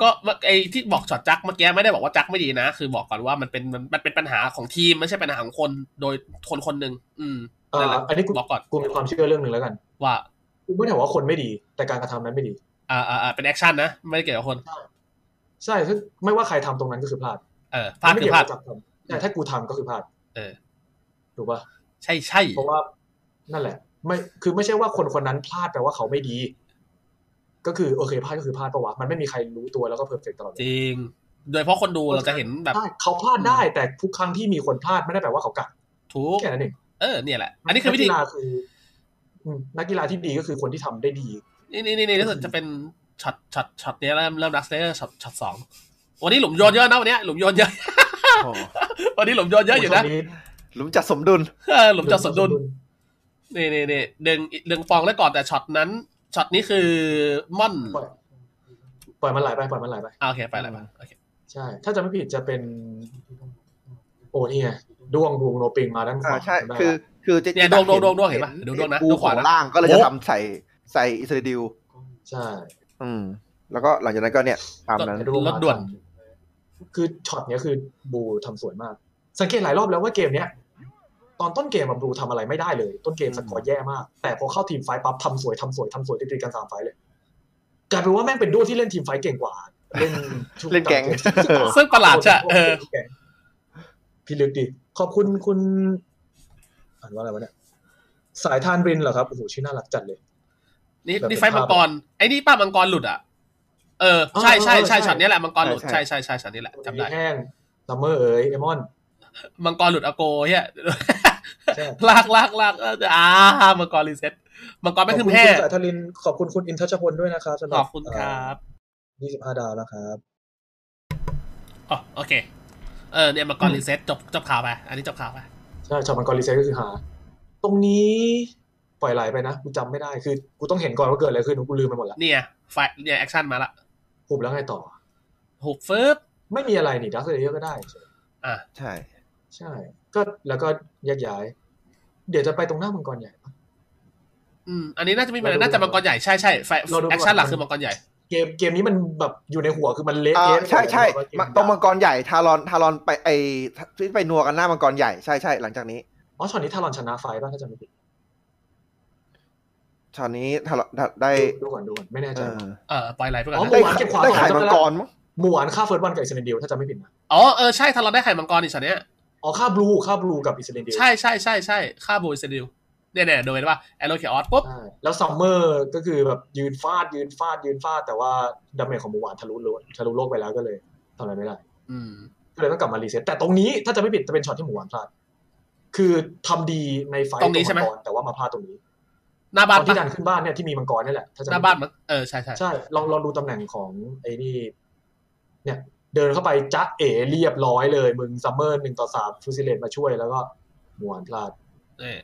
B: ก็ไอที่บอกช็อตจักเมื่อกี้ไม่ได้บอกว่าจักไม่ดีนะ คือบอกก่อนว่ามันเป็นมันมันเป็นปัญหาของทีมไม่ใช่ปัญหาของคนโดยคนคนหนึ่งอืม
D: เอ่อ
B: นั่นแหละ
D: อันนี้กู
B: บอกก่อน
D: กูมีความเชื่อเรื่องหนึ่งแล้วกัน
B: ว่า
D: กูไม่ได้บอกว่าคนไม่ดี แต่การกระทำนั้นไม่ดี
B: อ่าอ่าอ่าเป็นแอคชั่นนะไม่ได้เกี่ยวกับคน
D: ใช่ซึ่งไม่ว่าใครทำตรงนั้นก็คือพลาด
B: เออพลาด
D: ไม่
B: คือ
D: เกี่ยว
B: พลา
D: กั
B: ด
D: บจับทำแต่ถ้ากูทำก็คือพลาด
B: เออ
D: ถูกปะ
B: ใช่ใช่
D: เพราะว่านั่นแหละ ไม่คือไม่ใช่ว่าคนคนนั้นพลาดแปลว่าเขาไม่ดี ก็คือโอเคพลาดก็คือพลาดปะวะมันไม่มีใครรู้ตัวแล้วก็เพอร์เฟกตลอดเว
B: จ
D: ลา
B: ริง โดยเฉพราะคนดูเราจะเห็นแบบ
D: ใช่เขาพลาดได้แต่ทุกครั้งที่มีคนพลาดไม่ได้แปลว่าเขากัด
B: ทุก
D: แค่นั้นเอง
B: เออเนี่ยแหละ อันนี้คือวิธี
D: กกีฬาคืออืมนักกีฬาที่ดีก็คือคนที่ทำได้ดี
B: นี่นี่นี่นี่รู้สึกจะเป็นช็อตช็อตช็อตเนี้ยเริ่มเริ่มดักสเลอร์ช็อตช็อตสองวันนี้หลุมโยนเยอะนะวันเนี้ยหลุมโยนเยอะ [laughs]
C: โอ้
B: วันนี้หลุมโยนเยอะอยู่นะ
C: หลุมจัดสมดุล
B: เออหลุมจะสมดุล นี่นี่นี่ดึงดึงฟองแล้วก่อนแต่ช็อตนั้นช็อตนี้คือม่อน
D: ปล่อยปล่อยมันไหลไปปล่อยมันไหลไป
B: อ่าโอเคไปแล้วไปโอเค
D: ใช่ ถ้าจะไม่ผิดจะเป็น โอ้นี่ไงดวงดวงโนปิงมาด้าน
C: อ่าว
D: ขา
C: ใช่
D: ได้ละ
C: คือ คือเจ
B: เนี่ยดวงดวงดวงดวงเห็นปะดูดวงนะ
C: ปู
B: ดูขวาว
C: ขา
B: นะ
C: ล่างก็เลย
B: โอ้
C: จะทำใส่ใส่อิสราเอล
D: ใช่
C: อืม แล้วก็หลังจากนั้นก็เนี่ย ตามนั้น
B: รถด่วน
D: คือช็อตเนี้ยคือบูทำสวยมาก สังเกตหลายรอบแล้วว่าเกมเนี้ย ตอนต้นเกมอะบูทำอะไรไม่ได้เลย ต้นเกมสกอร์แย่มาก แต่พอเข้าทีมไฟท์ปั๊บทำสวยทำสวยทำสวยติดๆกันสามไฟท์เลยกลายเป็นว่าแม่งเป็นด้วที่เล่นทีมไฟท์เก่งกว่า เล่นชุด
C: เล่นแก๊ง
D: ตามเม
B: ซึ่งประหลาดใช่เออ
D: พี่ลึกดี ขอบคุณคุณ อ่านว่าอะไรวะเนี่ย สายทานรินเหรอครับ โอ้โห ชื่อน่ารักจัดเลย
B: นี่
D: แบบ
B: นี่ไฟ
D: เป็น
B: มั
D: ภาพ
B: งกรไอ้นี่ป้ามังกรหลุดอ่ะ เออใช่ใช่ใช่
D: เออเออใช่
B: ช็อตเนี้ยแหละมังกรหลุด
C: ใช่
B: ใช่ใช่ใช่ช็อตนี้แหละจำได้
D: แห้งซัมเมอร์เอ๋ยเอมอน
B: มังกรหลุดอโกเฮีย
D: ใช่
B: ลากลากลากเอออ่ามังกรรีเซ็ตมังกรไม่
D: ขอบ
B: ขึ้
D: คุ
B: น
D: ณ
B: แห่
D: คุณสายทานริน ขอบคุณคุณอินทัชพลด้วยนะครับสำห
B: ข
D: รั
B: อบคุณครับ
D: ยี่สิบห้า25 ดาวนะครับ
B: อ๋อโอเคเออเนี่ยมังกรรีเซ็ตจบจบข่าวไปอันนี้จบข่าวไป
D: ใช่ช็อตมังกรรีเซ็ตก็คือหา ตรงนี้ปล่อยไหลไปนะ กูจำไม่ได้ คือ กูต้องเห็นก่อนว่าเกิดอะไรขึ้น กูลืมไปหมดละ
B: เนี่ยไฟเนี่ยแอคชั่นมาละ
D: หุบแล้วไงต่อ
B: หุบฟึบ
D: ไม่มีอะไรนี่ดักเลเยอร์ก็ได้
B: อ่ะ
C: ใช่
D: ใช่ ก็แล้วก็แยกย้าย เดี๋ยวจะไปตรงหน้ามังกรใหญ่ปะ
B: อืมอันนี้น่าจะไม่มีอะไร
D: เราดู
B: น่าจะมังกรใหญ่ใช่ใช่ไฟ
D: เราดูก่อน
B: แอคชั่นหลักคือมังกรใหญ่
D: เกมเกมนี้มันแบบอยู่ในหัวคือมันเละ
C: อ่า
D: เทะ
C: ใช่ใช่
D: เก
C: มะตรงมังกรใหญ่ทารอนทารอนไปไอที่ไปนัวกันหน้ามังกรใหญ่ใช่ใช่หลังจากนี้
D: อ๋อช็อตนี้ทารอนชนะไฟป่ะถ้าจำไม่ผิด
C: ตอนนี้ทารอนได้
D: ดูก่อนดูก่อนไม่แน่ใจ
C: เออ
B: เออปล่อยไหลไปก่อน
D: อ๋อ
B: นะ
C: ได้
D: หมู่หวานเก็บขวา
C: ได้
D: ก่อน
C: ไข่
D: จำได้
C: มัง
D: แล้ว
C: กรมั้ง
D: หมู่หวานฆ่าเฟิร์สวันกับอิสเลนเดียวถ้าจำไม่ผิดนะ
B: อ๋อเออใช่ทารอนได้ไข่มังกรอีกช็อตเนี้ย
D: อ๋อฆ่าบลูฆ่าบลูกับอิสเลนเดียว
B: ใช่ใช่ใช่ใช่ค่าบูอิสดิวเนี่ยเนี่ยโดยว่าแอโรเคออสปุ๊บ
D: ใช่แล้วซัมเมอร์ก็คือแบบยืนฟาดยืนฟาดยืนฟาด แต่ว่าดาเมจของหมู่หวานทะลุโลกทะลุโลกไปแล้วก็เลยทำอะไรไม่ได้
B: อืม
D: ก็เลยต้องกลับมารีเซ็ตแต่ตรงนี้ถ้าจะไม่ผิดจะเป็นช็อตที่หมู่หวานพลาด คือทำดีในไฟท์
B: ตรงนี้ใช่ไหม
D: กังกรแต่ว่ามาพลาดตรงนี้
B: หน้า
D: ต
B: บ้าน
D: อ
B: ปะ
D: นที่ดันขึ้นบ้านเนี่ยที่มีมังกรนี่แหละถ้า
B: ห
D: จำไม่
B: น้า
D: ผิด
B: บ้านมั้งเออใช่ใช่
D: ใช่ลองลองดูตำแหน่งของไอ้นี่ เนี่ย เดินเข้าไปจ๊ะเอ๋เรียบร้อยเลย มึงซัมเมอร์หนึ่งต่อสามฟูซิเลตมาช่วยแล้วก็หมวนพลาด
B: เออ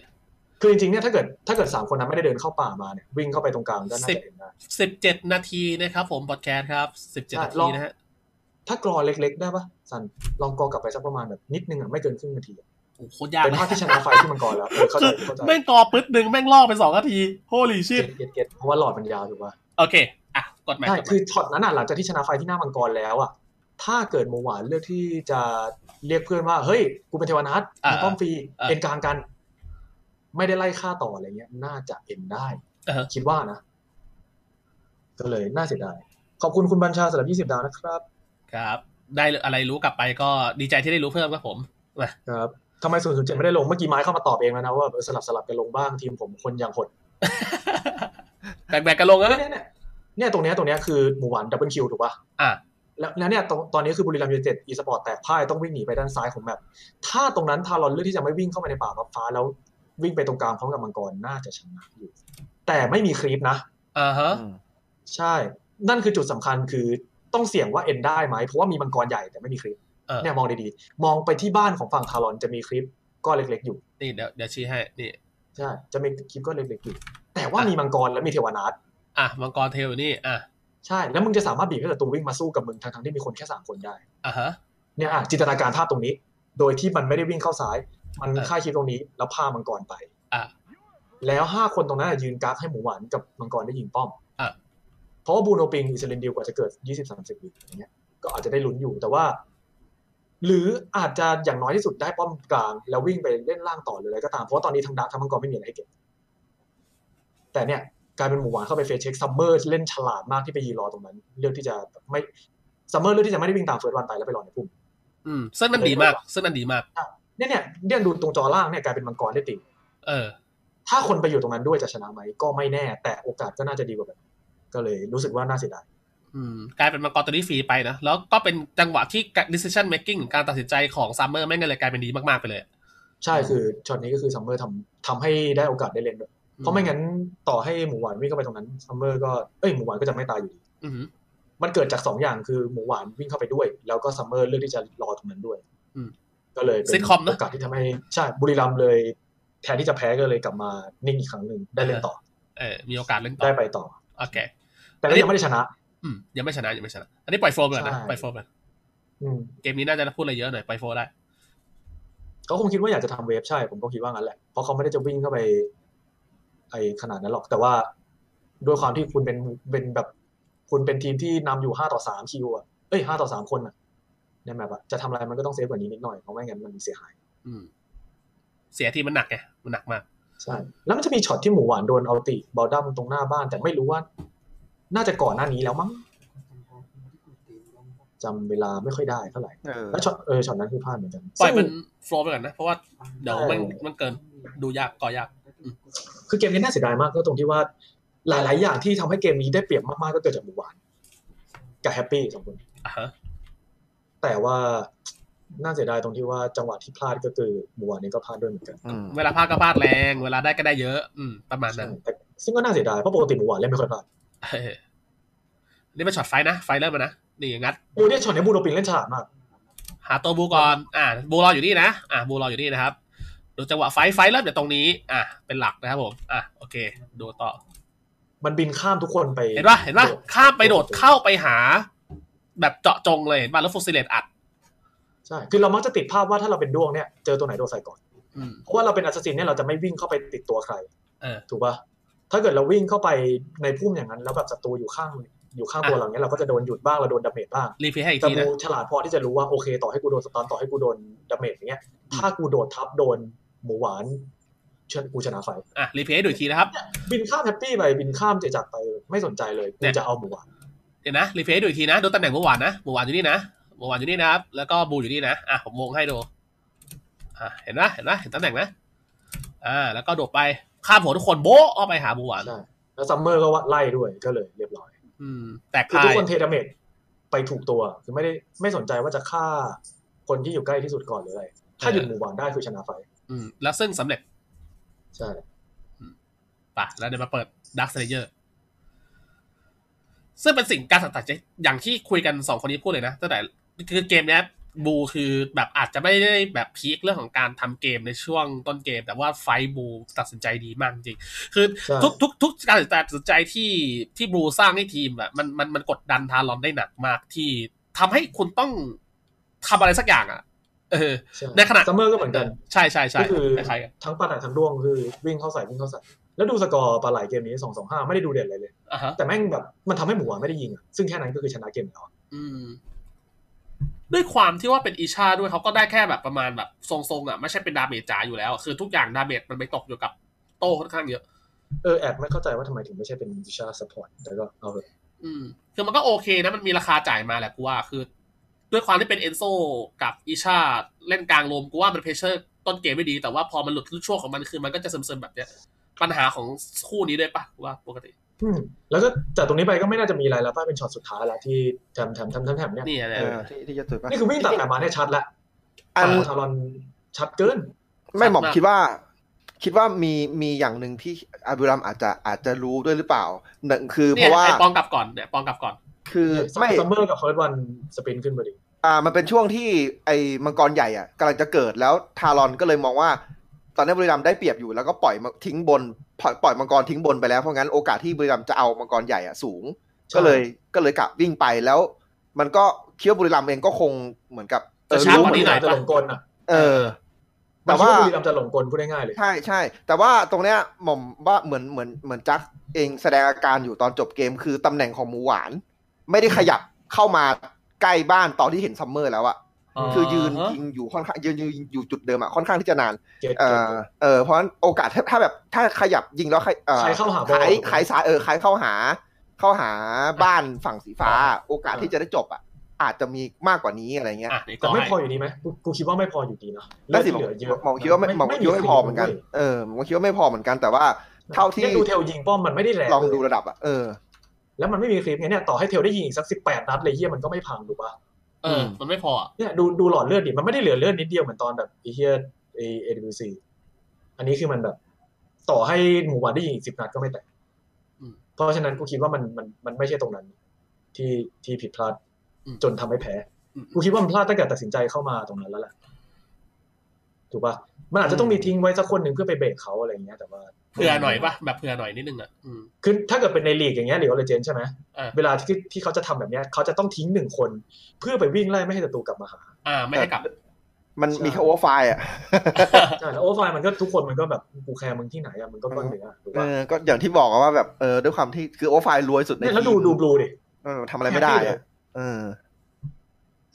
D: คือจริงๆเนี่ยถ้าเกิดถ้าเกิดสามคนนั้นไม่ได้เดินเข้าป่ามาเนี่ยวิ่งเข้าไปตรงกลางก็น่า
B: สิบ
D: จะเห็นได้
B: สิบเจ็ดนาทีนะครับผมพอดแคสต์ครับสิบเจ็ด
D: อ่ะ
B: นา
D: ล
B: ที
D: อง
B: นะฮะ
D: ถ้ากรอเล็ก ๆ ได้ปะสันลองกรอกลับไปสักประมาณแบบนิดนึงอ่ะไม่เกินครึ่งนาทีอะ
B: โอ้โหโคตรยาก
D: เป็น
B: นะ
D: ภาพที่ชนะไฟที่มันกรแล้วเออเข้า
B: คื
D: ใจ
B: อ
D: เข้าใจ
B: แม่งกอปึ๊ดหนึ่งแม่งล่อไปสองนาทีโฮลี่ชิ
D: เก็
B: ต
D: ตเก็ตเก็ตเพราะว่าหลอดมันยาวถูกป่ะ
B: โอเค อ่ะ กดใหม่
D: ใช่
B: กดใหม่
D: คือช็อตนั้นอ่ะหลังจากที่ชนะไฟที่หน้ามังกรแล้วอ่ะถ้าเกิดหมูหวานเลือกที่จะเรียกเพื่อนว่าเฮ้ยกูเป็นเทวนาทมีป้อมฟรีเอ็นกลางกัน ไม่ได้ไล่ฆ่าต่ออะไรเงี้ย น่าจะเอ็นได้
B: เออ
D: คิดว่านะ ก็เลยน่าเสียดาย ขอบคุณคุณบัญชาสำหรับ20 ดาวนะครับ
B: ครับ ได้อะไรรู้กลับไปก็ดีใจที่ได้รู้เพิ่มครับผม [laughs] มา
D: ครับทำไม 0 0 7 ไม่ได้ลง เมื่อกี้ไม้เข้ามาตอบเองแล้วนะว่าเออสลับสลับกันลงบ้างทีมผมคนอย่างหด
B: แบ่งๆกันลงแล้ว
D: เนี่ยเนี่ยเนี่ยตรงเนี้ยตรงเนี้ยคือหมู่หวานดับเบิลคิวถูกปะ
B: อ่ะ
D: แล้วแล้วเนี่ยตรงตอนนี้คือบุรีรัมย์ยูไนเต็ดอีสปอร์ตแตกพ่ายต้องวิ่งหนีไปด้านซ้ายของแมปถ้าตรงนั้นทารอนเลือกที่จะไม่วิ่งเข้าไปในป่าพับฟ้า แล้ววิ่งไปตรงกลางพร้อมกับมังกรน่าจะชนะอยู่ แต่ไม่มีครีปนะ
B: อ่าฮะ
C: อืม
D: ใช่ นั่นคือจุดสำคัญคือต้องเสี่ยงว่าเอ็นได้ไหมเพราะว่ามีมังกรใหญ่แต่ไม่มีคลิป
B: เออ
D: เนี่ยมองดีๆ มองไปที่บ้านของฝั่งทารอนจะมีคลิปก้อนเล็กๆอยู่
B: นี่เดี๋ยวเดี๋ยวชี้ให้นี่
D: ใช่ จะมีคลิปก้อนเล็กๆอยู่ แต่ว่า
B: อ่ะ
D: มีมังกรและมีเทวนาท
B: อ่ะมังกรเทลอยู่นี่อ่ะ
D: ใช่ แล้วมึงจะสามารถบีบให้ศัตรูวิ่งมาสู้กับมึงทั้งๆที่มีคนแค่สามคนได้
B: อ่ะฮะ
D: เนี่ยอ่ะจินตนาการภาพตรงนี้ โดยที่มันไม่ได้วิ่งเข้าซ้าย มัน
B: เออ
D: ฆ่าคลิปตรงนี้ แล้วพามังกรไป
B: อ่ะ
D: แล้วห้าคนตรงนั้นอ่ะยืนกักให้หมูหวานกับมังกรได้ยิงป้อม
B: อ่ะ
D: เพราะว่าบูโนปิงอิสเลนดิวกว่าจะเกิดยี่สิบสามสิบวิอย่างเงี้ย ก็อาจจะได้ลุ้นอยู่แต่ว่า หรืออาจจะอย่างน้อยที่สุดได้ป้อมกลาง แล้ววิ่งไปเล่นล่างต่อเลยอะไรก็ตามเพราะว่าตอนนี้ทางดักทางมังกรไม่มีอะไรให้เก็บแต่เนี่ยกลายเป็นหมูหวานเข้าไปเฟซเช็คซัมเมอร์เล่นฉลาดมากที่ไปยีรอตรงนั้น เลือกที่จะไม่ซัมเมอร์เลือกที่จะไม่ได้วิ่งตามเฟิร์สวันไปแล้วไปรอในพุ่ม
B: อืมซึ่งมันดีมากซึ่งมันดีมาก
D: เนี่ยเนี่ยเนี่ยดูตรงจอล่างเนี่ยกลายเป็นมังกรได้ติ
B: เออ
D: ถ้าคนไปอยู่ตรงนั้นด้วยจะชนะไหมก็ไม่แน่ แต่โอกาสก็น่าจะดีกว่าแบบนั้นก็เลยรู้สึกว่าน่าเสียดาย
B: อืมกลายเป็นมังกรตัวนี้ฟรีไปนะ แล้วก็เป็นจังหวะที่ decision making การตัดสินใจของซัมเมอร์แม่งเลยกลายเป็นดีมาก ๆ ไปเลยอะ
D: ใช่คือช็อตนี้ก็คือซัมเมอร์ทำทำให้ได้โอกาสได้เล่นด้วยเพราะไม่งั้นต่อให้หมูหวานวิ่งเข้าไปตรงนั้นซัมเมอร์ก็เอ้ยหมูหวานก็จะไม่ตายอยู่ดี
B: อืม
D: มันเกิดจากสองอย่างคือหมูหวานวิ่งเข้าไปด้วย แล้วก็ซัมเมอร์เลือกที่จะรอตรงนั้นด้วย
B: อืม
D: ก็เลยเป็น
B: sitcom นะ
D: โอกาสที่ทำให้ใช่บุรีรัมย์เลย แทนที่จะแพ้ก็เลยกลับมานิ่งอีกครั้งหนึ่งได้เล่นต่อ
B: เออ มีโอกาสเล่นต่อ
D: ได้ไปต่อ
B: โอเค
D: แต่ก็ยังไม่ได้ชนะ
B: อืม ยังไม่ชนะ ยังไม่ชนะ อันนี้ปล่อยโฟมก่อนนะ
D: ใช่
B: ปล่อยโฟมก่อน
D: อืม
B: เกมนี้น่าจะพูดอะไรเยอะหน่อย ปล่อยโฟมได้
D: เขาคงคิดว่าอยากจะทำเวฟใช่ ผมก็คิดว่างั้นแหละ เพราะเขาไม่ได้จะวิ่งเข้าไป ไอขนาดนั้นหรอก แต่ว่าด้วยความที่คุณเป็นเป็นแบบ คุณเป็นทีมที่นำอยู่ห้าต่อสามคิวอ่ะ เอ้ยห้าต่อสามคนอ่ะในแมปอ่ะจะทำอะไรมันก็ต้องเซฟกว่านี้นิดหน่อยเพราะไม่งั้นมันเสียหาย
B: อืม เสียทีมันหนักไง มันหนักมาก
D: ใช่ แล้วมันจะมีช็อตที่หมูหวานโดนเอาติบอลดัมตรงหน้าบ้าน แต่ไม่รู้ว่า น่าจะก่อนหน้านี้แล้วมั้ง จำเวลาไม่ค่อยได้เท่าไหร่
C: เออ
D: แล้วช็อตเออช็อตนั้นคือพลาดเหมือนกัน
B: ปล่อยมัน
D: ซึ่ง
B: โฟล์ไปก่อนนะ เพราะว่าเดี๋ยวมัน
D: ใช่
B: มันเกินดูยากก่อยาก
D: คือเกมนี้น่าเสียดายมากก็ตรงที่ว่าหลาย ๆ อย่างที่ทำให้เกมนี้ได้เปรียบมาก ๆ ก็เกิดจากหมู่หวานกับแฮปปี้สองคน
B: อ่ะฮะ
D: แต่ว่าน่าเสียดายตรงที่ว่าจังหวะที่พลาดก็คือหมู่หวานนี่ก็พลาดด้วยเหมือนกัน
C: อืม
B: เวลาพลาดก็พลาดแรง เวลาได้ก็ได้เยอะ อืม ประมาณนั้น
D: แต่ซึ่งก็น่าเสียดายเพราะปกติหมู่หวานเล่นไม่ค่อยพลาด
B: เออนี่เป็นช็อตไฟนะ ไฟเริ่มแล้วนะ นี่งัด
D: โอ้เนี่ยช็อตนี้บูโรปินเล่นฉลาดมาก
B: หาตัวบูก่อน อ่า บูรออยู่นี่นะ อ่า บูรออยู่นี่นะครับ ดูจังหวะไฟท์ไฟท์เริ่มจากตรงนี้ อ่าเป็นหลักนะครับผม อ่าโอเค ดูต่อ
D: มันบินข้ามทุกคนไป
B: เห็นป่ะ เห็นป่ะ ข้ามไปโดดเข้าไปหา แบบเจาะจงเลย เห็นป่ะ แล้วฟูซิเลตอัด
D: ใช่คือเรามักจะติดภาพว่าถ้าเราเป็นด้วงเนี่ยเจอตัวไหนโดนใส่ก่อน
B: อืม
D: เพราะว่าเราเป็นอัศจินเนี่ยเราจะไม่วิ่งเข้าไปติดตัวใคร
B: เออ
D: ถูกปะถ้าเกิดเราวิ่งเข้าไปในพุ่มอย่างนั้น แล้วแบบศัตรูอยู่ข้างอยู่ข้างตัวเราเนี่ยเราก็จะโดนหยุดบ้างเราโดนดาเมจบ้าง
B: รีเพลย์ให้อีก
D: แต่
B: ที
D: กู
B: นะ
D: ฉลาดพอที่จะรู้ว่าโอเค ต่อให้กูโดนสตอนต่อให้กูโดนดาเมจอย่างเงี้ย ถ้ากูโดดทับโดนหมูหวานชนกูชนะไฟ
B: อ่ะ รีเพลย์ให้ดูอีกทีนะครับ
D: บินข้ามแฮปปี้ไปบินข้ามเจจักรไปไม่สนใจเลยกู
B: เนี่ย
D: จะเอาหมูหวาน
B: เดี๋ยวนะ รีเพลย์ให้ดูอีกทีนะ ดูตำแหน่งเมื่อวานนะเมื่อวานอยู่นี่นะเมื่อวานอยู่นี่นะครับ แล้วก็บูอยู่นี่นะ อ่ะ ผมวงให้ดู อ่ะ เห็นไหมเห็นไหมเห็นตำแหน่งไหมอ่า แล้วก็โดดไป ข้ามหัวทุกคนโบ๊ะเข้าไปหาบูหวาน
D: ใช่แล้วซัมเมอร์ก็ว่าไล่ด้วยก็เลยเรียบร้อย
B: อืม แตก
D: คือ
B: พา
D: ทุก
B: ย
D: คนเทดาเมจไปถูกตัวคือไม่ได้ไม่สนใจว่าจะฆ่าคนที่อยู่ใกล้ที่สุดก่อนหรืออะไรถ้าหยุดหมูหวานได้คือชนะไฟ
B: อืม แล้วซึ่งสำเร็จ
D: ใช่
B: ป่ะแล้วเดี๋ยวมาเปิดดักเซเยอร์ซึ่งเป็นสิ่งการตัดใจอย่างที่คุยกันสองคนนี้พูดเลยนะตั้งแต่คือเกมเนี้ยบูคือแบบอาจจะไม่ได้แบบพีคเรื่องของการทำเกมในช่วงต้นเกม แต่ว่าไฟท์บูตัดสินใจดีมากจริง คือ
D: ใช่
B: ทุกทุกทุกการตัดสินใจที่ที่บูสร้างให้ทีมอะมันมันมันกดดันทารอนได้หนักมากที่ทำให้คุณต้องทำอะไรสักอย่างอะเออ
D: ใช่
B: ในขณะ
D: ซัมเมอร์ก็เหมือนกัน
B: ใช่ใช่ใช่
D: ก็คือ
B: คล้ายๆกัน
D: ทั้งปลาไหลทั้งด้วงคือวิ่งเข้าใส่วิ่งเข้าใส่แล้วดูสกอร์ปลาไหลเกมนี้สองสองห้าไม่ได้ดูเด่นอะไรเลย
B: อ่ะฮะ
D: แต่แม่งแบบมันทำให้หมูหวานไม่ได้ยิงอะซึ่งแค่นั้นก็คือชนะเกมแล้วอะ
B: อืมด้วยความที่ว่าเป็นอีชาด้วยเขาก็ได้แค่แบบประมาณแบบทรงๆอ่ะไม่ใช่เป็นดาเมจจ๋าอยู่แล้ว คือทุกอย่างดาเมจมันไปตกอยู่กับโต้ค่อนข้างเยอะ
D: เออแอบไม่เข้าใจว่าทำไมถึงไม่ใช่เป็นดิชาสปอร์ตแต่ก็เอาเถอะ
B: อืม คือมันก็โอเคนะมันมีราคาจ่ายมาแหละกูว่าคือ ด้วยความที่เป็นเอนโซกับอีชาเล่นกลางลมกูว่ามันเพรสเชอร์ต้นเกมไม่ดี แต่ว่าพอมันหลุดช่วงของมันคือมันก็จะซึมๆแบบเนี้ย ปัญหาของคู่นี้ด้วยปะกูว่าปกติ
D: อืมแล้วก็จากตรงนี้ไปก็ไม่น่าจะมีอะไรแล้วป้าเป็นช็อตสุดท้ายละที่แถมแถมแถมแถมแถมเนี่ย
B: นี่อะไร
C: เออที่ที่จะตุยปะ
D: นี่คือวิ่งตัดแถมมาได้ชัดละ
C: อัน
D: ทารอนชัดเกิน
C: ไม่หมอมคิดว่า คิดว่ามีมีอย่างหนึ่งที่อาบิรัมอาจจะอาจจะรู้ด้วยหรือเปล่าหนึ่งคือเพ
B: เนี่ย
C: ราะว่า
B: ไอ้ปองกลับก่อนเนี่ยปองกลับก่อน
C: คือไม่
D: ซัมเมอร์กับเฟิร์สวันสปินขึ้นมาดิ
C: อ่ามันเป็นช่วงที่ไอ้มังกรใหญ่อ่ะกำลังจะเกิดแล้วทารอนก็เลยมองว่า ตอนนี้บุรีรัมย์ได้เปรียบอยู่แล้วก็ปล่อยมาทิ้งบนปล่อยปล่อยมังกรทิ้งบนไปแล้วเพราะงั้นโอกาสที่บุรีรัมย์จะเอามังกรใหญ่อ่ะสูง ก็เลยก็เลยกลับวิ่งไปแล้ว มันก็เคี้ยวาบุรีรัมย์เองก็คงเหมือนกับเอ
B: จะ
C: อ
B: ช้า
C: รู้
B: กว่านี้หน่อย
D: จะหลงกลอ่ะ
C: เออ
D: แต่
C: แต่
D: ว่า
C: ว่า
D: บุรีรัมย์จะหลงกลพูดง่ายๆเลย
C: ใช่ใช่แต่ว่าตรงเนี้ยหม่อมว่าเหมือนเหมือนเหมือนจักเองแสดงอาการอยู่ตอนจบเกม คือตำแหน่งของหมูหวาน ไม่ได้ขยับเข้ามาใกล้บ้านตอนที่เห็นซัมเมอร์แล้วอะ คือยืนยิงอยู่ค่อนข้างยืนยืนอยู่จุดเดิมอะค่อนข้างที่จะนาน
D: เกต
C: เอ
D: เกต
C: อเออเพราะฉะนั้นโอกาสถ้าถ้าแบบถ้าขยับยิงแล้วใครเออ
D: ขายเข้าหาบอล
C: ขายขายซ้ายเออขายเข้าหา เข้าหาบ้านฝั่งสีฟ้า โอกาสที่จะได้จบอะอาจจะมีมากกว่านี้อะไรเงี้ย
B: อ่ะนี่ก็
D: แต่ไม่
B: ให้
D: พออยู่ดีไหมกูกูคิดว่าไม่พออยู่ดีนะ
C: นั่นสิ
D: เลือดที่เหลือเยอะ
C: หมองคิดว่าไม่หมองคิดว่าไม่พอเหมือนกันเออหมองคิดว่าไม่พอเหมือนกันแต่ว่า เท่าที่
D: นี่ยดูเทลยิงป้อมมันไม่ได้แรง
C: ลองดูระดับอะเออ
D: แล้วมันไม่มีคลิปไงเนี่ยต่อให้เทลได้ยิงอีกสักสิบแปดนัดเลยเฮียมันก็ไม่พังถูกปะ
B: เออ มันไม่พออะ
D: เนี่ยดูดูหลอดเลือดดิมันไม่ได้เหลือเลือดนิดเดียวเหมือนตอนแบบไอ้เฮียไอ้เอวซีอันนี้คือมันแบบ ต่อให้หมู่บ้านได้ยิงอีกสิบนัดก็ไม่แตก
B: อืม
D: เพราะฉะนั้นกูคิดว่ามันมันมันไม่ใช่ตรงนั้น ที่ที่ผิดพลาด
B: อืม
D: จนทำให้แพ้
B: อืม
D: กูคิดว่ามันพลาดตั้งแต่ตัดสินใจเข้ามาตรงนั้นแล้วแหละ ถูกปะมันอาจจะต้องมีทิ้งไว้สักคนหนึ่งเพื่อไปเบรกเขาอะไรอย่างเงี้ย แต่ว่า
B: เผื่อหน่อยปะแบบเผื่อหน่อยนิดนึงอ่ะอืม
D: คือถ้าเกิดเป็นในลีกอย่างเงี้ยหรือว่าเลเจนใช่ไหม
B: เออ
D: เวลาที่ที่เขาจะทำแบบเนี้ยเขาจะต้องทิ้งหนึ่งคน เพื่อไปวิ่งไล่ไม่ให้ศัตรูกลับมาหา
B: อ่า ไม่ให้กลับ
C: มันมีแค่โอเวอร์ไฟล์อะ
D: ใช่แล้วโอเวอร์ไฟล์มันก็ทุกคนมันก็แบบกูแคร์มึงที่ไหนอะมึงก็ก้อนเนื้อถูก
C: เอ
D: ปะ
C: อก็อย่างที่บอกอะว่าแบบเออด้วยความที่คือโอเวอร์ไฟล์รวยสุดใน
D: เนี่ยแล้วดูดูบลูดิ
C: เออทำอะไรไม่ได้
D: แฮปปี้เล
C: อะ
D: ย
C: เออ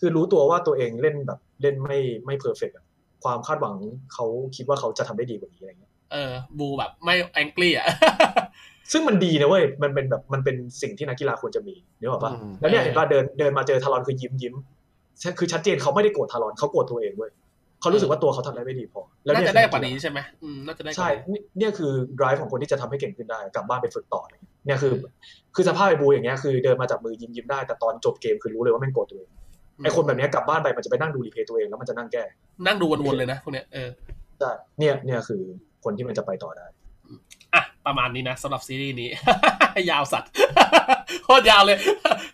D: คือรู้ตัวว่าตัวเองเล่นแบบเล่นไม่ไม่เพอร์เฟกต์ความคาดหวังเขาคิดว่าเขาจะทำได้ดีกว่านี้อะไรเงี้ย
B: เออ บูแบบไม่แองกี้อ่ะ
D: ซึ่งมันดีนะเว้ยมันเป็นแบบมันเป็นสิ่งที่นักกีฬาควรจะมีนึกออกปะ
B: อืม
D: แล้วเนี่ยเห็นว่าเดินเดินมาเจอทารอนคือยิ้มยิ้มคือชัดเจนเขาไม่ได้โกรธทารอนเขาโกรธตัวเองเว้ยเขารู้สึกว่าตัวเขาทำอะไรไม่ดีพอแล้ว
B: น่า
D: เย
B: จะได้กว่านี้ใช่ไหมอืมน่าจะได้กว่า
D: ใช่
B: นี้
D: นี่เนี่ยคือ drive ของคนที่จะทำให้เก่งขึ้นได้กลับบ้านไปฝึกต่อเนี่ยคือ คือสภาพไอ้บูอย่างเงี้ยคือเดินมาจับมือยิ้มยิ้มได้แต่ตอนจบเกมคือรู้เลยว่าแม่งโกรธตัวเองไอ้คนแบบเนี้ยกลับบ้านไปมันจะไปนั่งดูรีเพย์ตัวเองแล้วมันจะนั่งแก้
B: นั่งดูวนๆเลยนะพวกเนี้ยเออ
D: ใช่เนี่ยเนี่ยคือคนที่มันจะไปต่อได้
B: อ่ะประมาณนี้นะสำหรับซีรีส์นี้ [laughs] ยาวสัตว์ [laughs] โคตรยาวเลย [laughs]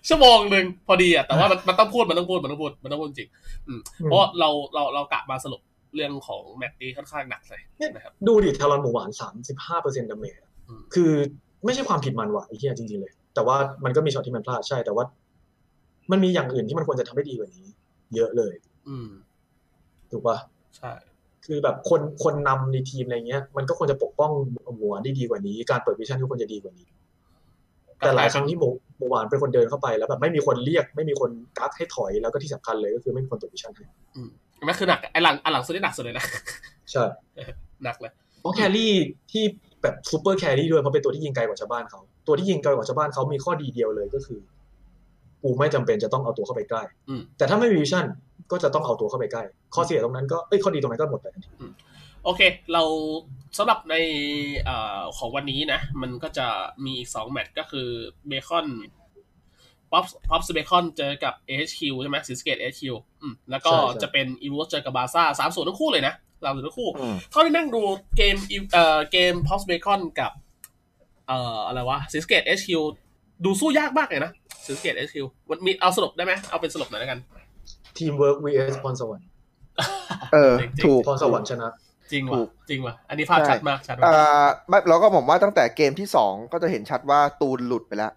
B: ชั่วโมงหนึ่งพอดีอ่ะแต่ว่ามันมันต้องพูดมันต้องพูดมันต้องพูดมันต้องพูดจริงเพราะเราเราเรากะมาสรุปเรื่องของแมตช์นี้ค่อนข้างหนักเลยนะครับ
D: ดูดิทารอนหมูหวานสามสิบห้าเปอร์เซ็นต์ดาเมจ
B: อืม
D: คือไม่ใช่ความผิดมันว่ะไอ้เหี้ยจริงๆเลย แต่ว่ามันก็มีช็อตที่มันพลาดใช่ แต่ว่า มันมีอย่างอื่นที่มันควรจะทำให้ดีกว่านี้ เยอะเลย
B: อืม
D: ถูกปะ
B: ใช่
D: คือแบบคนคนนำในทีมอะไรเงี้ย มันก็ควรจะปกป้องหมูหวานได้ดีกว่านี้ การเปิดวิชั่นก็ควรจะดีกว่านี้ แต่หลายครั้งที่หมูหมูหวานเป็นคนเดินเข้าไปแล้วแบบไม่มีคนเรียก ไม่มีคนกักให้ถอยแล้วก็ที่สำคัญเลยก็คือไม่มีคนเปิดวิชั่นให้
B: อืมนั่นคือหนักไอหลังไอหลังสุดนี่หนักสุดเลยนะ [laughs]
D: ใช่
B: หนักเลย
D: เพราะแครี่ที่แบบซูเปอร์แครี่ด้วยเพราะเป็นตัวที่ยิงไกลกว่าชาวบ้านเขา ตัวที่ยิงไกลกว่าชาวบ้านเขามีข้อดีเดียวเลยก็คือ กูไม่จำเป็นจะต้องเอาตัวเข้าไปใกล้
B: อืม
D: แต่ถ้าไม่มีวิชั่นก็จะต้องเอาตัวเข้าไปใกล้ ข้อเสียตรงนั้นก็เอ้ยข้อดีตรงนั้นก็หมดไปทันที
B: โอเค เราสำหรับในเออของวันนี้นะ มันก็จะมีอีกสองแมตช์ก็คือเบคอนป๊อปป๊อปสเบคอนเจอกับ HQ ใช่ไหมซิสเกต HQ อืมแล้วก็จะเป็นอีวอสเจอกับบาซ่าสามส่วนย์ทั้งคู่เลยนะสามส่วนย์ทั้งคู่
C: อืม
B: เท่าที่นั่งดูเกมอีเอ่อเกมพ็อปสเบคอนกับ เอ่ออะไรวะซิสเกต HQ ดูสู้ยากมากเลยนะซิสเกต HQ มันมีเอาสรุปได้ไหมเอาเป็นสรุปหน่อยแล้วกัน
D: ทีมเวิร์ก vs พรสวรรค์
C: เออ
B: จริงๆ
C: ถูก
D: พรสวรรค์ชนะ
B: จริง
C: ถู
B: ว่ะ
C: ก
B: จริงว่ะอันนี้ภาพชัดมากชัดมา
C: เอ่
B: ก
C: อไม่เราก็ผมว่าตั้งแต่เกมที่สองก็จะเห็นชัดว่าตูนหลุดไปแล้ว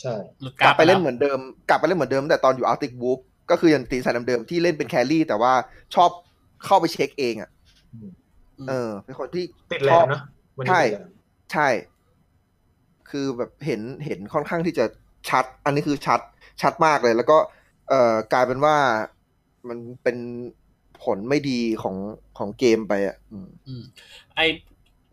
D: ใช่
B: หลุด
C: กลับไป
B: แว
C: เล่นเหมือนเดิม กลับไปเล่นเหมือนเดิมตั้งแต่ตอนอยู่อาร์ติกบูฟก็คือยังตีสายเดิมๆที่เล่นเป็นแครี่ แต่ว่าชอบเข้าไปเช็คเองอ่ะ
B: อืม
C: เออ เป็นคนที่
D: ติดแหลมนะวันนี้
C: ใช่
D: ติดแหลม
C: ใช่ คือแบบเห็นเห็นค่อนข้างที่จะชัด อันนี้คือชัดชัดมากเลย แล้วก็เอ่อกลายเป็นว่ามันเป็นผลไม่ดีของของเกมไปอ่ะ อืม
B: อืมไอ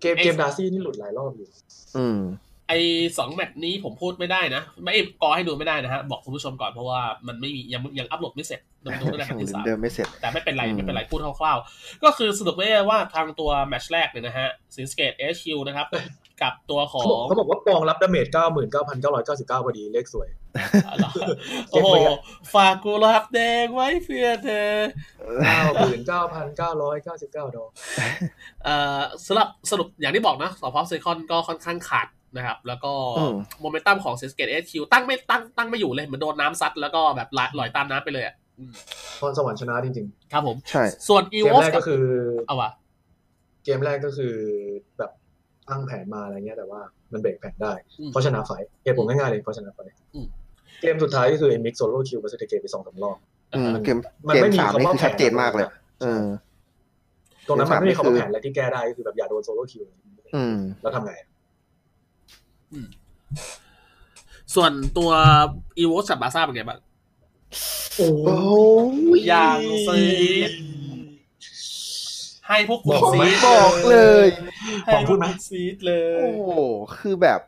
D: เกมเกมดาซี่นี่หลุดหลายรอบอยู่
C: อืม
B: ไอ้สองแมตช์นี้ผมพูดไม่ได้นะ ไม่กอให้ดูไม่ได้นะฮะ บอกคุณผู้ชมก่อนเพราะว่ามันไม่มียังยังอัพโหลดไม่เสร็จดูดูได้แมต
C: แข่ง
B: ช์
C: เห
B: ที่
C: มือ
B: สาม
C: นเดิมไม่เสร็จ
B: แต่ไม่เป็นไร
C: อืม
B: ไม่เป็นไรพูดคร่าวๆ ก็คือสรุปไว้ว่าทางตัวแมตช์แรกเนี่ยนะฮะซินสเกตเอชคิวนะครับ กับตัวขอ
D: เขาบอก
B: ง
D: เขาบอกว่าปองรับดาเมจ99,999พอดีเลขสวย
B: อะไร [laughs] โอ้โหฝากกูรับแดงไว้เพื่อเธอ
D: 99,999ดอก
B: เอ่อสำหรับสรุปอย่างที่บอกนะสองพอมเซคอนก็ค่อนข้างขาดนะครับ แล้วก็
C: อืม
B: โมเมนตัมของเซนสเกตเอชคิวตั้งไม่ตั้งตั้งไม่อยู่เลยเหมือนโดนน้ำซัดแล้วก็แบบลอยตามน้ำไปเลยอะอืม
D: พรสวรรค์ชนะจริง
B: ครับผม
C: ใช่
B: ส่วนอี
D: ๆ เก
B: ว
D: ม
B: อส
D: แรก
B: กั
D: ก็
B: บ
D: คือ
B: เอาวะ
D: เกมแรกก็คือแบบตั้งแผนมาอะไรเงี้ยแต่ว่ามันเบรกแผนได้
B: อืม
D: เพราะชนะไฟท์เหตุผลง่ายๆเลยเพราะชนะไฟท์
B: อืม
D: เกมสุดท้ายก็คือไอ้มิกโซโล่คิวบัสเตเกตไปสองสามรอบ
C: อืมเกม
D: มัน
C: เกม
D: ไม่มี
C: สาม
D: คำ
C: นี่
D: ว่า
C: คือ
D: แผ
C: ชัด
D: น
C: เจนมากเลยเออ
D: ตรงนั้นมันไม่มีคำว่า
C: เกม
D: แผ
C: สามนี่คือ
D: นอะไรที่แก้ได้ก็คือแบบอย่าโดนโซโล่คิว
C: อืม
D: แล้วทำไง
B: ส่วนตัวอีวอสกับบาซ่าเป็นไงบ้าง
D: โอ้
C: โอ้ย
B: อย่างซีด ให้พวกคุณ
D: บอกไหม
B: ซีด
C: บอกเลย
D: บอกพูดไหม
B: ซีดเล
C: โอ้
B: ย
C: โหคือแบบ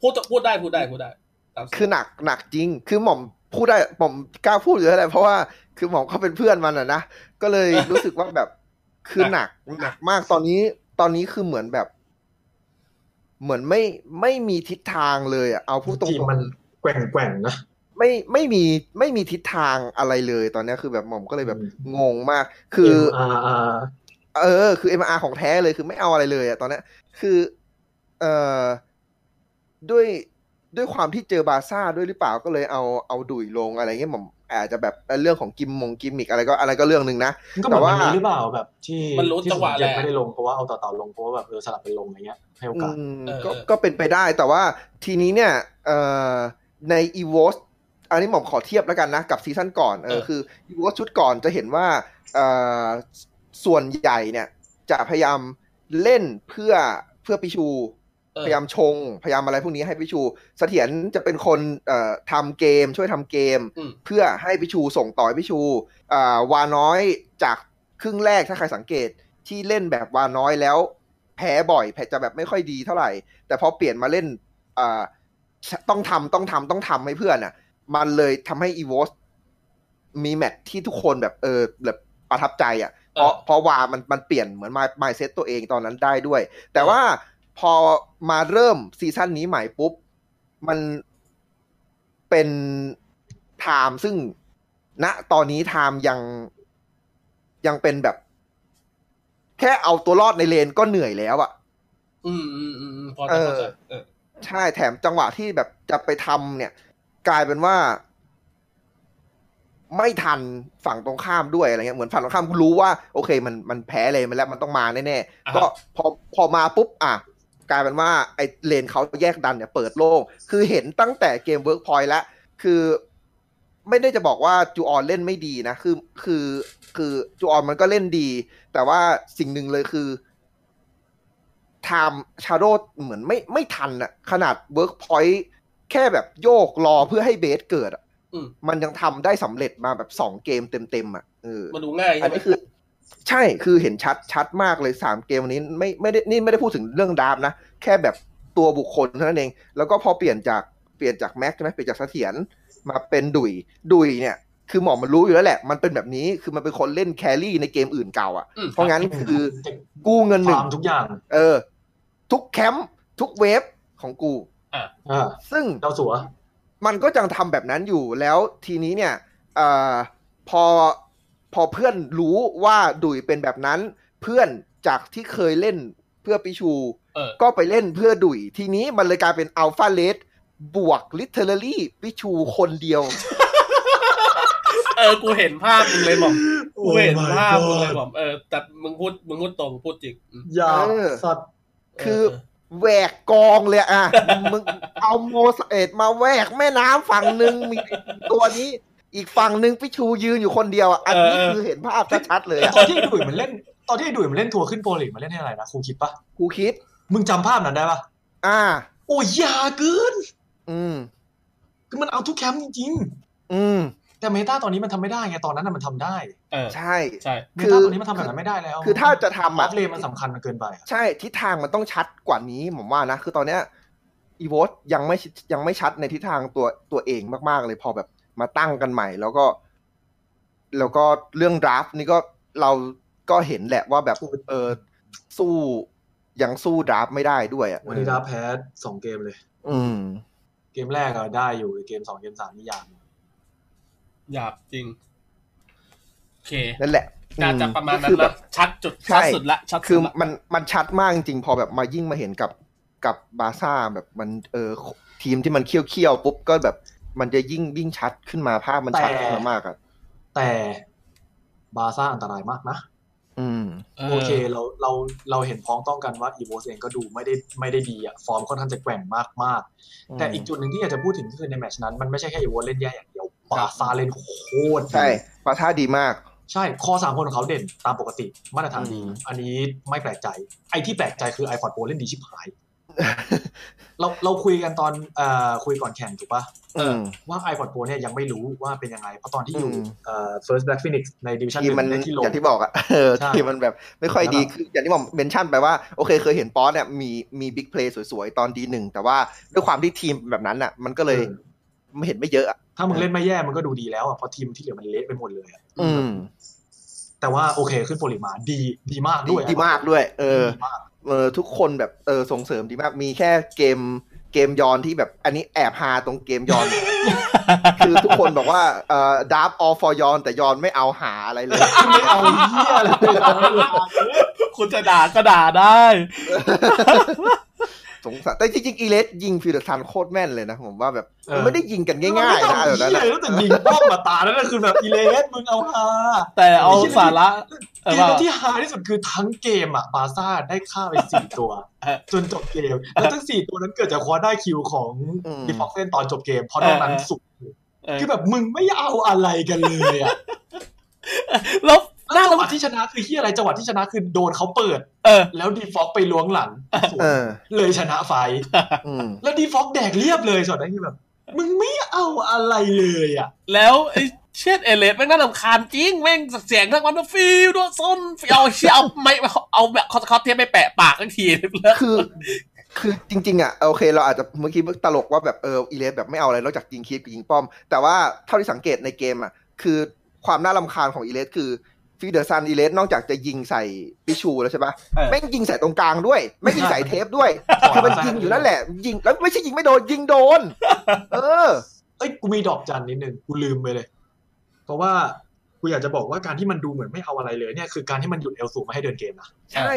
B: พูดพูดได้พูดได้พูดได้ตามสิ
C: คือหนักหนักจริง คือหม่อมพูดได้หม่อมกล้าพูดอยู่แล้วแหละเพราะว่าคือหม่อมเขาเป็นเพื่อนมันอะนะ ก็เลยรู้สึกว่าแบบ คือหนักหนักมากตอนนี้ ตอนนี้คือเหมือนแบบ เหมือนไม่ไม่มีทิศทางเลยอะเอาพูดตรง
D: ทีมมันแกว่งแกว่งๆนะ
C: ๆไม่ไม่มีไม่มีทิศทางอะไรเลย ตอนนี้คือแบบหม่อมก็เลยแบบ
D: อืม
C: งงมาก คือ
D: อ่าอ่า
C: เออ คือ MR ของแท้เลยคือไม่เอาอะไรเลยอะตอนเนี้ยคือ เอ่อ ด้วยด้วยความที่เจอบาร์ซ่าด้วยหรือเปล่าก็เลยเอาเอาดุยลงอะไรเงี้ยผมอาจจะแบบเรื่องของกิมมงกิมมิกอะไรก็อะไรก็เรื่องหนึ่งนะ
D: ก็เห
C: แต่
D: มือน
C: ว่า
D: วันนี้หรือเปล่าแบบที่
B: มันรู้
D: ที่
B: จังหวะ
D: สุด
B: แห
D: เจ็ด
B: ละ
D: ไม่ได้ลงเพราะว่าเอาต่อต่อลงเพราะว่าแบบเออสลับเป็นลงอะไรเงี้ยให้โอกาส
C: อืม
B: เออ
C: ก็
B: เออ
C: ก็เป็นไปได้แต่ว่าทีนี้เนี่ยเอ่อในอีวอสอันนี้หม่อมขอเทียบแล้วกันนะ กับซีซั่นก่อนเออคืออีวอสชุดก่อนจะเห็นว่าเอ่อส่วนใหญ่เนี่ย จะพยายามเล่นเพื่อเพื่อปิชู
B: เออ
C: พยายามชง พยายามอะไรพวกนี้ให้พิชู เสถียรจะเป็นคนเอ่อทำเกมช่วยทำเกม
B: อืม
C: เพื่อให้พิชูส่งต่อให้พิชูอ่าวาน้อยจากครึ่งแรกถ้าใครสังเกตที่เล่นแบบวาน้อยแล้ว แพ้บ่อยแพ้จะแบบไม่ค่อยดีเท่าไหร่ แต่พอเปลี่ยนมาเล่น อ่าต้องทำต้องทำต้องทำให้เพื่อนอ่ะ มันเลยทำให้อี o วสมีแมตช์ที่ทุกคนแบบเออแบบประทับใจอ่ะ เพราะ
B: เออ
C: เพราะว่ามันมันเปลี่ยนเหมือนมาไมเซ็ตตัวเองตอนนั้นได้ด้วย แต่ว่าพอมาเริ่มซีซั่นนี้ใหม่ปุ๊บ มันเป็นไทม์ซึ่งณตอนนี้ไทม์ยังยังเป็นแบบ แค่เอาตัวรอดในเลนก็เหนื่อยแล้วอะ
B: อืมอืมอืมอืมพอจะเข้าใจเออ
C: ใช่แถมจังหวะที่แบบจะไปทำเนี่ย กลายเป็นว่า ไม่ทันฝั่งตรงข้ามด้วยอะไรเงี้ยเหมือนฝั่งตรงข้ามรู้ว่า โอเค มันมันแพ้เลยมันแล้วมันต้องมาแน่
B: อ่า
C: ๆ
B: ฮะ
C: ก็พอพอมาปุ๊บ อ่ะ กลายเป็นว่าไอ้เลนเขาแยกดันเนี่ยเปิดโล่งคือเห็นตั้งแต่เกมเวิร์กพอยต์แล้ว คือไม่ได้จะบอกว่าจูออนเล่นไม่ดีนะ คือคือคือจูออนมันก็เล่นดี แต่ว่าสิ่งหนึ่งเลยคือ ไทม์ชาโดเหมือนไม่ไม่ทันอะขนาดเวิร์กพอยต์แค่แบบโยกรอเพื่อให้เบสเกิดอะ
B: อืม
C: มันยังทำได้สำเร็จมาแบบสองเกมเต็มๆอะเออ
B: มาดูง่าย
C: อั
B: ใช่
C: น
B: ไหม
C: นี้คือ ใช่คือเห็นชัดชัดมากเลยสามเกมวันนี้ไม่ไม่ได้นี่ไม่ได้พูดถึงเรื่องดราฟนะ แค่แบบตัวบุคคลเท่านั้นเอง แล้วก็พอเปลี่ยนจากเปลี่ยนจากแม็กใช่ไหมเปลี่ยนจากเสถียรมาเป็นดุยดุยเนี่ย คือหมอมันรู้อยู่แล้วแหละ มันเป็นแบบนี้คือมันเป็นคนเล่นแครี่ในเกมอื่นเก่าอะ
B: อืม
C: เพราะงั้นคือ
D: ติด
C: กู้เงินหนึ่
D: ฟาง ร์มทุกอย่าง
C: เออ ทุกแคมป์ทุกเวฟของกู
D: อ่า
C: ซึ่ง
D: ดาวสัว
C: มันก็ยังทำแบบนั้นอยู่แล้วทีนี้เนี่ยเออพอพอเพื่อนรู้ว่าดุยเป็นแบบนั้น เพื่อนจากที่เคยเล่นเพื่อปิชู
B: เออ
C: ก็ไปเล่นเพื่อดุยทีนี้มันเลยกลายเป็นอัลฟาเลสบวกลิเทอร์ลี่ปิชูคนเดียว
B: เออ กูเห็นภาพมึงเลยหม่อมกูเห็นภาพมึงเลยห
D: บ
B: ม่อมเออแต่มึงพูดมึงพูดตรงพูดจริงอืม
D: อย่า
C: เออ
D: สัตว์
C: คือ
B: เ
C: แหวกกองเลยอ่ะ มึงเอาโมเสเอตมาแหวกแม่น้ำฝั่งหนึ่งมีตัวนี้ อีกฝั่งหนึ่งพิชูยืนอยู่คนเดียวอะอันนี้
B: เออ
C: คือเห็นภาพชัดๆเลย
D: แต่
C: อะ
D: ตอนที่ไอ้ดุยมันเล่น ตอนที่ไอ้ดุยมันเล่นทัวร์ขึ้นโปรลีกมันเล่นให้อะไรนะครูคิดปะ
C: ครูคิด
D: มึงจำภาพนั้นได้ปะ
C: อ่า
D: โอ้ยอยาเกิน
C: อืม
D: คือมันเอาทุกแคมป์จริง
C: อืม
D: ๆแต่เมตาตอนนี้มันทำไม่ได้ไงตอนนั้นน่ะมันทำได้
B: เออ
C: ใช่
B: ใช่
D: เม
C: คือ
D: ตาตอนนี้มันทำแบบนั้นไม่ได้แล้ว
C: คือถ้าจะทำ
D: อ
C: อ่ะ
D: อฟเลนมันสำคัญมันเกินไปอะ
C: ใช่ทิศทางมันต้องชัดกว่านี้ผมว่านะ คือตอนเนี้ยอีโวสยังไม่ชิยังไม่ชัดในทิศทางตัวตัวเองมากๆ เลยพอแบบมาตั้งกันใหม่ แล้วก็ แล้วก็เรื่องดราฟต์นี่ก็เราก็เห็นแหละว่าแบบ เออสู้ยังสู้ดราฟต์ไม่ได้ด้วยอ่ะ
D: วันนี้ดาแพ้สองเกมเลย
C: อืม
D: เกมแรกอะได้อยู่เกมสองเกมสามนี่ยาก
B: หยาบจริง โอเค
C: นั่นแหละ
B: น่าจะประมาณนั้
C: ก็คื
B: น
C: อแบ
B: ละ
C: บ
B: ชัดจุด
C: ใช่
B: ชัดสุดละชัด
C: คื
B: สุ
C: อ
B: ดละ
C: มันมันชัดมากจริงๆพอแบบมายิ่งมาเห็นกับกับบาร์ซ่าแบบมันเออทีมที่มันเคี้ยวเคี้ยวๆปุ๊บก็แบบมันจะยิ่งยิ่งชัดขึ้นมาภาพมันชัดขึ้นมามากอ่ะ
D: แต่บาร์ซ่าอันตรายมากนะ
C: อืม
D: โอเคเราเราเราเห็นพ้องต้องกันว่าอีโวสเองก็ดูไม่ได้ไม่ได้ดีอะฟอร์มค่อนข้างจะแกว่งมากมากๆแต่อีกจุดหนึ่งที่อยากจะพูดถึงก็คือในแมตช์นั้นมันไม่ใช่แค่อีโวสเล่นแย่อย่างเดียวบาร์ซ่าเล่นโคตรดี
C: ใช่ปาท่าดีมาก
D: ใช่คอสามคนของเขาเด่นตามปกติมาตรฐานดี
C: อืม
D: อันนี้ไม่แปลกใจ ไอ้ที่แปลกใจคือ iPod Pro เล่นดีชิบ
C: [laughs]
D: หาย เราเราคุยกันตอนเอ่อคุยก่อนแข่งถูกปะ
C: อืม
D: ว่า iPod Pro เนี่ยยังไม่รู้ว่าเป็นยังไง เพราะตอนที่อยู่
C: อืม
D: เอ่อ First Black Phoenix ในดิวิชั่นห
C: ทีม
D: นึ่
C: มัน
D: งได้ที่ล
C: อง ย่างที่บอกอ่ะ [laughs] เออ
D: ใช่
C: ทีมมันแบบไม่ค่อยดี
D: แล้วแบบ
C: คืออย่างที่ผมเมนชั่นไปว่าโอเคเคยเห็นป๊อตเนี่ยมีมีบิ๊กเพลย์สวยๆ ตอนดีหนึ่งแต่ว่าด้วยความที่ทีมแบบนั้นอ่ะ มันก็เลยไม่เห็นไม่เยอะอะ
D: ถ้ามึงเล่นไม่แย่มันก็ดูดีแล้วอะเพราะทีมที่เหลือมันเละไปหมดเลยอะ
C: อืม
D: แต่ว่าโอเคขึ้นโปรลิมาดีดีมาก
C: ดี
D: ด้วย
C: ดีมากด้วย เออ
D: ดีมาก
C: เออทุกคนแบบเออส่งเสริมดีมากมีแค่เกมเกมยอนที่แบบอันนี้แอบฮาตรงเกมยอน
D: [laughs]
C: คือทุกคนบอกว่าเอ่อดับออฟยอนแต่ยอนไม่เอาหาอะไรเลย [laughs]
D: ไม่เอาเหี้ยอะไรเลย
B: คุณจะด่าก็ด่าได้
C: สงสารแต่จริงๆอีเลสยิงฟิวเดอร์ซันโคตรแม่นเลยนะผมว่าแบบมันไม่ได้ยิงกัน
D: มั
C: ง่ายๆ
D: ไม่
C: นะ
D: ต้
C: เดี๋
D: อ
C: ว
D: ย ง
C: นั้นนะ
D: เหี้ยเลยตั้งแต่ยิงป้อมมาตานั่นนะคือแบบอีเลสมึงเอาฮา
B: แต่เอาสาระเออ
D: เกม
B: ว่า
D: ที่ฮาที่สุดคือทั้งเกมอ่ะบาร์ซ่าได้ฆ่าไป [laughs] สี่ตัว
B: เออ
D: จนจบเกม แล้วทั้งสี่ตัวนั้นเกิดจากควอได้คิวของดิฟอกเซนตอนจบเกมเพราะนอกนั้น
B: เออ
D: สุด
B: เออ
D: คือแบบมึงไม่เอาอะไรกันเลยอ่ะ
B: แล้ว
D: แล้วจังหวะที่ชนะคือเฮียอะไรจังหวะที่ชนะคือโดนเขาเปิด
B: เออ
D: แล้วดีฟอกไปล้วงหลังสวน
C: [laughs] เออ
D: เลยชนะไฟ
C: อืม
D: แล้วดีฟอกแดกเรียบเลยช็อตนั้นคือแบบ มึงไม่เอาอะไรเลยอ่ะ
B: แล้วไอ้เชิดเอเลสแม่งน่าลำคาญจริง แม่งเสียงทั้งวันว่าฟิวโดนซนเอาเชี่ยเอาไม่เอาแบบคอสคอสเทปไม่แปะปากทันทีเลย
C: คือ คือจริงๆอ่ะโอเค เราอาจจะเมื่อกี้ตลกว่าแบบเอออีเลสแบบไม่เอาอะไรนอกจากยิงคีบกับยิงป้อม แต่ว่าเท่าที่สังเกตในเกมอ่ะคือความน่ารำคาญของอีเลสคือฟิวเดอร์ซันอีเลสนอกจากจะยิงใส่ปิชูแล้วใช่ปะ
E: เออ
C: แม่งยิงใส่ตรงกลางด้วยไม่งยิงใส่เทปด้วยคือมันยิงอยู่นั่นแหละ ยิงแล้วไม่ใช่ยิงไม่โดนยิงโดน เออ
D: เอ้ยกูมีดอกจันนิดนึงกูลืมไปเลย เพราะว่ากูอยากจะบอกว่าการที่มันดูเหมือนไม่เอาอะไรเลยเนี่ยคือการที่มันหยุดเอลสูมาให้เดินเกมนะ
C: ใช่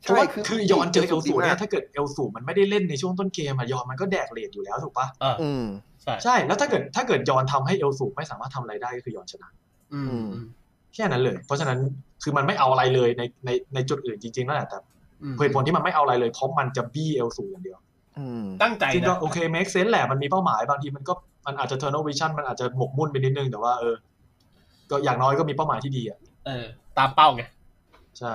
D: เพราะ
C: ใช่
D: ว่าคือย้อนเจอเอลสูเนี่ยถ้าเกิดเอลสูมันไม่ได้เล่นในช่วงต้นเกมอะยอนมันก็แดกเลดอยู่แล้วถูกปะ
B: อ่า
C: อืม
B: ใช่
D: ใช่แล้วถ้าเกิดถ้าเกิดยอนทำให้เอลสูไม่สามารถทำอะไรได้ก็คือยอนชนะ
B: อืม
D: แค่นั้นเลย เพราะฉะนั้นคือมันไม่เอาอะไรเลยในในในจุดอื่นจริงๆนั่นแหละแต่
B: อืม
D: เหตุผลที่มันไม่เอาอะไรเลยเพราะมันจะบี้เอลสูอย่างเดียว
C: อืม
B: ตั้งใจ
D: จริงก็
B: นะ
D: โอเค make sense แหละ มันมีเป้าหมายบางทีมันก็มันอาจจะ tunnel vision มันอาจจะหมกมุ่นไปนิดนึง แต่ว่าเออ ก็อย่างน้อยก็มีเป้าหมายที่ดีอ่ะ
B: เออ ตามเป้าไง
D: ใช่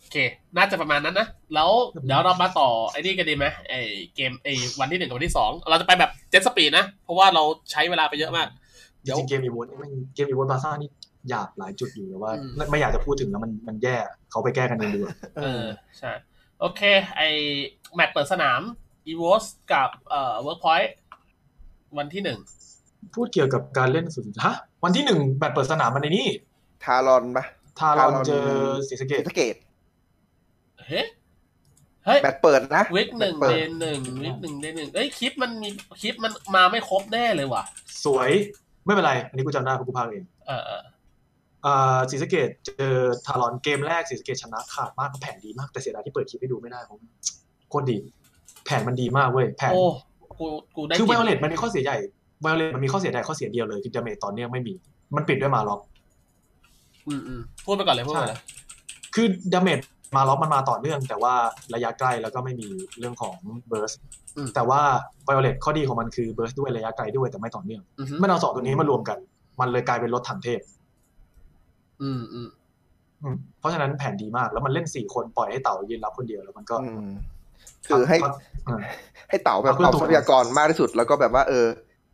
B: โอเค น่าจะประมาณนั้นนะ แล้วเดี๋ยวเรามาต่อไอ้นี่กันดีไหมไอ้เกมไอ้วันที่หนึ่งกับวันที่สอง เราจะไปแบบเจ็ตสปีดนะ เพราะว่าเราใช้เวลาไปเยอะมาก
D: จ
B: เดี๋ยว
D: ริงๆเกมอีวอนมันเกมอีวอนบาซ่านี่หยาบหลายจุดอยู่แต่ว่า
B: อืม
D: ไม่ไม่อยากจะพูดถึงแล้วมันมันแย่เขาไปแก้กันเองดีกว่า
B: เออ ใช่ โอเค ไอ้แมตช์เปิดสนามอีวอสกับเอ่อเวิร์กพอยต์วันที่หนึ่ง
D: พูดเกี่ยวกับการเล่นสุดฮะ วันที่หนึ่งแมตช์เปิดสนามมันในนี่
C: ทารอนปะ
D: ทารอน
C: ทารอน
D: เจอศรีสะเก
C: ศรี
D: ด
C: สะเกต
B: เฮ้ย เฮ้ย
C: แมตช์เปิดนะ
B: วิกหนึ่ง
C: แมตช์
B: เด
C: เปิด
B: นหนึ่งวิกหนึ่งเดนหนึ่งเอ้ยคลิปมันมีคลิปมันมาไม่ครบแน่เลยว่ะ
D: สวยไม่เป็นไร อันนี้กูจำได้เพราะกูพากย์เอง
B: เออเออ
D: อ่าศรีสะเกดเจอทารอนเกมแรกศรีสะเกดชนะขาดมากแผนดีมากแต่เสียดายที่เปิดคลิปให้ดูไม่ได้ผมโคตรดี แผนมันดีมากเว้ยแผน
B: โอ้ กูกูได้
D: คือไว
B: กิน
D: โอเลตมันมีข้อเสียใหญ่ไวโอเลตมันมีข้อเสียใหญ่ข้อเสียเดียวเลยคือดาเมจตอนเนื่องไม่มี มันปิดด้วยมาล็อก
B: อืมอืมพูดไปก่อนเลยพูดไปก่อนเลย
D: คือดาเมจมาล็อกมันมาต่อเนื่อง แต่ว่าระยะใกล้แล้วก็ไม่มีเรื่องของเบิร์ส
B: อืม
D: แต่ว่าไวโอเลตข้อดีของมันคือเบิร์สด้วยระยะไกลด้วยแต่ไม่ต่อเนื่อง
B: อืม
D: มันเอาสองตัวนี้มารวมกัน มันเลยกลายเป็นรถถังเทพ
B: อืมอืม
D: อืมเพราะฉะนั้นแผนดีมากแล้วมันเล่นสี่คนปล่อยให้เต่ายืนรับคนเดียวแล้วมันก็
C: อืมคือให้
D: พักอ่า
C: ให้เต่าแบบ
D: เอา
C: เอา
D: เพื่อนตัว
C: ทรัพยากรมากที่สุดแล้วก็แบบว่า เออ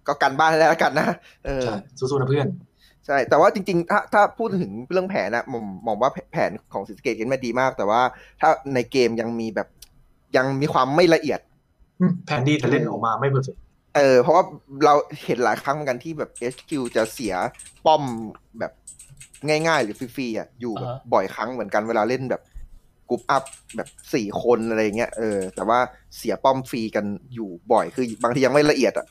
C: ก็กันบ้านให้ได้แล้วกันนะเออ
D: ใช่สู้ๆนะเพื่อน
C: ใช่ แต่ว่าจริง ๆ ถ้าถ้าพูดถึงเรื่องแผนนะผมมองว่าแผนของสิสะเกตเกมมาดีมาก แต่ว่าถ้าในเกมยังมีแบบ ยังมีความไม่ละเอียด
D: อืมแผนดีแต่เล่นออกมาไม่เพอร์เฟกต์
C: เออ เพราะว่าเราเห็นหลายครั้งเหมือนกันที่แบบ HQ จะเสียป้อมแบบง่ายๆ หรือฟรีๆอ่ะอยู่แบบบ่อยครั้งเหมือนกันเวลาเล่นแบบกรุ๊ปอัพแบบสี่คนอะไรอย่างเงี้ยเออแต่ว่าเสียป้อมฟรีกันอยู่บ่อยคือบางทียังไม่ละเอียดอ่ะ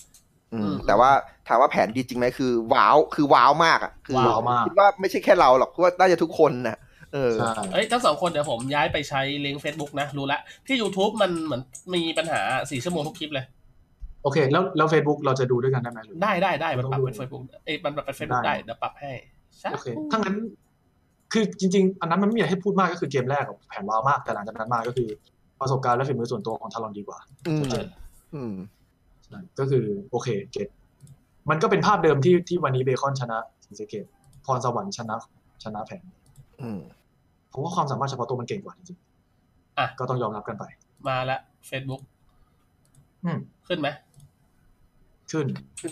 C: อืมแต่ว่าถามว่าแผนดีจริงไหมคือ ว้าวคือว้าวมากอ่ะคือ
D: ว้าวมาก
C: คิดว่าไม่ใช่แค่เราหรอกคิดว่าน่าจะทุกคนนะเออ
D: ใช่
B: เอ้ยทั้งสองคนเดี๋ยวผมย้ายไปใช้ลิงก์ Facebook นะ รู้ละ ที่ YouTube มันเหมือนมีปัญหาสี่ชั่วโมงทุกคลิปเลย
D: โอเค แล้วแล้วเฟซบุ๊กเราจะดูด้วยกันได้ไหมหรือ
B: ได้ได้ได้มันปรับเป็น
D: ต้องดู
B: Facebook เอ้ยมันปรับเป็น Facebook ได้เดี๋ยวปรับให้ใช่
D: โอเคถ้างั้น คือจริงๆ อันนั้นมันไม่มีอะไรให้พูดมากก็คือเกมแรกกับแผนว้าวมาก แต่หลังจากนั้นมาก็คือประสบการณ์และฝีมือส่วนตัวของทารอนดีกว่า
C: อืม
B: เออ
C: อืม
D: ใช่ก็คือโอเคเกตมันก็เป็นภาพเดิมที่ที่วันนี้เบคอนชนะสิงเกตพรสวรรค์ชนะชนะแผน
C: อืม
D: เพราะว่าความสามารถเฉพาะตัวมันเก่งกว่าจริง
B: อ่ะ
D: ๆก็ต้องยอมรับกันไป
B: มาละ Facebook
D: อืม
B: ขึ้นไหม
D: ขึ้น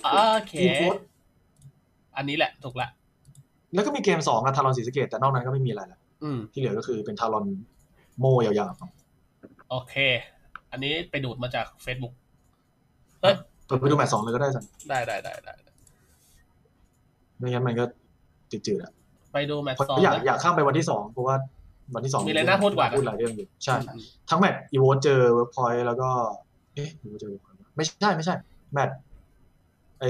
B: โอเค
D: มีโพสต์
B: อันนี้แหละถูกละ
D: แล้วก็มีเกมสองกับทารอนสีสะเกตแต่นอกนั้นก็ไม่มีอะไรแล้ว
B: อืม
D: ที่เหลือก็คือเป็นทารอนโมยาว
B: โอเค อันนี้ไปดูดมาจาก Facebook เอ้ย
D: ๆเปิดไปดูแมตช์สองเลยก็ได้สัน
B: ได้ได้ได้ได้
D: ไม่งั้นมันก็จืดๆอะ
B: ไปดูแมตช์
D: เพ
B: สอ
D: ราะ
B: ง
D: อยาก
B: นะ
D: อยากข้ามไปวันที่สองเพราะว่าวันที่สอง
B: มีอะไรน่าพูดกว่านะ
D: พูดหลายเรื่องอยู่ใช่ ทั้งแมตช์อีโวเจอเวิร์กพอยต์แล้วก็ เอ๊ะอีโวเจอ Workpoint ไม่ใช่ไม่ใช่ แมตช์ไอ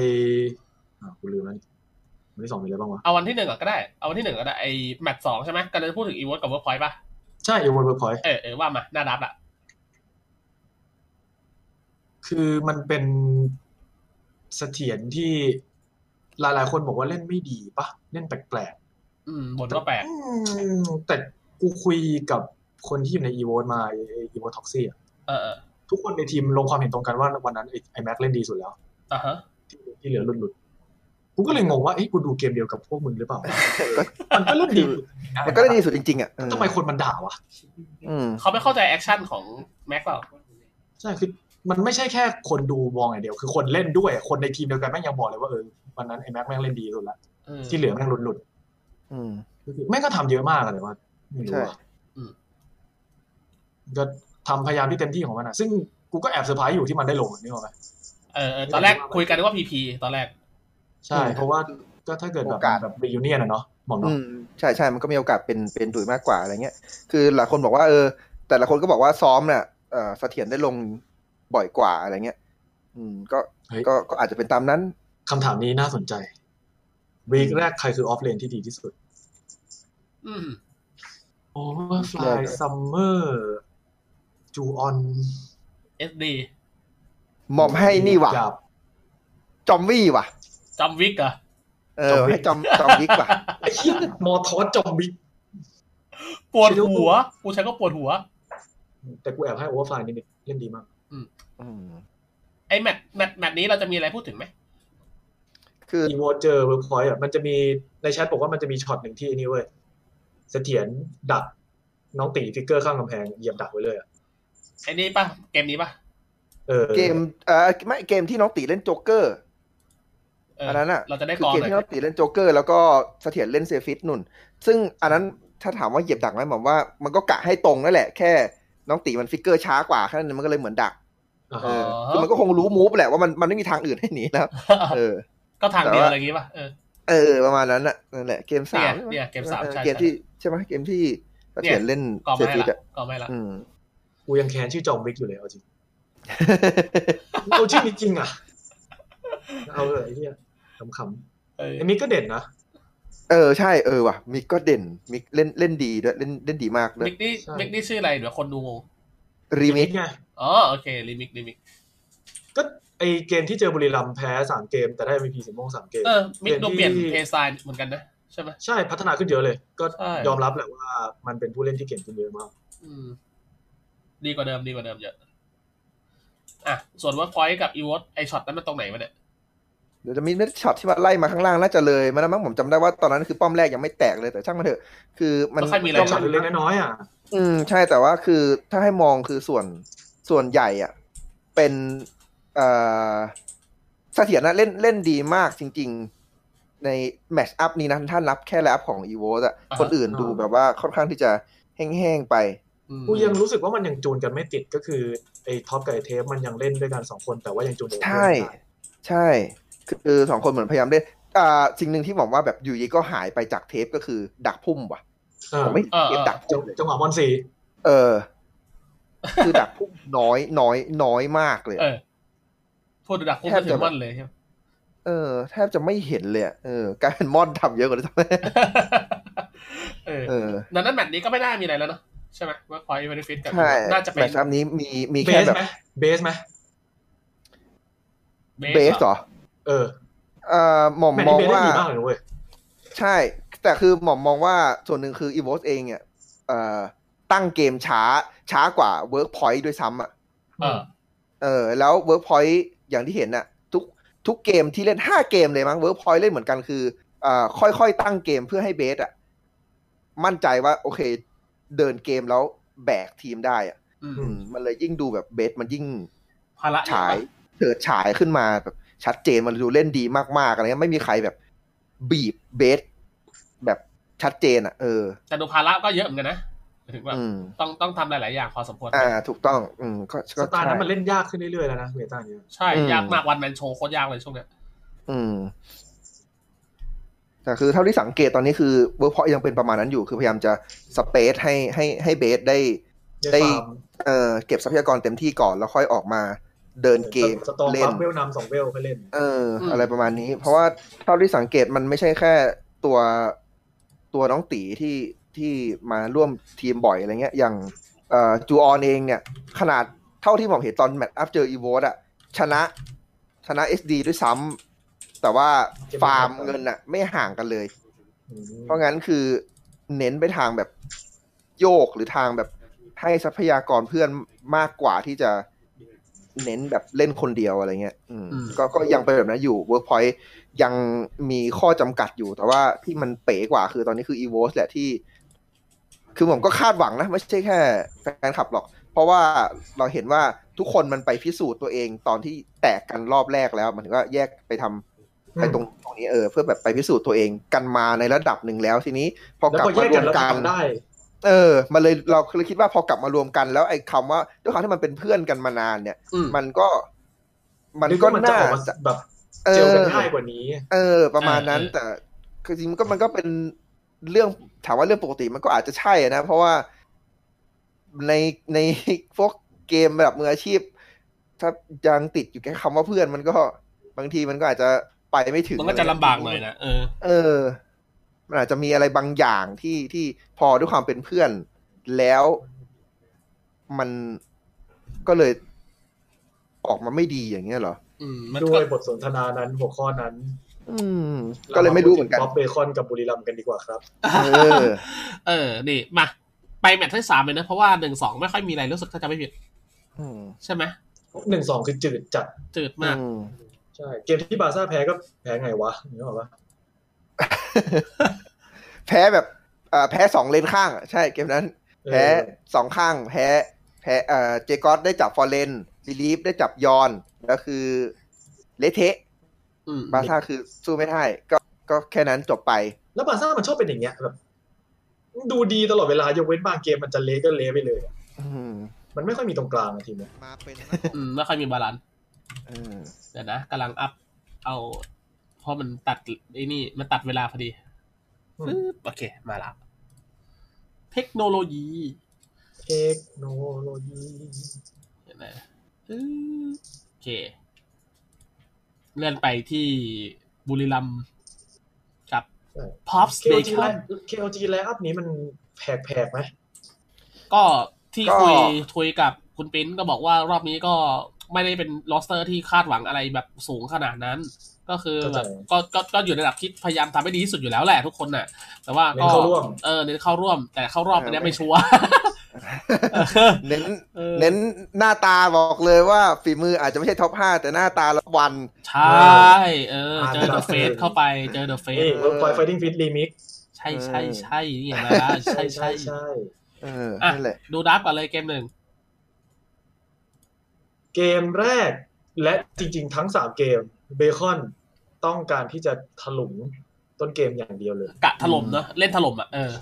D: อ่ากูลืมแล้วนี่วันที่สองมีอะไรบ้างวะ
B: เอาวันที่หนึ่งก่อนก็ได้ เอาวันที่หนึ่งก็ได้ไอแมตช์สองใช่ไหมกำลังจะพูดถึงอีวอตกับเวิร์กพอยต์ป่ะ
D: ใช่อีโวเวิร์กพอยต์
B: เออเออว่ามาหน้าดับละ
D: คือมันเป็นเสถียรที่หลายๆ คนบอกว่าเล่นไม่ดีปะเล่นแปลก
B: อืมบนก็แปล
D: ๆ
B: ก
D: อืมแต่กูคุยกับคนที่อยู่ในอีโวมาอีโวท็อกซี่อะ
B: เออเออ
D: ทุกคนในทีมลงความเห็นตรงกันว่าวันนั้นไอ้ไอแม็กเล่นดีสุดแล้ว
B: อ่ะฮะ
D: ที่ที่เหลือหลุดหลุดๆกูก็เลยงงว่า เอ้ยกูดูเกมเดียวกับพวกมึงหรือเปล่า
C: ก็
D: มันก็เล่นดี
C: มันก็ได้ดีสุดจริงๆอ่ะเออ
D: ทำไมคนมันด่าวะ
C: อืม
B: เขาไม่เข้าใจแอคชั่นของแม็กเปล่า
D: ใช่ คือมันไม่ใช่แค่คนดูมองอย่างเดียว คือคนเล่นด้วย คนในทีมเดียวกันแม่งยังบอกเลยว่าเออ วันนั้นไอ้แม็กแม่งเล่นดีสุดละ
B: เออ
D: ที่เหลือแม่งหลุดหลุด
C: อืม
D: ๆก็คือแม่งก็ทำเยอะมากเลยว่าไม่รู้
C: ใช่
D: อะก็ ทำพยายามที่เต็มที่ของมันอะซึ่งกูก็แอบเซอร์ไพรส์อยู่ที่มันได้ลงอะนี่หรอกไหม
B: เออเออตอนแรกคุยกันว่าพีพีตอนแรก
D: ใช่เพราะว่าก็ถ้าเกิดแบบ
C: โอกาส
D: แบบรียูเนียนอะเนาะหมองเนาะ
C: อืมใช่ใช่มันก็มีโอกาสเป็นเป็นดุยมากกว่าอะไรเงี้ย คือหลายคนบอกว่าเออ แต่ละคนก็บอกว่าซ้อมเนี่ยเออเสถียรได้ลงบ่อยกว่าอะไรเงี้ย อืมก็
D: เฮ้ย
C: ก็ก็อาจจะเป็นตามนั้น
D: คำถามนี้น่าสนใจวีคแรกใครคือออฟเลนที่ดีที่สุด
B: อืม
D: โอเวอร์ฟ
C: แร
D: ลาย
C: กเลย
D: ซัมเมอร์จูออน
B: SD
C: มอมให้นี่ว่ะ จอมวี่ว่ะ
B: จำวิกเหรอะ
C: เอ
D: จอ
C: อ
D: มวิก
C: ให้จอมจอมวิกว่ะ
D: ไอ้เหี้ยมอทอสจอมบิ๊ก
B: ปวดหัวกูใช้ก็ปวดหัว
D: แต่กูแอบให้โอเวอร์ฟลายนิดนึงเล่นดีมาก
C: อืม
B: ไอ้แมตช์แมตช์แมตช์นี้เราจะมีอะไรพูดถึงไหม
C: คือ
D: อีโวเจอเวิร์กพอยต์อ่ะมันจะมีในแชทบอกว่ามันจะมีช็อตหนึ่งที่นี่เว้ยเสถียรดักน้องตีฟิกเกอร์ข้างกำแพงเหยียบดักไว้เลยอ่ะ
B: ไอ้นี่ป่ะ เกมนี้ป่ะ
D: เออ
C: เกมเออไม่เกมที่น้องตีเล่นโจ๊กเกอร์
B: เออ
C: อันนั้นอ่ะ
B: เราจะได้
C: คื
B: ก
C: อ
B: อง
C: เกม
B: หน่อย
C: ที่น้องตีเล่นโจ๊กเกอร์ แล้วก็เสถียรเล่นเซฟิตนุ่น ซึ่งอันนั้นถ้าถามว่าเหยียบดักไหมหมายว่ามันก็กะให้ตรงนั่นแหละ แค่น้องตีมันฟิกเกอร์ช้ากว่าแค่นั้นมันก็เลยเหมือนดัก
D: อ่า
C: เอ
D: ฮะ
C: อคือมันก็คงรู้มูฟแหละว่ามันมันไม่มีทางอื่นให้หนีแล้วเออ
B: [laughs] ก็ทางเดียว
C: แต่ว่า
B: อะไรอย่างงี้ป่ะเออ
C: เออ ประมาณนั้นน่ะนั่นแหละเกมสาม
B: เนี่ยเนี่ยเกมสาม
C: ออ
B: ใช่ใช่
C: เกมที่ใช่ไหมเกมที่เสถียรเล่น
B: กอง
C: เซ
B: ไม่
C: ฟิต
B: ละ
C: อ่ะ
B: กองไม่ละ
C: อืม [laughs]
D: กูยังแค้นชื่อจอมวิกอยู่เลยเอาจริงเอาชื่อนี้จริงอ่ะเอาเลยไอ้เหี้ยขำ
B: เออ
D: ๆไอ้มิกก็เด่นนะ
C: เออใช่เออว่ะมิกก็เด่นมิกเล่นเล่นดีด้วยเล่นเล่นดีมากด้วย
B: มิกนี่มิกนี่ชื่ออะไรเดี๋ยวคนดูงง
C: รีมิก
D: ไง
B: อ๋อโอเครีมิกรีมิก
D: ก็ไอเกมที่เจอบุรีรัมย์แพ้สามเกม แต่ได้ MVP สีม่วงสามเกม
B: เออมิกโดนเปลี่ยน
D: เกมที่
B: เพย์ไซน์เหมือนกันนะใช่ไหม
D: ใช่พัฒนาขึ้นเยอะเลย ก็
B: ใช่
D: ยอมรับแหละว่ามันเป็นผู้เล่นที่เก่งขึ้นเยอะมาก
B: อืม ดีกว่าเดิมดีกว่าเดิมเยอะอ่ะส่วนว่าพอยกับอีวอตไอช็อตนั้นมันตรงไหนวะเนี่ย
C: เดี๋ยวจะมีเม็ดช็อตที่ว่าไล่มาข้างล่างน่าจะเลยมันนะมั้งผมจำได้ว่าตอนนั้นคือป้อมแรกยังไม่แตกเลยแต่ช่างมันเถอะ คือมัน
B: ไม่ค่อยมีอะไร
D: แต่ช็อต
B: นะ
D: เล็กๆน้อยๆอ่ะ
C: อืมใช่แต่ว่าคือถ้าให้มองคือส่วนส่วนใหญ่อะเป็นเอ่อเสถียรนะเล่นเล่นดีมากจริง ๆ ในแมชอัพนี้นะถ้านับแค่แลอัพของอีโวสอะ
B: อ่าฮะ
C: คนอื่นดูแบบว่าค่อนข้างที่จะแห้งๆไป
B: อืม
D: กูยังรู้สึกว่ามันยังจูนกันไม่ติดก็คือไอ้ท็อปกับไอ้เทปมันยังเล่นด้วยกันสองคนแต่ว่ายังจูนกันไม่
C: ใช่
D: ได้
C: ใช่ คือสองคนเหมือนพยายามเล่นอ่าสิ่งหนึ่งที่บอกว่าแบบอยู่ดีก็หายไปจากเทปก็คือดักพุ่มว่ะ
D: เอ
C: ผ
D: อ
C: มไม่เห็นเกมดักพุ่มเลย
D: จังหวะบอลสี่
C: เออ คือดักพุ่มน้อยน้อยน้อยมากเลย
B: เออพูดระดับพูดถึงมันเลยใช่ไหม
C: เออแทบจะไม่เห็นเลยอะเออกลายเป็นมอนทำเยอะกว่าด้วยซ้ [laughs] ำ
B: เออ
C: เออ
B: ดังนั้นแมตช์นี้ก็ไม่น่ามีอะไรแล้วเนอะใช่ไหมว่าพอยเบนฟิตกับ
C: ใช่
B: น่าจะเป็
C: แม
B: น
C: ตช์อัพนี้มีมี
D: เบ
C: แค่
D: ส
C: แบบ
D: ไหมเบสไหม
C: เบสเหรอ
D: เออ
C: เอ่อหม่อม
D: แม
C: ม
D: ตช์
C: อง
D: นี้เบสได้
C: ว่า
D: ดีมากเลยนะเว้ย
C: ใช่ แต่คือหม่อมมองว่าส่วนหนึ่งคืออีโวสเองเนี่ยเอ่อตั้งเกมช้าช้ากว่าเวิร์กพอยต์ด้วยซ้ำอ่ะ
B: เออ
C: เออแล้วเวิร์กพอยต์อย่างที่เห็นน่ะทุกทุกเกมที่เล่น 5 เกมเลยมั้งเวิร์กพอยต์เล่นเหมือนกันคือเอ่อค่อยๆ ตั้งเกมเพื่อให้เบสอ่ะมั่นใจว่าโอเค เดินเกมแล้วแบกทีมได้อ่ะ
B: อืม
C: อืมมันเลยยิ่งดูแบบเบสมันยิ่ง
B: ภาระ
C: ฉายเถิดฉายขึ้นมาแบบชัดเจนมันดูเล่นดีมากๆอะไรเงี้ยไม่มีใครแบบบีบเบสแบบชัดเจนอ่ะ เออ
B: แต่ดูภาระก็เยอะเหมือนกันนะหมายถึงว่า
C: อืม
B: ต้องต้องทำหลาย ๆ อย่างพอสมควร
C: อ่า ถูกต้อง อืมก็
D: ส
C: ก็
D: ไตล์นั้น
C: ใช่
D: มันเล่นยากขึ้นเรื่อยๆแล้วนะเบต้าเนี้ย
B: ใช่
C: อืม
B: ยากมากวันแมนโชว์โคตรยากเลยช่วงเนี้ย
C: อืมแต่คือเท่าที่สังเกตตอนนี้คือเวิร์กพอยังเป็นประมาณนั้นอยู่คือพยายามจะสเปซให้ให้ให้เบสได้
D: ได้
C: ได้
D: ฟาร์ม
C: เออเก็บทรัพยากรเต็มที่ก่อนแล้วค่อยออกมาเดินเกม
D: สตอม
C: เล่
D: บั
C: น
D: ฟเวลนำสองเวลก็เล่น
C: เอออะไรประมาณนี้ เพราะว่าเท่าที่สังเกตมันไม่ใช่แค่ตัวตัวน้องตีที่ที่มาร่วมทีมบ่อยอะไรเงี้ย อย่างเอ่อจูออนเองเนี่ย ขนาดเท่าที่ผมเห็นตอนแมตช์อัพเจออีโวตอะชนะชนะเอสดีด้วยซ้ำแต่ว่าฟาร์มเงินอะไม่ห่างกันเลย เพราะงั้นคือเน้นไปทางแบบโยกหรือทางแบบให้ทรัพยากรเพื่อนมากกว่าที่จะเน้นแบบเล่นคนเดียวอะไรเงี้ยอืมก็ก็ยังเป็นแบบนั้นอยู่ Workpoint ยังมีข้อจำกัดอยู่แต่ว่าที่มันเป๋กว่าคือตอนนี้คือ e v o s แหละที่ คือผมก็คาดหวังนะ ไม่ใช่แค่แฟนคลับหรอก เพราะว่าเราเห็นว่าทุกคนมันไปพิสูจน์ตัวเองตอนที่แตกกันรอบแรกแล้วหมันถึงว่าแยกไปทำไปตรงตรงนี้เออเพื่อแบบไปพิสูจน์ตัวเองกันมาในระดับหนึ่งแล้วทีนี้ พอก
D: แล้ว
C: ลับ
D: พอแย
C: มาก รวน ม
D: กัแล้ว
C: กัน
D: ทำได้
C: เออ มันเลยเราเลยคิดว่าพอกลับมารวมกันแล้วไอ้คำว่าด้วยความที่มันเป็นเพื่อนกันมานานเนี่ย
B: อืม
C: มันก็ มัน
D: นึ
C: ก็
D: ว่ามัจะ
C: น่า
D: ออกมา
C: จะ
D: แบบ
C: เอ
D: เจล
C: อ
D: กันง่ายกว่านี้
C: เออ ประมาณนั้น
B: เออ
C: แต่คือจริงมันก็มันก็เป็นเรื่องถามว่าเรื่องปกติมันก็อาจจะใช่นะ เพราะว่าในในพวกเกมแบบมืออาชีพ ถ้ายังติดอยู่แค่คำว่าเพื่อนมันก็บางทีมันก็อาจจะไปไม่ถึง
B: มันก็จะลำบากหน่อยนะเออ
C: เออ มันอาจจะมีอะไรบางอย่างที่ที่พอด้วยความเป็นเพื่อน แล้วมันก็เลยออกมาไม่ดีอย่างเงี้ยเหรอ
B: อืมมัน
D: ด้
B: ก็
D: วยบทสนทนานั้นหัวข้อนั้น
C: อืม ก็เลยไม่รู้เหมือนกัน
D: ป๊อปเบคอนกับบุรีรัมย์กันดีกว่าครับ
C: เออ
B: เออ นี่มา ไปแมตช์ที่สามเลยนะ เพราะว่าหนึ่งสองไม่ค่อยมีอะไรรู้สึกถ้าจะไม่ผิด
C: อืม
B: ใช่ไหม
D: หนึ่งสองคือจืดจัด
B: จืดมาก
C: อืม
D: ใช่ เกมที่บาร์ซ่าแพ้ก็แพ้ไงวะนึกออกปะ
C: แพ้แบบเอ่อแพ้สองเลนข้างอะใช่เกมนั้น
D: เออ
C: แพ้สองข้าง แพ้ แพ้เอ่อเจกอสได้จับฟอร์เรนลิลีฟได้จับยอน แล้วคือเละเทะ
B: อืม
C: บาร์ซ่าคือสู้ไม่ได้ก็ก็แค่นั้นจบไป
D: แล้วบาร์ซ่ามันชอบเป็นอย่างเงี้ยแบบ ดูดีตลอดเวลายกเว้นบางเกมมันจะเละก็เละไปเลยอะ
C: อืม
D: มันไม่ค่อยมีตรงกลางนะทีมเนี้ย
C: มาเป็น
B: อืมไม่ค่อยมีบาลานซ์
C: เออ
B: เดี๋ยวนะกำลังอัพ เอา เพราะมันตัดไอ้นี่ มันตัดเวลาพอดีปึ๊บโอเค มาละ เทคโนโลยี
D: เทคโนโลยี
B: เดี๋ยวนะปึ๊บโอเค เลื่อนไปที่บุรีรัมย์กับพอปส
D: เค
B: เบ
D: โอจี
B: ค
D: ไล
B: อน
D: เคโอจีไลอัพนี้มันแผกแผกๆไหม
B: ก็ที่
C: ก็
B: คุยคุยกับคุณปิ้นก็บอกว่ารอบนี้ก็ไม่ได้เป็นลอสเตอร์ที่คาดหวังอะไรแบบสูงขนาดนั้น ก็คือแบบก็ก็ก็อยู่ในระดับที่พยายามทำให้ดีที่สุดอยู่แล้วแหละทุกคนน่ะ แต่ว่า
D: เน้น
B: ก็
D: เข้าร่วม
B: เออเน้นเข้าร่วม แต่เข้ารอบอันเนี้ยไม่ชัวร์
C: เน้น
B: ออ
C: เน้นหน้าตาบอกเลยว่าฝีมืออาจจะไม่ใช่ท็อป 5 แต่หน้าตาละวัน
B: ใช่เออ เจอ
D: อ่า
B: เดอะเฟส
D: เออ
B: เข้าไปเจอเดอะเฟส
D: นี่เวิร์กไฟไฟติ้งฟิตรีมิก
B: ใช่ใช่ใช่นี่นะใช่ใช่
D: ใช่ใช่
C: เออ
B: อ่ะ
C: นั่นแหละ
B: ดูดับก่อนเลยเกมหนึ่ง
D: เกมแรกและจริง ๆ ทั้งสามเกมเบคอนต้องการที่จะถลุงต้นเกมอย่างเดียวเลย
B: กะถล่มเนอะเล่นถล่มอ่ะเออ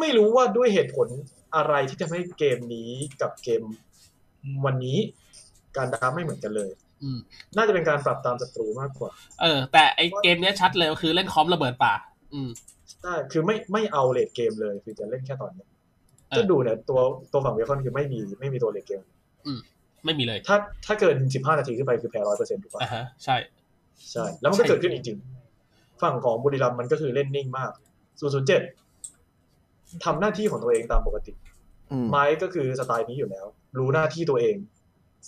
D: ไม่รู้ว่าด้วยเหตุผลอะไรที่ทำให้เกมนี้กับเกมวันนี้ การดราฟไม่เหมือนกันเลย
B: อืม
D: น่าจะเป็นการปรับตามศัตรูมากกว่า
B: เออ แต่ไอเกมเนี้ยชัดเลยคือเล่นคอมระเบิดป่า อืม
D: ใช่คือไม่ไม่เอาเลทเกมเลยคือจะเล่นแค่ตอนเนี้ย
B: เออ
D: จะดูเนี่ยตัวตัวฝั่งเวคอนคือไม่มีไม่มีตัวเลทเกม
B: ไม่มีเลย
D: ถ้าถ้าเกินสิบห้านาทีขึ้นไปคือแพ้ร้อยเปอร์เซ็นต์ถูกป่ะ
B: อ่ะฮะ ใช่
D: ใช่แล้วมันก็เกิดขึ้นจริงๆ ฝั่งของบุรีรัมย์มันก็คือเล่นนิ่งมากศูนย์ศูนย์เจ็ดทำหน้าที่ของตัวเองตามปกติ
C: อืม
D: ไม้ก็คือสไตล์นี้อยู่แล้ว รู้หน้าที่ตัวเอง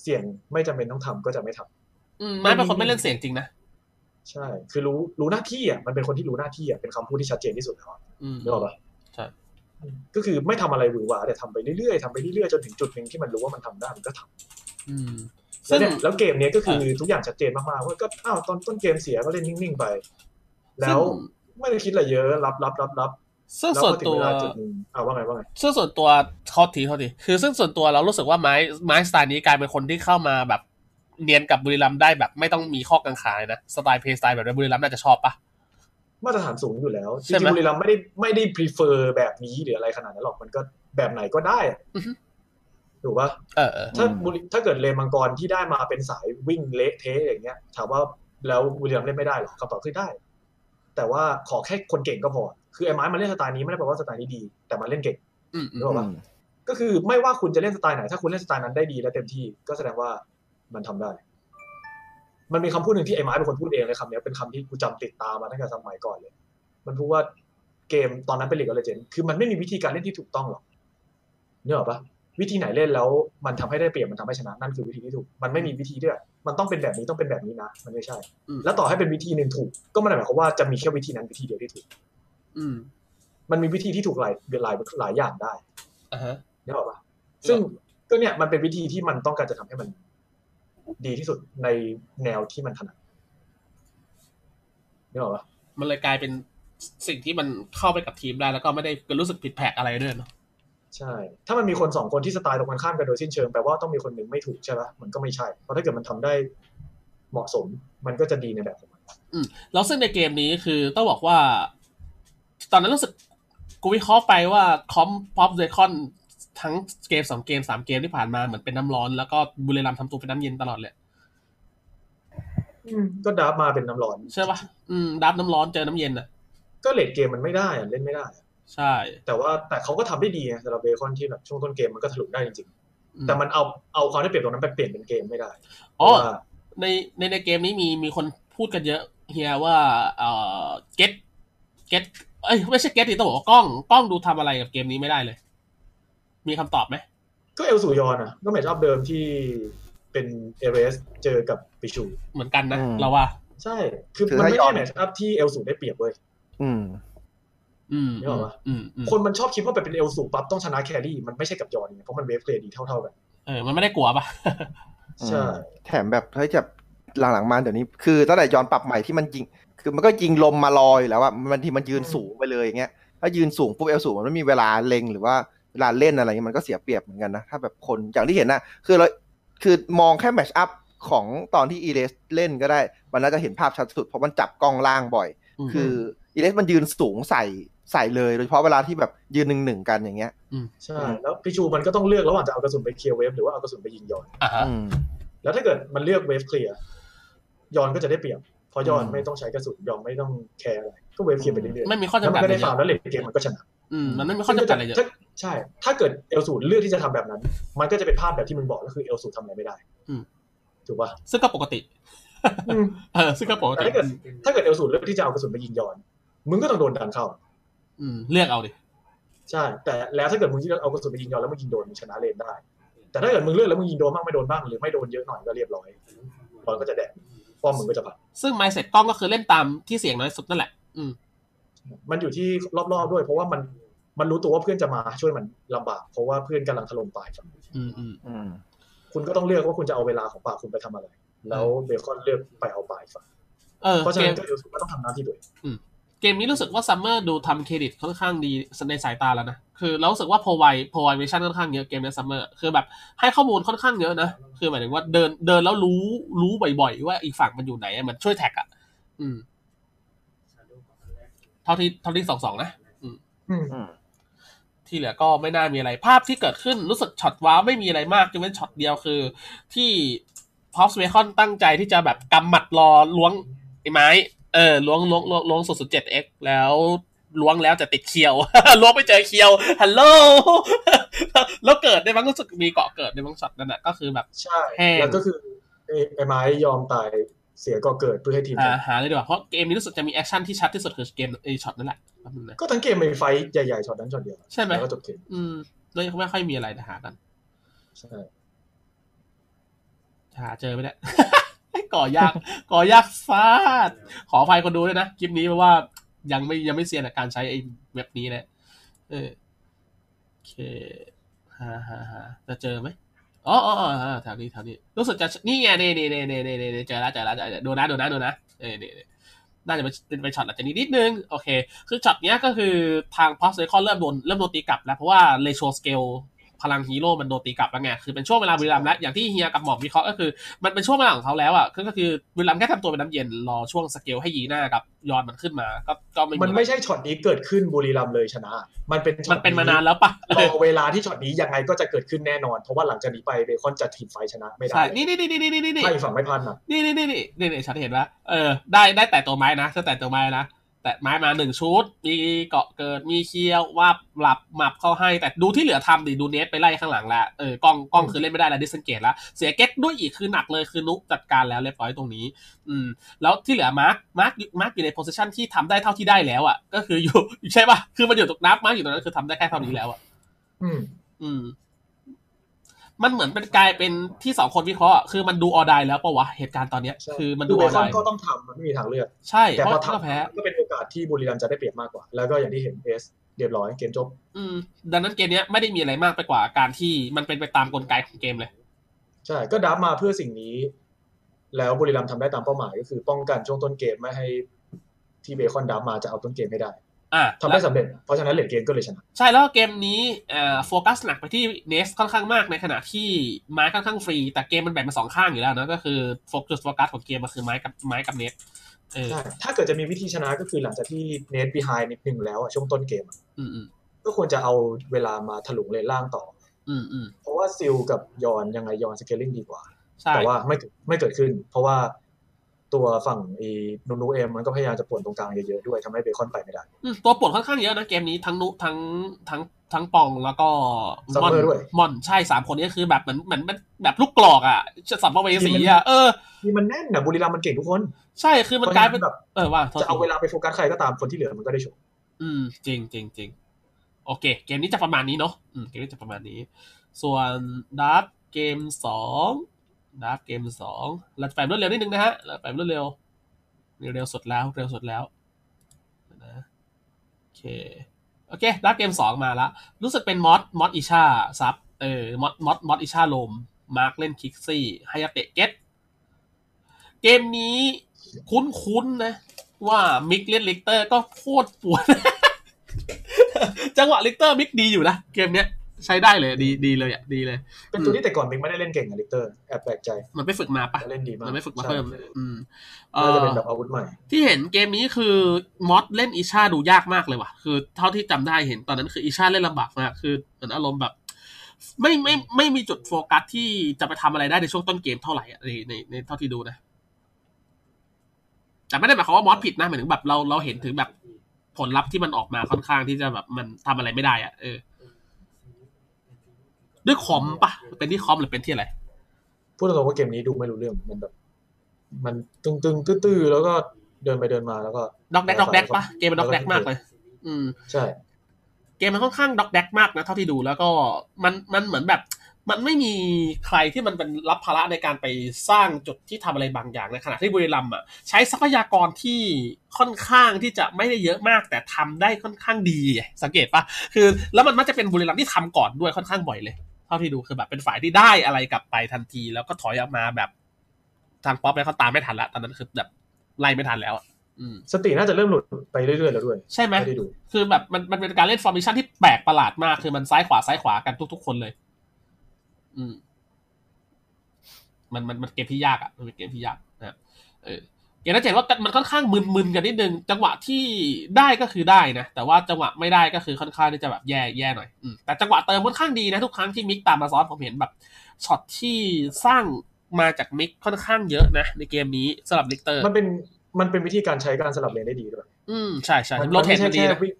D: เสี่ยงไม่จำเป็นต้องทำก็จะไม่ทำ
B: อืมไม้เป็นคนไม่เล่นเสียงจริงนะ
D: ใช่ คือรู้รู้หน้าที่อ่ะมันเป็นคนที่รู้หน้าที่อ่ะเป็นคำพูดที่ชัดเจนที่สุดแล้วอะ
B: อืม
D: นึกออกปะ
B: ใช่
D: ก็คือไม่ทำอะไรหวือหวาแต่ทำไปเรื่อยๆทำไปเรื่อยๆจนถึงจุดหนึ่งที่มันรู้ว่ามันทำได้มันก็ท
B: อืม
D: ำ
B: ซึ่
D: แล้ว
B: ง
D: เนี่ยแล้วเกมเนี้ยก็คือทุกอย่างชัดเจนมากๆว่าก็อ้าวตอนต้นเกมเสียก็เล่นนิ่งๆไป แล้ว
B: ซึ่ง
D: ไม่ได้คิดอะไรเยอะรับรับรับรับ
B: ซึ่ง
D: แล้ว
B: ส่วน
D: พอถึ
B: ตั
D: ง
B: ว
D: เวลาจุดหนึ่งอ้าวว่าไงว่าไง
B: ซึ่งส่วนตัวทอทีทอทีคือซึ่งส่วนตัวเรารู้สึกว่าไม้ไม้สไตล์นี้กลายเป็นคนที่เข้ามาแบบเนียนกับบุรีรัมย์ได้แบบไม่ต้องมีข้อกังขาเลยนะสไตล์เพย์สไตล์แบบนี้บุรีรัมย์น่าจะชอบปะ
D: มาตรฐานสูงอยู่แล้วจ
B: ใช่
D: ริ
B: ไหม
D: งๆบุรีรัมย์ไม่ได้ไม่ได้ prefer แบบนี้หรืออะไรขนาดนั้นหรอกมันก็แบบไหนก็ได้อะ ถูกปะ
B: เออเออ
D: ถ้าบุรีถ้าเกิดเลมังกรที่ได้มาเป็นสายวิ่งเละเทะอย่างเงี้ยถามว่าแล้วบุรีรัมย์เล่นไม่ได้หรอคำตอบคือได้ แต่ว่าขอแค่คนเก่งก็พอ คือไอ้ไม้มันเล่นสไตล์นี้ไม่ได้แปลว่าสไตล์นี้ดี แต่มันเล่นเก่ง
B: อืมอืม
D: นึกออกปะก็คือไม่ว่าคุณจะเล่นสไตล์ไหน ถ้าคุณเล่นสไตล์นั้นได้ดีและเต็มที่ก็แสดงว่ามันทำได้ มันมีคำพูดหนึ่งที่ไอ้ไม้เป็นคนพูดเองเลยคำเนี้ยเป็นคำที่กูจำติดตามมาตั้งแต่สมัยก่อนเลย มันพูดว่าเกมตอนนั้นเป็นลีกอเลเจนคือมันไม่มีวิธีการเล่นที่ถูกต้องหรอกนึกออกปะวิธีไหนเล่นแล้วมันทำให้ได้เปรียบมันทำให้ชนะนั่นคือวิธีที่ถูก มันไม่มีวิธีด้วย มันต้องเป็นแบบนี้ต้องเป็นแบบนี้นะ มันไม่ใช่ แล้วต่อให้เป็นวิธีหนึ่งถูก ก็ไม่ได้หมายความว่าจะมีแค่วิธีนั้นวิธีเดียวที่ถูก
B: อืม
D: มันมีวิธีที่ถูกหลายหลายหลายอย่างได้
B: อ่ะฮะ
D: นึกออกปะซึ่งก็เนี่ยมันเป็นวิธีที่มันต้องการจะทำให้มัน ดีที่สุดในแนวที่มันถนัดนึกออกปะ
B: มันเลยกลายเป็นสิ่งที่มันเข้าไปกับทีมได้แล้วก็ไม่ได้รู้สึกผิดแผกอะไรด้วยเนาะ
D: ใช่ ถ้ามันมีคนสองคนที่สไตล์ตรงกันข้ามกันโดยสิ้นเชิงแปลว่าต้องมีคนหนึ่งไม่ถูกใช่ปะมันก็ไม่ใช่ เพราะถ้าเกิดมันทำได้เหมาะสม มันก็จะดีในแบบของมัน
B: แล้วซึ่งในเกมนี้คือต้องบอกว่า ตอนนั้นรู้สึก กูวิเคราะห์ไปว่าคอมพอปเดคอนทั้งเกมสองเกมสามเกมที่ผ่านมาเหมือนเป็นน้ำร้อนแล้วก็บุรีรัมย์ทำตัวเป็นน้ำเย็นตลอดเลย
D: อืมก็ดับมาเป็นน้ำร้อน
B: ใช่ปะอืม ดับน้ำร้อนเจอน้ำเย็นอ่ะ
D: ก็เลดเกมมันไม่ได้อะเล่นไม่ได้อะ
B: ใช่
D: แต่ว่าแต่เขาก็ทำได้ดีนะสำหรับเบคอนที่แบบช่วงต้นเกมมันก็ถลุได้จริง
B: อื
D: ๆ แต่มันเอาเอาความได้เปรียบตรงนั้นไปเปลี่ยนเป็นเกมไม่ได้
B: อ๋อ
D: เพราะว่า
B: ในในในเกมนี้มีมีคนพูดกันเยอะเฮียว่าเอ่อเก็ตเก็ตเอ้ยไม่ใช่เก็ตดิต้องบอกว่ากล้องกล้องดูทำอะไรกับเกมนี้ไม่ได้เลย มีคำตอบไหม
D: ก็เอลสูยอนอะก็แมตช์อัพเดิมที่เป็นเอเรสเจอกับปิชู
B: เหมือนกันนะ
C: อืม
B: เราว่า
D: ใช่ คือ
C: คือ
D: มัน
C: ถ้า
D: ไม่
C: ย้อ
D: ใช่
C: น
D: แมตช์อัพที่เอลสูได้เปรียบเว้ย
C: อืม
B: อืม
D: นึกออกปะ
B: อืมอืม
D: คนมันชอบคิดว่าไปเป็นเอลสูปั๊บต้องชนะแครี่ มันไม่ใช่กับยอนไงเพราะมันเวฟเครดีเท่าๆกัน
B: เออมันไม่ได้กลัวปะ
D: ใช่
C: อืม แถมแบบเฮ้ยจะหลังๆมาเดี๋ยวนี้คือตั้งแต่ย้อนปรับใหม่ที่มันยิง คือมันก็ยิงลมมาลอยอยู่แล้วอะบางทีมันยืน
D: อืม
C: สูงไปเลยอย่างเงี้ยถ้ายืนสูงปุ๊บเอลสูงมันไม่มีเวลาเล็งหรือว่าเวลาเล่นอะไรเงี้ยมันก็เสียเปรียบเหมือนกันนะถ้าแบบคนอย่างที่เห็นนะคือเราคือมองแค่แมชอัพของตอนที่อีเลสเล่นก็ได้ มันน่าจะเห็นภาพชัดสุดเพราะมันจับกล้องล่างบ่อย
B: อืม
C: คืออีเลสมันยืนสูงใส่ใส่เลย โดยเฉพาะเวลาที่แบบยืนหนึ่งหนึ่งๆกันอย่างเงี้ย
D: ใช่
C: อืม
D: แล้วปิชูมันก็ต้องเลือกระหว่างจะเอากระสุนไปเคลียร์เวฟหรือว่าเอากระสุนไปยิงยอน
B: อ่าฮะ
C: อืม
D: แล้วถ้าเกิดมันเลือกเวฟเคลียร์ยอนก็จะได้เปรียบ เพราะยอน
C: อืม
D: ไม่ต้องใช้กระสุนยอนไม่ต้องแคร์อะไร ก็เวฟเคลียร์ไปเรื่อย
B: ไม่มีข้อ
D: ๆแล้
B: จำ
D: วมั
B: กัดอะไร
D: นก็ได้
B: เย
D: ฟาว
B: อะ
D: แล้วเลดเกมมันก็ชนะ
B: อืมมันไม่มีข้อจำกัดอะไรเยอะ
D: ถ้าใช่ ถ้าเกิดเอลสูเลือกที่จะทำแบบนั้น มันก็จะเป็นภาพแบบที่มึงบอกก็คือเอลสูทำอะไรไม่ได้
B: อืม
D: ถูกปะ
B: ซึ่งก็ปกติเออซึ่งก็ปก
D: แต่
B: ติ
D: ถ้าเกิดถ้าเกิดเอลสูเลือกที่จะเอากระสุนไปยิงยอน มึงก็ต้องโดนดันเข้า
B: อืมเลือกเอาดิ
D: ใช่ แต่แล้วถ้าเกิดมึงที่เอากระสุนไปยิงยอนแล้วมึงยิงโดนมึงชนะเลนได้ แต่ถ้าเกิดมึงเลือกแล้วมึงยิงโดนบ้างไม่โดนบ้างหรือไม่โดนเยอะหน่อยก็เรียบร้อยบอลก็จะแดกป้อมมึงก็จะพัด
B: ซึ่งไมเซ็ตกล้องก็คือเล่นตามที่เสียงน้อยสุดนั่นแหละ อืม
D: มันอยู่ที่รอบๆด้วย เพราะว่ามันมันรู้ตัวว่าเพื่อนจะมาช่วยมันลำบากเพราะว่าเพื่อนกำลังถล่มป่ายฝั่งนี้
B: อืมอืม
C: อืม
D: คุณก็ต้องเลือกว่าคุณจะเอาเวลาของป่าคุณไปทำอะไร แล้วเบคอนเลือกไปเอาป่ายฝั่ง
B: เออ
D: เพราะฉะ
B: เก
D: นั้
B: ม
D: นก็เอลสูก็ต้องทำหน้าที่ด้วย
B: เกมนี้รู้สึกว่าซัมเมอร์ดูทำเครดิตค่อนข้างดีในสายตาแล้วนะ คือเรารู้สึกว่าโพไวโพไวเวชั่นค่อนข้างเยอะเกมในซัมเมอร์คือแบบให้ข้อมูลค่อนข้างเยอะนะ คือหมายถึงว่าเดินเดินแล้วรู้รู้บ่อยๆ ว่าอีกฝั่งมันอยู่ไหนอะเหมันช่วยแท็กอ่ะ อืม เท่าที่เท่าที่สองสองนะ อืม
D: อืม
B: ที่เหลือก็ไม่น่ามีอะไรภาพที่เกิดขึ้นรู้สึกช็อตว้าวไม่มีอะไรมากจนเป็นช็อตเดียวคือ ที่พอสเวคอนตั้งใจที่จะแบบกำหมัดรอล้วงไอ้ไม้ เออล้วงล้วงล้วงล้วงสุดสุดเจ็ดเอ็กแล้วล้วงแล้วจะติดเคียว [laughs] ล้วงไปเจอเคียวฮัลโหล [laughs] แล้วเกิดได้มั้งรู้สึกมีเกาะเกิดในบางช็อตนั่นแหะก็คือแบบ
D: ใช่
B: แห้ง
D: แล้วก็คือไอ้ไอ้ไม้ยอมตายเสียก็เกิดเพื่อให้ทีมช
B: หา
D: นะ
B: หาเลยดีกว่าเพราะเกมนี้รู้สึกจะมีแอคชั่นที่ชัดที่สุดคือเกมไอ้ช็อตนั่นแหละแป๊บนึงนะ
D: ก็ทั้งเกมมีไฟท์ใหญ่ๆช็อตนั้นช็อตเดียว
B: ใช่ไหม
D: แล้วก็จบเกม
B: อืมแล้วไม่ค่อยมีอะไรนะหากัน
D: ใช่
B: หาเจอไม่ได้ [laughs] ก่อยากก่อยากฟาด ขออภัยคนดูด้วยนะ คลิปนี้เพราะว่ายังไม่ยังไม่เซียนกับการใช้ไอ้เว็บนี้นะเออโอเคฮ่าฮ่าฮ่าจะเจอไหมอ๋ออ๋ออ๋ออ๋อแถวนี้แถวนี้รู้สึกจะนี่ไงนี่นี่นี่นี่นี่นี่นี่เจอแล้วเจอแล้วเจอแล้วดูนะดูนะดูนะเออนี่นี่น่าจะเป็นเป็นไปช็อตหลังจากนี้นิดนึง โอเค คือช็อตเนี้ยก็คือทางพอสเลคอนเริ่มโดนเริ่มโดนตีกลับแล้ว เพราะว่าเลโชสเกลพลังฮีโร่มันโดนตีกลับแล้วไงคือเป็นช่วงเวลาบุรีรัมย์แล้วอย่างที่เฮียกับหมอมวิเคราะห์ก็คือ มันเป็นช่วงเวลาของเขาแล้วอ่ะก็คือบุรีรัมย์แค่ทำตัวเป็นน้ำเย็นรอช่วงสเกลให้ยีหน้ากับยอนมันขึ้นมา ก็ก็ไม่
D: มันไม่ใช่ช็อตนี้เกิดขึ้นบุรีรัมย์เลยชนะ มันเป็นช็อ
B: มั
D: ต
B: นเป็นมานานแล้วปะ
D: รอเวลาที่ช็อตนี้ยังไงก็จะเกิดขึ้นแน่นอน เพราะว่าหลังจากนี้ไปเบคอนจะทีมไฟท์ชนะไม่ได้
B: ใช่นี่นี่นี่นี่นี่นี่นี่
D: ถ้าอีกฝั่งไม่พลาดนะ
B: นี่นี่นี่นี่นี่นี่ฉันเห็นแล้วเออได้ได้แต่ตัวไม้นะถ้าแต่ตัวไม้นะแต่ไม้มาหนึ่งชุดมีเกาะเกิดมีเคี้ยวว่าบหลับหมับเข้าให้ แต่ดูที่เหลือทำดิดูเนสไปไล่ข้างหลังแล้วเออกล้องกล้องคือเล่นไม่ได้แล้วดิสังเกตแล้วเสียเก็ตด้วยอีกคือหนักเลยคือนุกจัดการแล้วเรียบร้อยตรงนี้ อืม แล้วที่เหลือมาร์คมาร์คมาร์คอยู่ในโพสิชันที่ทำได้เท่าที่ได้แล้วอ่ะ ก็คืออยู่ ใช่ป่ะคือมันอยู่ตรงนับมาร์คอยู่ตรงนั้นคือทำได้แค่เท่านี้แล้วอ่ะ
D: อืม
B: อืม มันเหมือนเป็นกลายเป็นที่สองคนวิเคราะห์อะคือมันดูออดายแล้วปะวะเหตุการณ์ตอนเนี้ย
D: ใช่
B: คือมัน
D: คื
B: ดู
D: อ
B: อ
D: เบ
B: อ
D: คอ
B: ดาน ย
D: ก็ต้องทำมันไม่มีทางเลือก
B: ใช่
D: แต่
B: เพ
D: พอ
B: ราะ
D: ทำ
B: ก็แพ้
D: ก็เป็นโอกาสที่บุรีรัมย์จะได้เปรียบมากกว่า แล้วก็อย่างที่เห็นเอสเรียบร้อยเกมจบ
B: อืม ดังนั้นเกมเนี้ยไม่ได้มีอะไรมากไปกว่าการที่มันเป็นไปตามกลไกของเกมเลย
D: ใช่ ก็ดับมาเพื่อสิ่งนี้ แล้วบุรีรัมย์ทำได้ตามเป้าหมายก็คือป้องกันช่วงต้นเกมไม่ให้ที่เบคอนดับมาจะเอาต้นเกมไม่ได้
B: อ่า
D: ทำได้สำเร็จ เพราะฉะนั้นเลดเกมก็เลยชนะ
B: ใช่แล้วเกมนี้เอ่อโฟกัสหนักไปที่เนสค่อนข้างมากในขณะที่ไม้ค่อนข้างฟรี แต่เกมมันแบ่งเป็นสองข้างอยู่แล้วนะก็คือโฟกัสโฟกัสของเกมมันคือไม้กับไม้กับเนสเออ
D: ใช่ ถ้าเกิดจะมีวิธีชนะก็คือหลังจากที่เนทบีไฮนิดหนึ่งแล้วอะช่วงต้นเกมอะ
B: อืมอืม
D: ก็ควรจะเอาเวลามาถลุงเลนล่างต่อ
B: อืมอืม
D: เพราะว่าซิลกับยอนยังไงยอนสเกลลิ่งดีกว่า
B: ใช่
D: แต่ว่าไม่ไม่เกิดขึ้น เพราะว่าตัวฝั่งอีนูนูเอ็มมันก็พยายามจะป่วนตรงกลางเยอะๆด้วยทำให้เบคอนไปไม่ได้
B: อืมตัวปวดค่อนข้างเยอะนะเกมนี้ทั้งนุทั้งทั้งทั้งปองแล้วก็มอน
D: ซัมเมอร์ด้วย
B: มอนใช่สามคนนี้คือแบบเหมือนเหมือนมันแบบลูกกรอกอ่ะสัมภเวสีอ่ะเออ
D: นี่มันแน่นนะบุรีรัมย์มันเก่งทุกคน
B: ใช่คือมันกลายเป็น
D: แบบ
B: เออว่าโทษ
D: จะเอา
B: ที
D: เวลาไปโฟกัสใครก็ตามคนที่เหลือมันก็ได้โชว์
B: อืมจริงจริงจริงโอเค เกมนี้จะประมาณนี้เนาะอืมเกมนี้จะประมาณนี้ ส่วนดับเกมสองดับเกมสองเราจะไปรวดเร็วนิดนึงนะฮะเราไปรวดเร็วเร็วเร็วสุดแล้วเร็วสุดแล้วนะโอเคโอเคดับเกมสองมาละรู้สึกเป็นมอสมอสอิชาซับเออมอสมอสมอสอิชาลมมาร์กเล่นคิกซี่ไฮยาเตะเก็ตเกมนี้คุ้นๆนะ ว่ามิกเล่นลิกเตอร์ก็โคตรปวด จังหวะลิกเตอร์มิกดีอยู่นะ เกมเนี้ยใช้ได้เลยดีดีเลยอ่ะดีเลย
D: เป็นตัวที่แต่ก่อนมิกไม่ได้เล่นเก่งอะลิเตอร์แอบแปลกใจ
B: มันไปฝึกมาปะ
D: แต่เล่นดีมาก
B: มันไม่ฝึกมา
D: ใช่
B: เพิ่ม อืมเอ่
D: น่า
B: อ
D: จะเป็นแบบอาวุธใหม่
B: ที่เห็นเกมนี้คือมอดเล่นอิชาดูยากมากเลยว่ะ คือเท่าที่จำได้เห็นตอนนั้นคืออิชาเล่นลำบากมากคือเหมือนอารมณ์แบบ ไม่ไม่ไม่มีจุดโฟกัสที่จะไปทำอะไรได้ในช่วงต้นเกมเท่าไหร่อะในในในเท่าที่ดูนะ แต่ไม่ได้หมายความว่ามอสผิดนะหมายถึงแบบเราเราเห็นถึงแบบผลลัพธ์ที่มันออกมาค่อนข้างที่จะแบบมันทำอะไรไม่ได้อะเออ ด้วยคอมปะเป็นที่คอมหรือเป็นที่อะไร
D: พูดตรงๆว่าเกมนี้ดูไม่รู้เรื่องมันแบบ มันตึงๆตื้อๆแล้วก็เดินไปเดินมาแล้วก็
B: ด็อกแดกด็อกแดกปะเกมมันด็อกแดกมากเลย อืม
D: ใช่
B: เกมมันค่อนข้างด็อกแดกมากนะเท่าที่ดูแล้วก็มันมันเหมือนแบบ มันไม่มีใครที่มันเป็นรับภาระในการไปสร้างจุดที่ทำอะไรบางอย่างในขณะที่บุรีรัมย์อ่ะใช้ทรัพยากรที่ค่อนข้างที่จะไม่ได้เยอะมาก แต่ทำได้ค่อนข้างดีอะสังเกตปะคือ แล้วมันมักจะเป็นบุรีรัมย์ที่ทำก่อนด้วยค่อนข้างบ่อยเลยเท่าที่ดูคือแบบเป็นฝ่ายที่ได้อะไรกลับไปทันที แล้วก็ถอยออกมาแบบทางป๊อปแล้วเขาตามไม่ทันละตอนนั้นคือแบบไล่ไม่ทันแล้วอะอืม
D: สติน่าจะเริ่มหลุดไปเรื่อยๆแล้วด้วย
B: ใช่ไหม
D: ไม่ได้ดู
B: คือแบบมันมันเป็นการเล่นฟอร์มิชันที่แปลกประหลาดมาก คือมันซ้ายขวาซ้ายขวากันทุก ๆ คนเลย อืม มันมันมันเกมที่ยากอะ่ะมันเป็นเกมที่ยากนะครับเออเกมน่าจะเห็นว่ามันค่อนข้างมึนๆกันนิดนึง จังหวะที่ได้ก็คือได้นะ แต่ว่าจังหวะไม่ได้ก็คือค่อนข้างที่จะแบบแย่แย่หน่อยอืมแต่จังหวะเติมค่อนข้างดีนะทุกครั้งที่มิกตามมาซ้อนผมเห็นแบบช็อตที่สร้างมาจากมิกค่อนข้างเยอะนะในเกมนี้สำหรับลิกเตอร์
D: มันเป็นมันเป็นวิธีการใช้การสลับเลนได้ดีด้วย
B: อืมใช่ใช่
D: มัน
B: โรเทตมั
D: ไม่ใช่
B: นดี
D: แค่
B: นะ
D: วิ่ง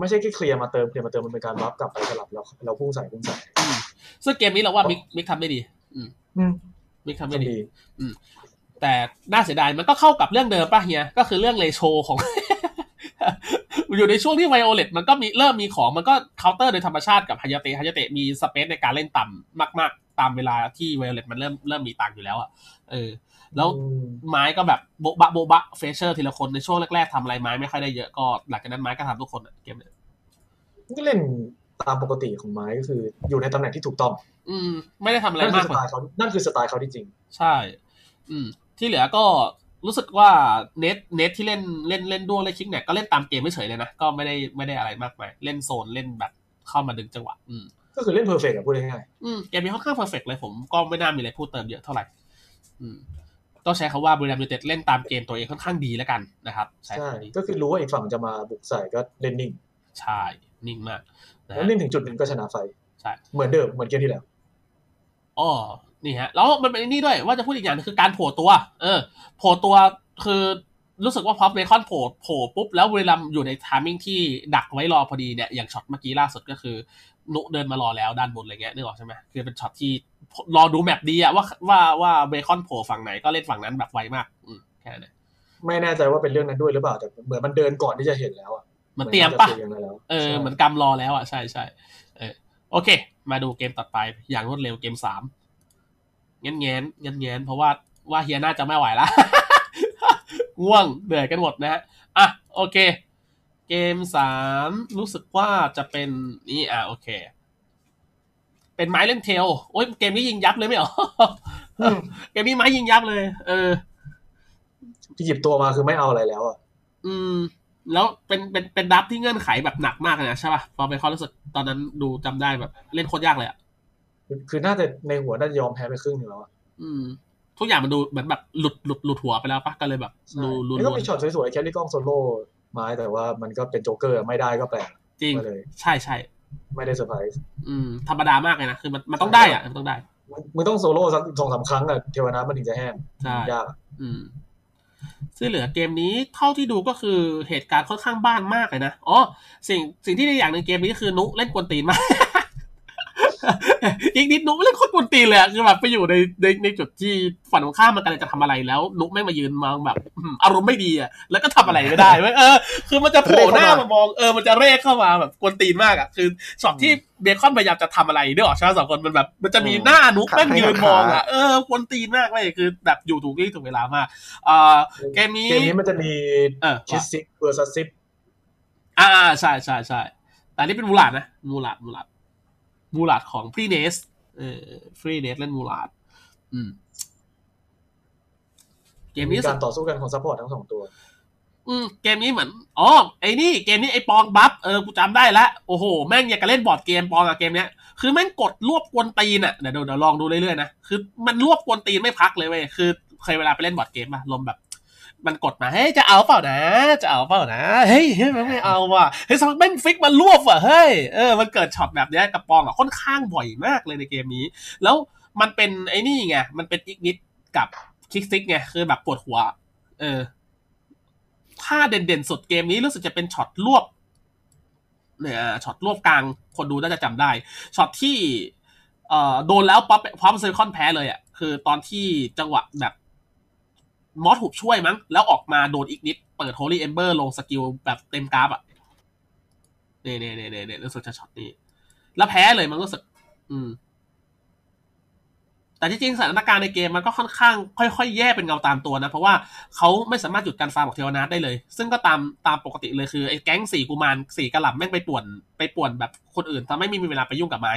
D: ไม่ใช่แค่เคลียร์มาเติมเคลียร์มาเติมมันเป็นการรับกลับไปสลับเราเราพุ่งใส่พุ่งใส่
B: ซึ่งเกมนี้เราว่ามิกมิกทำได้ดี อืม
D: อืม
B: มิกทำได้ดี
D: ดี
B: แต่น่าเสียดายมันก็เข้ากับเรื่องเดิมป่ะเฮีย ก็คือเรื่องเลโชของ [laughs] อยู่ในช่วงที่ไวโอเลตมันก็มีเริ่มมีของมันก็เคาน์เตอร์โดยธรรมชาติกับฮายาเตะฮายาเตะมีสเปซในการเล่นต่ำมาก ๆ ตามเวลาที่ไวโอเลตมันเริ่มเริ่มมีตังค์อยู่แล้วอะเออ แล้ว
D: อืม
B: ไม้ก็แบบโบะบะโบะบะเฟเชอร์ทีละคนในช่วงแรก ๆทำอะไรไม้ไม่ค่อยได้เยอะก็หลังจากนั้นไม้ก็ทำทุกคนอะเกมเนี้ย
D: ก็เล่นตามปกติของไม้ก็คืออยู่ในตำแหน่งที่ถูกต้อง
B: อืม ไม่ได้ทำอะไร
D: นั่นคื
B: มา
D: อก ส
B: กว่า
D: ไตล์เขานั่นคือสไตล์เขาที่จริง
B: ใช่ อืม ที่เหลือก็รู้สึกว่าเน็ตเน็ตที่เล่นเล่นเล่นด้วงเล่นคิกเนี่ยก็เล่นตามเกมไม่เฉยๆเลยนะ ก็ไม่ได้ไม่ได้อะไรมากมาย เล่นโซนเล่นแบบเข้ามาดึงจังหวะ อืม
D: ก็คือเล่นเพอร์เฟกต์อะพูดง่าย
B: อืมเกมนี้ค่อนข้างเพอร์เฟกเลยผมก็ไม่น่ามีอะไรพูดเติมเยอะเท่าไหร่ อืม ต้องใช้คำว่าบริ r ัมยูเต็ดเล่นตามเกมตัวเองค่อนข้างดีแล้วกันนะครับ
D: ๆ
B: ใช้
D: ใช่
B: คำนี้
D: ก็คือรู้ว่าอีกฝั่งจะมาบุกใส่ก็เล่นนิ่ง
B: ใช่นิ่งมากนะ
D: แล้ว
B: ฮะ
D: นิ่งถึงจุดหนึ่งก็ชนะไฟ
B: ใช่
D: เหมือนเดิมเหมือนเกมที่แล้ว
B: อ๋อ นี่ฮะ แล้วมันเป็นไอ้นี่ด้วย ว่าจะพูดอีกอย่างหนึงคือการโผล่ตัว เออ โผล่ตัว คือรู้สึกว่าพอเบคอนโผล่โผล่ปุ๊บ แล้วบุรีรัมย์อยู่ในทามมิ่งที่ดักไว้รอพอดีเนี่ย อย่างช็อตเมื่อกี้ล่าสุดก็คือ นุเดินมารอแล้วด้านบนอะไรเงี้ยนึกออกใช่ไหมคือเป็นช็อตที่รอดูแมปดีอะว่าว่าว่าเบคอนโผล่ฝั่งไหนก็เล่นฝั่งนั้นแบบไวมาก อืมแค่นั้นเอง
D: ไม่แน่ใจว่าเป็นเรื่องนั้นด้วยหรือเปล่าแต่เหมือนมันเดินก่อนที่จะเห็นแล้วอะ
B: มันเตรียมปะ
D: หอนกันจแล้ว
B: เออ
D: ใช่
B: เหมือนกำรอแล้วอ่ะใช่ใช่เออโอเค มาดูเกมต่อไปอย่างรวดเร็วเกมสามเงี้ยนเงี้ยนเงี้ยนเงี้ยนเพราะว่าว่าเฮียน่าจะไม่ไหวละ [laughs] ง่วงเหนื่อยกันหมดนะฮะอ่ะโอเค เกมสามรู้สึกว่าจะเป็นนี่อ่ะโอเค เป็นไม้เล่นเทลโอ้ยเกมนี้ยิงยับเลยไม่เหรอ [laughs]
D: อืม
B: เกมนี้ไม้ยิงยับเลย เออ
D: ที่หยิบตัวมาคือไม่เอาอะไรแล้วอ่ะ
B: อืม แล้วเป็นเป็นเป็นดับที่เงื่อนไขแบบหนักมากเลยนะใช่ป่ะพอไปความรู้สึกตอนนั้นดูจำได้แบบเล่นโคตรยากเลยอ่ะ
D: คือน่าจะในหัวน่าจะยอมแพ้ไปครึ่งหนึงแล้วอะ
B: อืม ทุกอย่างมันดูเหมือนแบบหลุดหลุดหลุดหัวไปแล้วป่ะก็เลยแบบ
D: ใช่
B: ดูลุ้น
D: แล้วก็มีช็อตสวยๆแคลรี่กล้องโซโล่มาแต่ว่ามันก็เป็นโจ๊กเกอร์อะไม่ได้ก็แปลก
B: จริง
D: ก็เลย
B: ใช่ใช่
D: ไม่ได้เซอร์ไพรส์
B: อืม ธรรมดามากเลยนะคือมันมันต้องได้อ่ะมันต้องได้
D: มึงต้องโซโล่สักสองสามครั้งอะเทวนามันถึงจะแห้ง
B: ใช่
D: ยากอะ
B: อืมซึ่งเหลือเกมนี้เท่าที่ดูก็คือเหตุการณ์ค่อนข้างบ้านมากเลยนะอ๋อสิ่งสิ่งที่ในอย่างในเกมนี้คือนุเล่นกวนตีนมาก [laughs] อีกนิดนุเล่นโคตรกวนตีนเลยอะคือแบบไปอยู่ในในในจุดที่ฝันของข้ามมันกำลังจะทำอะไรแล้ว นุไม่งมายืนมองแบบอืมอารมณ์ไม่ดีอะแล้วก็ทำอะไรไม่ได้เว้ยเออคือมันจะโผล่หน้ามามองเออมันจะเร่เข้ามาแบบกวนตีนมากอะคือช็อตที่เบคอนพยายามจะทำอะไรเด้ออกใช่ไหมสองคนมันแบบ มันจะมีหน้านุแม่งยืนมองอะเออกวนตีนมากเลยคือแบบอยู่ถูกที่ถูกเวลามาก เอ่อเกมนี้
D: เกมนี้มันจะมี
B: เออ
D: ชิสซิกเวอร์ซัสซิป
B: อ่าใช่ใช่ใช่แต่อันนี่เป็นมูลาดนะมูลาดมูลาดมูลาดของฟรีเนสเออฟรีเนสเล่นมูลาดอืม เกมนี้
D: มี
B: ส
D: การต่อสู้กันของซัพพอร์ตทั้งสองตัว
B: อืมเกมนี้เหมือนอ๋อไอ้นี่เกมนี้ไอ้ปองบัฟเออกูจำได้ละโอ้โห แม่งอยากจะเล่นบอร์ดเกมปองอะเกมเนี้ยคือแม่งกดรวบกวนตีนอะเดี๋ยวเดี๋ยวเดี๋ยวลองดูเรื่อยๆนะคือมันรวบกวนตีนไม่พักเลยเว้ยคือเคยเวลาไปเล่นบอร์ดเกมอะลมแบบ มันกดมา เฮ้ย จะเอาเปล่านะ จะเอาเปล่านะ เฮ้ยเฮ้ยมันไม่เอาว่ะ เฮ้ยสมัครแม่งฟิกมันรวบว่ะ เฮ้ย เออ มันเกิดช็อตแบบเนี้ยกับปองอ่ะ ค่อนข้างบ่อยมากเลยในเกมนี้ แล้วมันเป็นไอ้นี่ไง มันเป็นอีกนิดกับคิกซิกไง คือแบบปวดหัว เออ ถ้าเด่นๆสุดเกมนี้รู้สึกจะเป็นช็อตรวบ เนี่ยอ่าช็อตรวบกลางคนดูน่าจะจำได้ ช็อตที่ เอ่อ โดนแล้วป๊อปพร้อมเซอร์คอนแพ้เลยอ่ะ คือตอนที่จังหวะแบบ มอสถูกช่วยมั้ง แล้วออกมาโดนอีกนิด เปิดโฮลี่เอมเบอร์ลงสกิลแบบเต็มกราฟอ่ะเนี่ยเนี่ยเนี่ยเนี่ยเนี่ยรู้สึกจะช็อตนี้ แล้วแพ้เลยมันรู้สึก อืม แต่ที่จริงสถานการณ์ในเกมมันก็ค่อนข้าง ค่อยๆ แย่เป็นเงาตามตัวนะ เพราะว่าเขาไม่สามารถหยุดการฟาร์มของเทวนาทได้เลย ซึ่งก็ตามตามปกติเลยคือไอ้แก๊งสี่กุมารสี่กระหล่ำแม่งไปป่วนไปป่วนแบบคนอื่นทำให้ไม่มีเวลาไปยุ่งกับไม้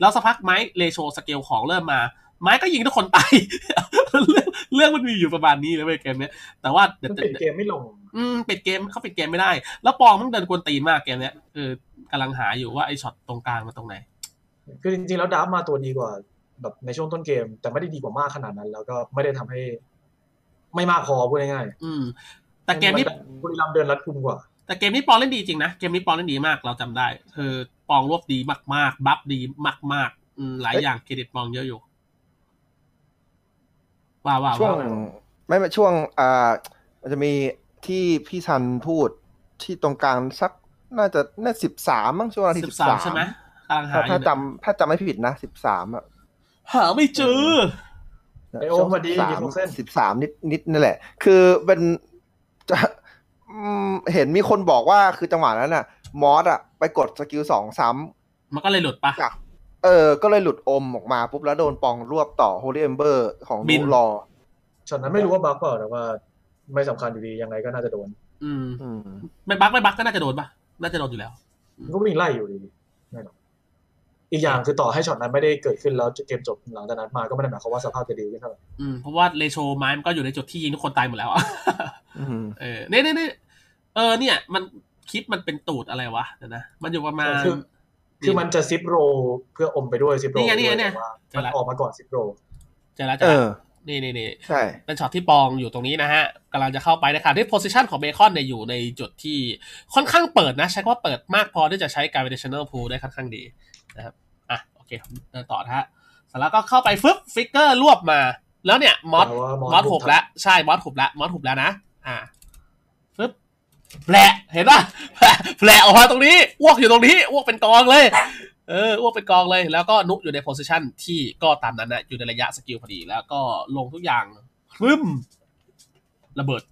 B: แล้วสักพักไม้เลโชสเกลของเริ่มมา ไม้ก็ยิงทุกคนตาย [laughs] เรื่องเรื่องมันมีอยู่ประมาณนี้เลยเว้ยเกมเนี้ยแต่ว่าเดี๋ย
D: มั
B: วน เดี๋ยว
D: ปิดเกมไม่ลง
B: อืมปิดเกมเขาปิดเกมไม่ได้ แล้วปองมันเดินกวนตีนมากเกมเนี้ยคือกำลังหาอยู่ว่าไอ้ช็อตตรงกลางมาตรงไหน
D: คือจริงๆแล้วดับมาตัวดีกว่า แบบในช่วงต้นเกม แต่ไม่ได้ดีกว่ามากขนาดนั้น แล้วก็ไม่ได้ทำให้ ไม่มากพอพูดง่าย
B: อืม
D: ๆ
B: แต่เกมนี้
D: บุรีรัมย์เดินรัดกุมกว่า
B: แต่เกมนี้ปองเล่นดีจริงนะ เกมนี้ปองเล่นดีมากเราจำได้ คือปองรวบดีมากๆ บัฟดีมากๆอืมหลายอย่างเครดิตปองเยอะอยู่ ว้าวว้าว
C: ช่วงไม่ไม่ช่วงอ่ามันจะมีที่พี่ซันพูดที่ตรงกลางสักน่าจะน่าสิบสามมั้งช่วงนาที
B: สิ
C: สิ
B: บบ สาม
C: สาม
B: ใช่ไหมกำลังหาอ
C: ถ้าถ้า
B: ยู่
C: จำถ้าจำไม่ผิดนะสิบสามอ่ะ
B: หาไม่เจอ
D: ไอ้โอ้พอดี
C: สาม
D: 16
C: สิบสามนิดนิดนั่นแหละ คือเป็นจะอืมเห็นมีคนบอกว่าคือจังหวะนั้นน่ะ มอสอ่ะ ไปกดสกิลสองซ้
B: มันก็เลยหลุดปะ
C: ำจากเออ ก็เลยหลุดอมออกมาปุ๊บแล้วโดนปองรวบต่อโฮลี่เอมเบอร์ของ
B: บิ
C: นู
B: น
C: รอ
D: ช็อตนั้นไม่รู้ว่าบั๊กเปล่าแต่ว่า ไม่สำคัญอยู่ดียังไงก็น่าจะโดน
B: อืม
C: อืม
B: ไม่บักไม่บักก็น่าจะโดนปะน่าจะโดนอยู่แล้ว
D: มันก็วิ่งไล่อยู่ดีแน่นอนอีกอย่างคือต่อให้ช็อตนั้นไม่ได้เกิดขึ้นแล้วเกมจบหลังจากนั้นมาก็ไม่ได้หมายความว่าสภาพจะดีขึ้นเท่าไหร่
B: อืมเพราะว่าเลโชไม้มันก็อยู่ในจุดที่ยิงทุกคนตายหมดแล้วอะ
C: อืม
B: เออเนี่ยเนี่ยเนี่ยเออเนี่ย มันคลิปมันเป็นตูดอะไรวะเดี๋ยวนะ มันอยู่ประมาณ
D: คือ คือมันจะซิปโรลเพื่ออมไปด้วยซิปโรล
B: นี่ไงนี่ไง
D: ด้วย
B: เนี่ย
D: แต่ว่า
B: เจอ
D: มัน
B: ละ
D: ออกมาก่อนซิปโรล
B: เจะละ
C: เอ
B: เจะ
C: อ
B: ละนี่นี่นี่
C: ใช่
B: เป็นช็อตที่ปองอยู่ตรงนี้นะฮะกำลังจะเข้าไปนะครับที่โพสิชันของเบคอนเนี่ยอยู่ในจุดที่ค่อนข้างเปิดนะ ใช้คำว่าเปิดมากพอที่จะใช้การ v i t a t i o n a l pool ได้ค่อนข้างดีนะครับอ่ะโอเคผมเดินต่อนะฮะเสร็จแล้วก็เข้าไปฟึบฟิกเกอร์รวบมา แล้วเนี่ยมอส
D: แต่ว่าม
B: อสหกแล้วใช่มอสหกแล้วมอสหกแล้วนะ อ่าปึ๊บแผละเห็นป่ะ [laughs] แผละแผละออกมาตรงนี้อ้วกอยู่ตรงนี้อ้วกเป็นกองเลย เอออ้วกเป็นกองเลย แล้วก็นุอยู่ในโพสิชันที่ก็ตามนั้นนะอยู่ในระยะสกิลพอดี แล้วก็ลงทุกอย่างพึ้มระเบิด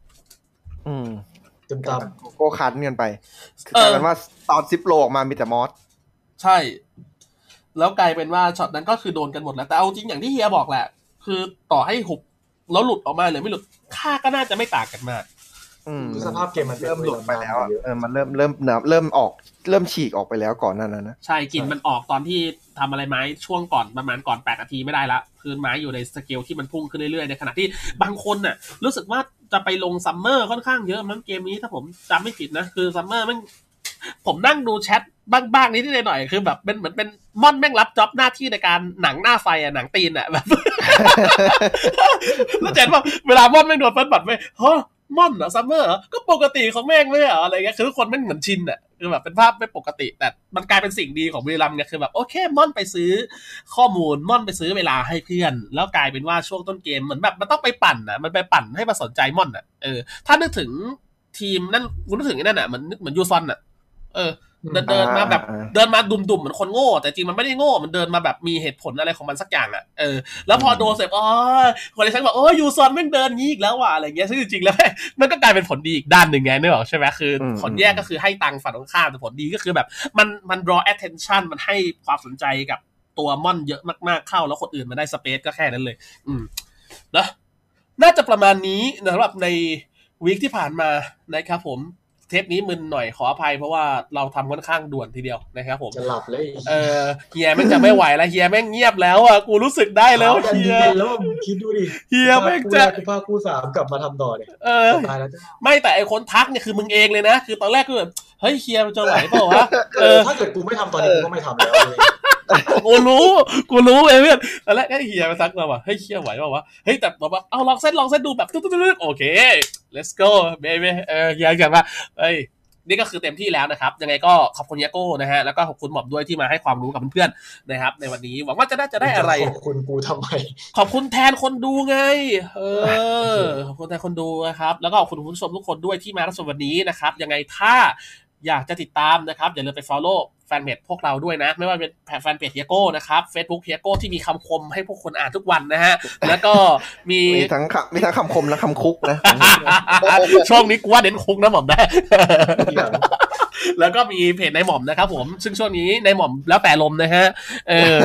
C: อืม
D: ตึมตาม
C: โก้คันกันไปคือ
B: เอก
C: ลา
B: อ
C: ยเป็นว่าตอนซิปโลออกมามีแต่มอส
B: ใช่ แล้วกลายเป็นว่าช็อตนั้นก็คือโดนกันหมดแล้ว แต่เอาจริงอย่างที่เฮียบอกแหละ คือต่อให้หุบแล้วหลุดออกมาหรือไม่หลุดค่าก็น่าจะไม่ต่างกันมาก
C: อืม
D: คือสภาพเกมมันป็น
C: เริ่มหลุดไปแล้วอะ
D: เยอะ
C: เออมันเริ่มเริ่มเริ่มออก เริ่มฉีกออกไปแล้วก่อนหนั้านนนะ
B: ใช่กลิ่นมันออกตอนที่ทำอะไรไหมช่วงก่อนประมาณก่อน8นาทีไม่ได้ละพื้นไม้อยู่ในสเกลที่มันพุ่งขึ้นเรื่อยๆ ในขณะที่บางคนน่ะ รู้สึกว่า จะไปลงซัมเมอร์ค่อนข้างเยอะมั้งเกมนี้ถ้าผมจำไม่ผิดนะ คือซัมเมอร์มันผมนั่งดูแชทบ้างๆนิดๆหน่อยๆคือแบบเป็นเหมือนเป็นม่อนแม่งรับจ็อบหน้าที่ในการหนังหน้าไฟอะหนังตีนอะแบบ [laughs] แล้วเจนว่าเวลาม่อนแม่งโดนเฟิร์สบัตรไปฮะม่อนเหรอซัมเมอร์เหรอก็ปกติของแม่งเลยเหรออะไรเงี้ยคือทุกคนแม่งเหมือนชินอะคือแบบเป็นภาพไม่ปกติ แต่มันกลายเป็นสิ่งดีของบุรีรัมย์ไงคือแบบโอเคม่อนไปซื้อ ข้อมูลม่อนไปซื้อเวลาให้เพื่อน แล้วกลายเป็นว่าช่วงต้นเกมเหมือนแบบมันต้องไปปั่นนะมันไปปั่นให้มาสนใจม่อนอ่ะเออถ้านึกถึงทีมนั่นคุณนึกถึงไอ้นั่นอ่ะเหมือนเหมือนยูซอนอ่ะเออเดินเดินมาแบบ
C: อ่า
B: เดินมาดุมๆเหมือนคนโง่ แต่จริงมันไม่ได้โง่ มันเดินมาแบบมีเหตุผลอะไรของมันสักอย่างอ่ะเออแล้วพอโดนเสร็จอ๋อคนที่ฉันบอกโอ้ยยูซอนแม่งเดินงี้อีกแล้วว่ะอะไรเงี้ยซึ่งจริงๆแล้วแม่งมันก็กลายเป็นผลดีอีกด้านหนึ่งไงนึกออกใช่ไหมคือ
C: อืม
B: ผลแย่ก็คือให้ตังค์ฝั่งตรงข้ามแต่ผลดีก็คือแบบมันมัน draw attention มันให้ความสนใจกับตัวม่อนเยอะมากๆเข้า แล้วคนอื่นมาได้สเปซก็แค่นั้นเลย อืมแล้วน่าจะประมาณนี้นะสำหรับในวีคที่ผ่านมานะครับผม เทปนี้มึนหน่อยขออภัยเพราะว่าเราทำค่อนข้างด่วนทีเดียวนะครับผม
D: จะหลับเลยไอ้
B: เออเฮียแม่งจะไม่ไหวแล้วเฮียแม่งเงียบแล้วอ่ะกูรู้สึกได้แล้ว
D: เช้ายัน
B: เฮีย
D: เย็นแล้วมึงคิดดูดิ
B: เฮียแม่ง
D: กู
B: จะ
D: แรกกูพากูสามกลับมาทำต่อเนี่ย
B: เออ
D: ตายแล้วจ้ะ
B: ไม่แต่ไอคนทักเนี่ยคือมึงเองเลยนะคือตอนแรกก็แบบเฮ้ยเฮียมันจะไหวเปล่าวะเออ
D: ถ้าเกิดกูไม่ทำตอนนี้กูก็ไม่ทำแล้วเลย
B: กูรู้กูรู้เว้ยเพื่อนตอนแรกไอ้เฮียมาซักเราว่ะเฮ้ยเฮียไหวเปล่าวะเฮ้ยแต่บอกว่าเอาลองเส้นลองเส้นดูแบบตึ๊ดตึ๊ดตึ๊ดโอเค let's go baby เออเฮียกลับมาเฮ้ยนี่ก็คือเต็มที่แล้วนะครับ ยังไงก็ขอบคุณเฮียโก้นะฮะแล้วก็ขอบคุณหมอบด้วยที่มาให้ความรู้กับเพื่อนๆนะครับ ในวันนี้หวังว่าจะได้จะได้อะไร
D: ขอบคุณกู
B: [laughs]
D: ทำไม
B: ขอบคุณแทนคนดูไง เอ [laughs] อ ขอบคุณแทนคนดูนะครับ แล้วก็ขอบคุณคุณผู้ชมทุกคนด้วยที่มารับชมวันนี้นะครับ ยังไงถ้าอยากจะติดตามนะครับ อย่าลืมไป follow แฟนเพจพวกเราด้วยนะ ไม่ว่าเป็นแฟนเพจเฮียโก้นะครับ Facebook เฮียโก้ที่มีคำคมให้พวกคนอ่านทุกวันนะฮะ แล้วก็มี
C: มีทั้งคำมีทั้งคำคมและคำคุก
B: [laughs]
C: นะ
B: ช่วงนี้กูว่าเน้นคุกนะหม่อมนะ
D: ทีหลัง
B: [laughs] แล้วก็มีเพจในายหม่อมนะครับผมซึ่งช่วงนี้ในายหม่อมแล้วแต่ลมนะฮะเออ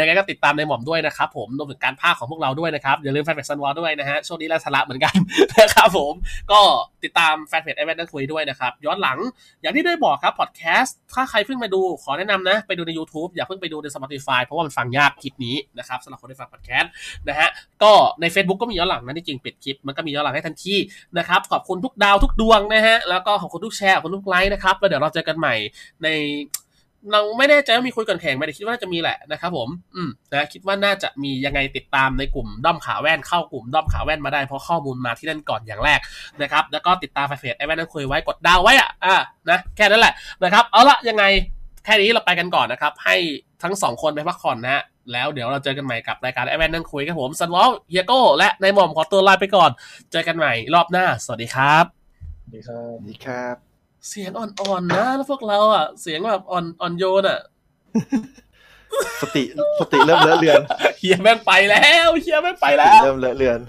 B: ยังไงก็ติดตามในายหม่อมด้วยนะครับผมรวมถึงการภาคของพวกเราด้วยนะครับอย่าลืมแฟนเพจซันวอลด้วยนะฮะช่วงนี้ไร้สาระเหมือน [laughs] กัน นะครับผมก็ติดตามแฟนเพจไอแวนนั่งคุยด้วยนะครับย้อนหลังอย่างที่ได้บอกครับพอดแคสต์ถ้าใครเพิ่งมาดูขอแนะนำนะ ไปดูใน YouTube อย่าเพิ่งไปดูใน Spotify เพราะว่ามันฟังยากคลิปนี้นะครับสำหรับคนที่ฟังพอดแคสต์นะฮะก็ใน Facebook ก็มีย้อนหลังนะที่จริงปิดคลิปมันก็มีย้อนหลังให้ทันที นะครับขอบคุณทุกดาวทุกดวงนะฮะ แล้วก็ขอบคุณทุกแชร์ขอบคุณทุกไลค์นะครับ แล้วเดี๋ยวเราเจอกันใหม่ใน เราไม่แน่ใจว่ามีคุยกันแข่งไหมแต่คิดว่าน่าจะมีแหละนะครับผมอืมนะคิดว่าน่าจะมียังไงติดตามในกลุ่มด้อมขาแว่นเข้ากลุ่มด้อมขาแว่นมาได้เพราะข้อมูลมาที่นั่นก่อนอย่างแรกนะครับ แล้วก็ติดตามแฟนเพจไอแว่นนั่นคุยไว้กดดาวไว้อ่ะอ่ะนะแค่นั้นแหละนะครับเอาละยังไงแค่นี้เราไปกันก่อนนะครับ ให้ทั้งสองคนไปพักผ่อนนะฮะแล้วเดี๋ยวเราเจอกันใหม่กับรายการไอแว่นนั่งคุยครับผมสันวอลเฮียโก้และนายหม่อมขอตัวลาไปก่อน เจอกันใหม่รอบหน้า สวัสดีครับ
D: ดีครับ
C: ดีครับ
B: เสียงอ่อนๆนะแล้วพวกเราอ่ะ เสียงแบบอ่อนอ่อนโยนอ่ะ
C: สติสติเริ่มเลอะเลือน
B: เฮียแม่งไปแล้วเฮียแม่งไป
C: ส
B: แล้
C: ติ
B: ว
C: เริ่มเลอะเลือน